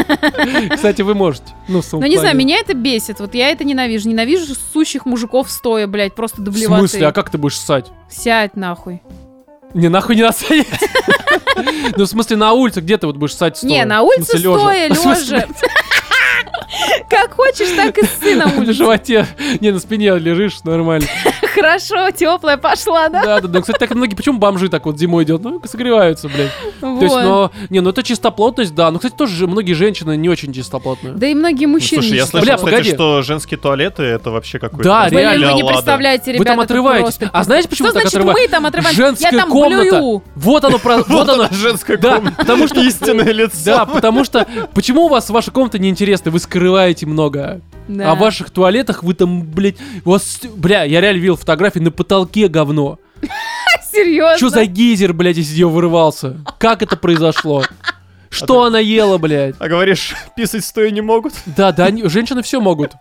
Кстати, вы можете. Ну, в
Ну,
своем
не знаю,
плане.
меня это бесит. Вот я это ненавижу. Ненавижу сущих мужиков стоя, блядь, просто
В
доблеватые.
смысле, а как ты будешь ссать?
Сядь нахуй.
Не, нахуй не насадить. Ну, в смысле, на улице где ты вот будешь ссать стоя?
Не, на
В
улице
смысле,
стоя,
В смысле,
лежа. Как хочешь, так и ссы на
На
улице.
животе. Не, на спине лежишь, нормально.
Хорошо, теплая пошла, да?
Да, да, да. Кстати, так многие, почему бомжи так вот зимой идет? Ну, согреваются, блядь. То есть,
Вот.
но, не, ну это чистоплотность, да. Ну, кстати, тоже же многие женщины не очень чистоплотные.
Да и многие
Ну,
мужчины.
Слушай, я
не
слышал,
Бля,
кстати,
погоди.
что женские туалеты это вообще какой-то...
Да,
просто
Блин,
реально.
вы не
лада.
представляете,
Вы
ребята.
там
это
отрываетесь.
просто
А знаете, почему
Что
так
значит
отрываетесь?
вы там отрываетесь?
Женская
я там
комната. А
блюю.
Вот оно, про- вот оно.
Женская
Да,
комната.
потому что...
Истинное лицо.
Да, потому что... Почему у вас ваша комната неинтересна? Вы скрываете много.
Да.
А в ваших туалетах вы там, блядь... У вас... ст- Бля, я реально видел фотографии на потолке говно.
Серьезно?
Что за гейзер, блядь, из нее вырывался? Как это произошло? Что она ела, блядь?
А говоришь, писать стоя не могут.
Да, да, они- женщины все могут.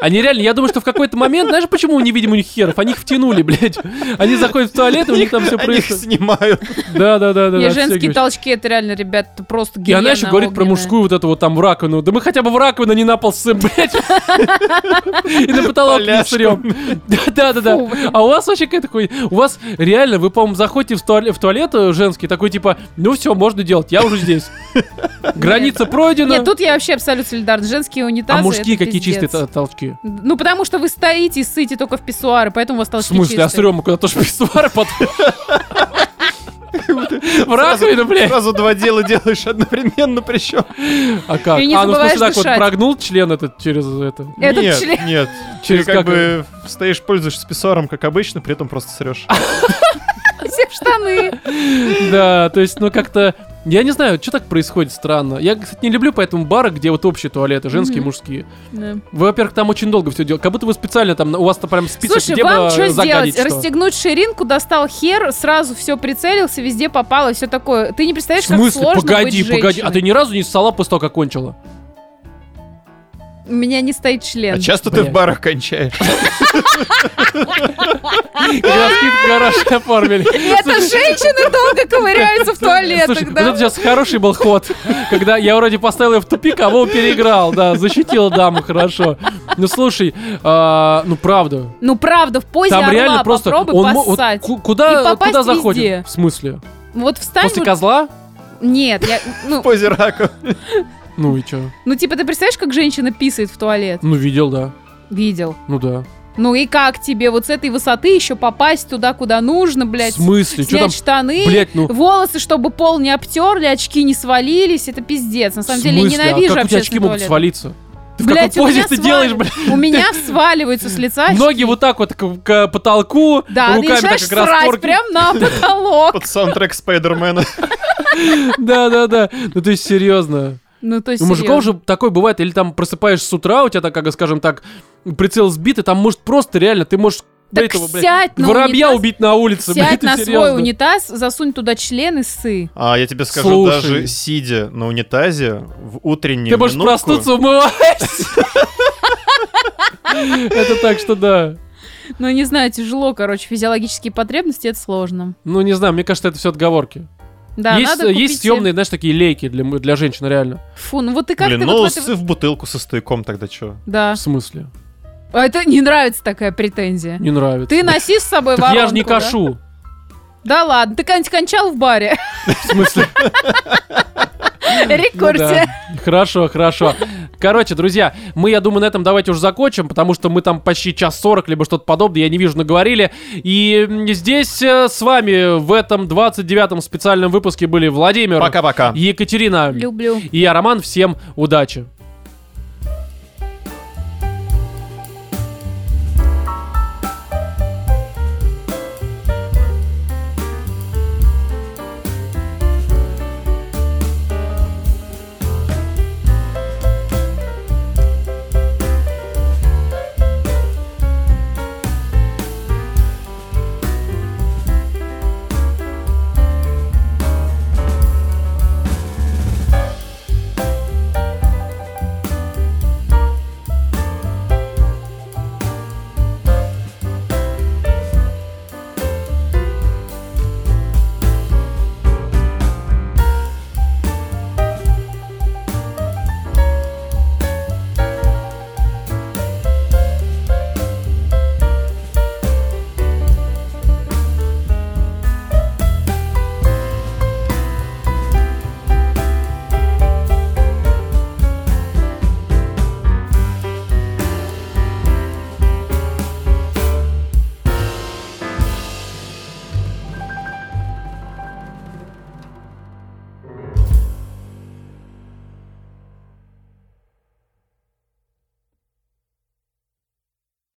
Они реально, я думаю, что в какой-то момент, знаешь, почему мы не видим у них херов? Они их втянули, блядь. Они заходят в туалет, и у них там все
Они их
происходит.
снимают.
Да, да, да, да.
Не,
да,
женские
отстегиваешь.
толчки, это реально, ребят, это просто
И
гиена
она еще говорит про
огненная.
мужскую вот эту вот там раковину. Да мы хотя бы в раковину не на пол ссым, блядь. И на потолок не
Поляшку.
срем. Да, да, да.
Фу, блин.
А у вас вообще какая-то хуйня? У вас реально, вы, по-моему, заходите в туалет, в туалет э, женский, такой типа, ну все, можно делать, я уже здесь. Граница пройдена.
Нет, тут я вообще абсолютно солидарна. Женские унитазы
а мужские
это
какие
пиздец.
чистые то- толчки?
Ну, потому что вы стоите и сыте только в писсуары, поэтому у вас
В
толчки
смысле, а
чистые.
стрёмно, куда тоже писсуары потом? В раковину, блядь.
Сразу два дела делаешь одновременно причем.
А как?
И не
А, ну в смысле
забываешь
так вот
дышать.
прогнул член этот через это.
Этот
нет,
член.
нет.
Через
Через
как
как бы стоишь, пользуешься писсуаром, как обычно, при этом просто срешь.
Все в штаны.
Да, то есть, ну как-то... Я не знаю, что так происходит странно. Я, кстати, не люблю поэтому бары, где вот общие туалеты, женские,
Мгм.
мужские.
Да.
Вы, во-первых, там очень долго все делаете. Как будто вы специально там, у вас-то прям список,
Слушай,
где
вам
бы э,
что
загадить
сделать?
что.
Расстегнуть ширинку, достал хер, сразу все прицелился, везде попало, все такое. Ты не
В
представляешь, как
смысле?
сложно
Погоди,
быть
погоди. А ты
женщиной.
ни разу не ссала после того, как кончила?
У меня не стоит член.
А часто ты
Блядь.
в барах кончаешь?
Когда скидку гараж оформили.
Это женщины долго ковыряются в
Слушай,
туалетах,
вот
да?
это сейчас хороший был ход, когда я вроде поставил ее в тупик, а Вова переиграл, да, защитил даму хорошо. Ну, слушай, а, ну, правда,
Ну правда, в позе
там
орла
реально просто...
попробуй
он мо- вот
поссать.
ку- куда,
И попасть
куда заходит?
везде.
В смысле?
Вот встань.
После
вот-
козла?
Нет, я, ну,
В позе рака.
Ну и что?
ну типа ты представляешь, как женщина писает в туалет?
Ну, видел, да.
Видел.
Ну да.
Ну и как тебе вот с этой высоты еще попасть туда, куда нужно, блядь?
в смысле? Что там?
Снять штаны,
Блять, ну...
волосы, чтобы пол не обтерли, очки не свалились. Это пиздец. На самом
в
деле, я
смысле? А
ненавижу
как у тебя
общественный
очки могут
туалет.
свалиться? Ты в
Блядь,
какой
у
позе
меня
ты
сваливается-
делаешь, блядь?
У меня сваливаются с лица. очки.
Ноги вот так вот к, к потолку,
Да,
руками так
начинаешь
как раз
срать
порки.
прям на потолок.
Под саундтрек Спайдермена.
Да, да, да. Ну то есть серьезно.
Ну, то есть
У мужиков
серьезно.
же такое бывает, или там просыпаешь с утра, у тебя так, как скажем так, прицел сбит, и там может просто реально, ты можешь
Так
этого, блядь,
сядь на
воробья
унитаз,
убить на улице, блядь,
Сядь
ты
на свой
серьезно?
унитаз, засунь туда член и сы.
А я тебе скажу,
Слушай.
даже сидя на унитазе в утреннюю
Ты можешь
минутку-
проснуться, умываясь. Это так, что да.
Ну, не знаю, тяжело, короче, физиологические потребности, это сложно.
Ну, не знаю, мне кажется, это все отговорки.
Да,
есть,
надо купить
есть
себе-
съемные, знаешь, такие лейки для, м- для женщин, реально.
Фу, ну вот ты как
Блин,
ты
ну
вот в этой-
ссы в бутылку со стояком тогда чё?
Да.
В смысле?
А это не нравится такая претензия.
Не нравится.
Ты носи с собой
Так я же не
воронку, да?
кашу.
Да ладно, ты когда-нибудь кончал в баре?
В смысле? Ну
Рекорде.
да. Хорошо, хорошо. Короче, друзья, мы, я думаю, на этом давайте уже закончим, потому что мы там почти час сорок, либо что-то подобное, я не вижу, наговорили. И м, здесь э, с вами в этом 29-м специальном выпуске были Владимир,
Пока-пока.
Екатерина
Люблю.
и я, Роман. Всем удачи!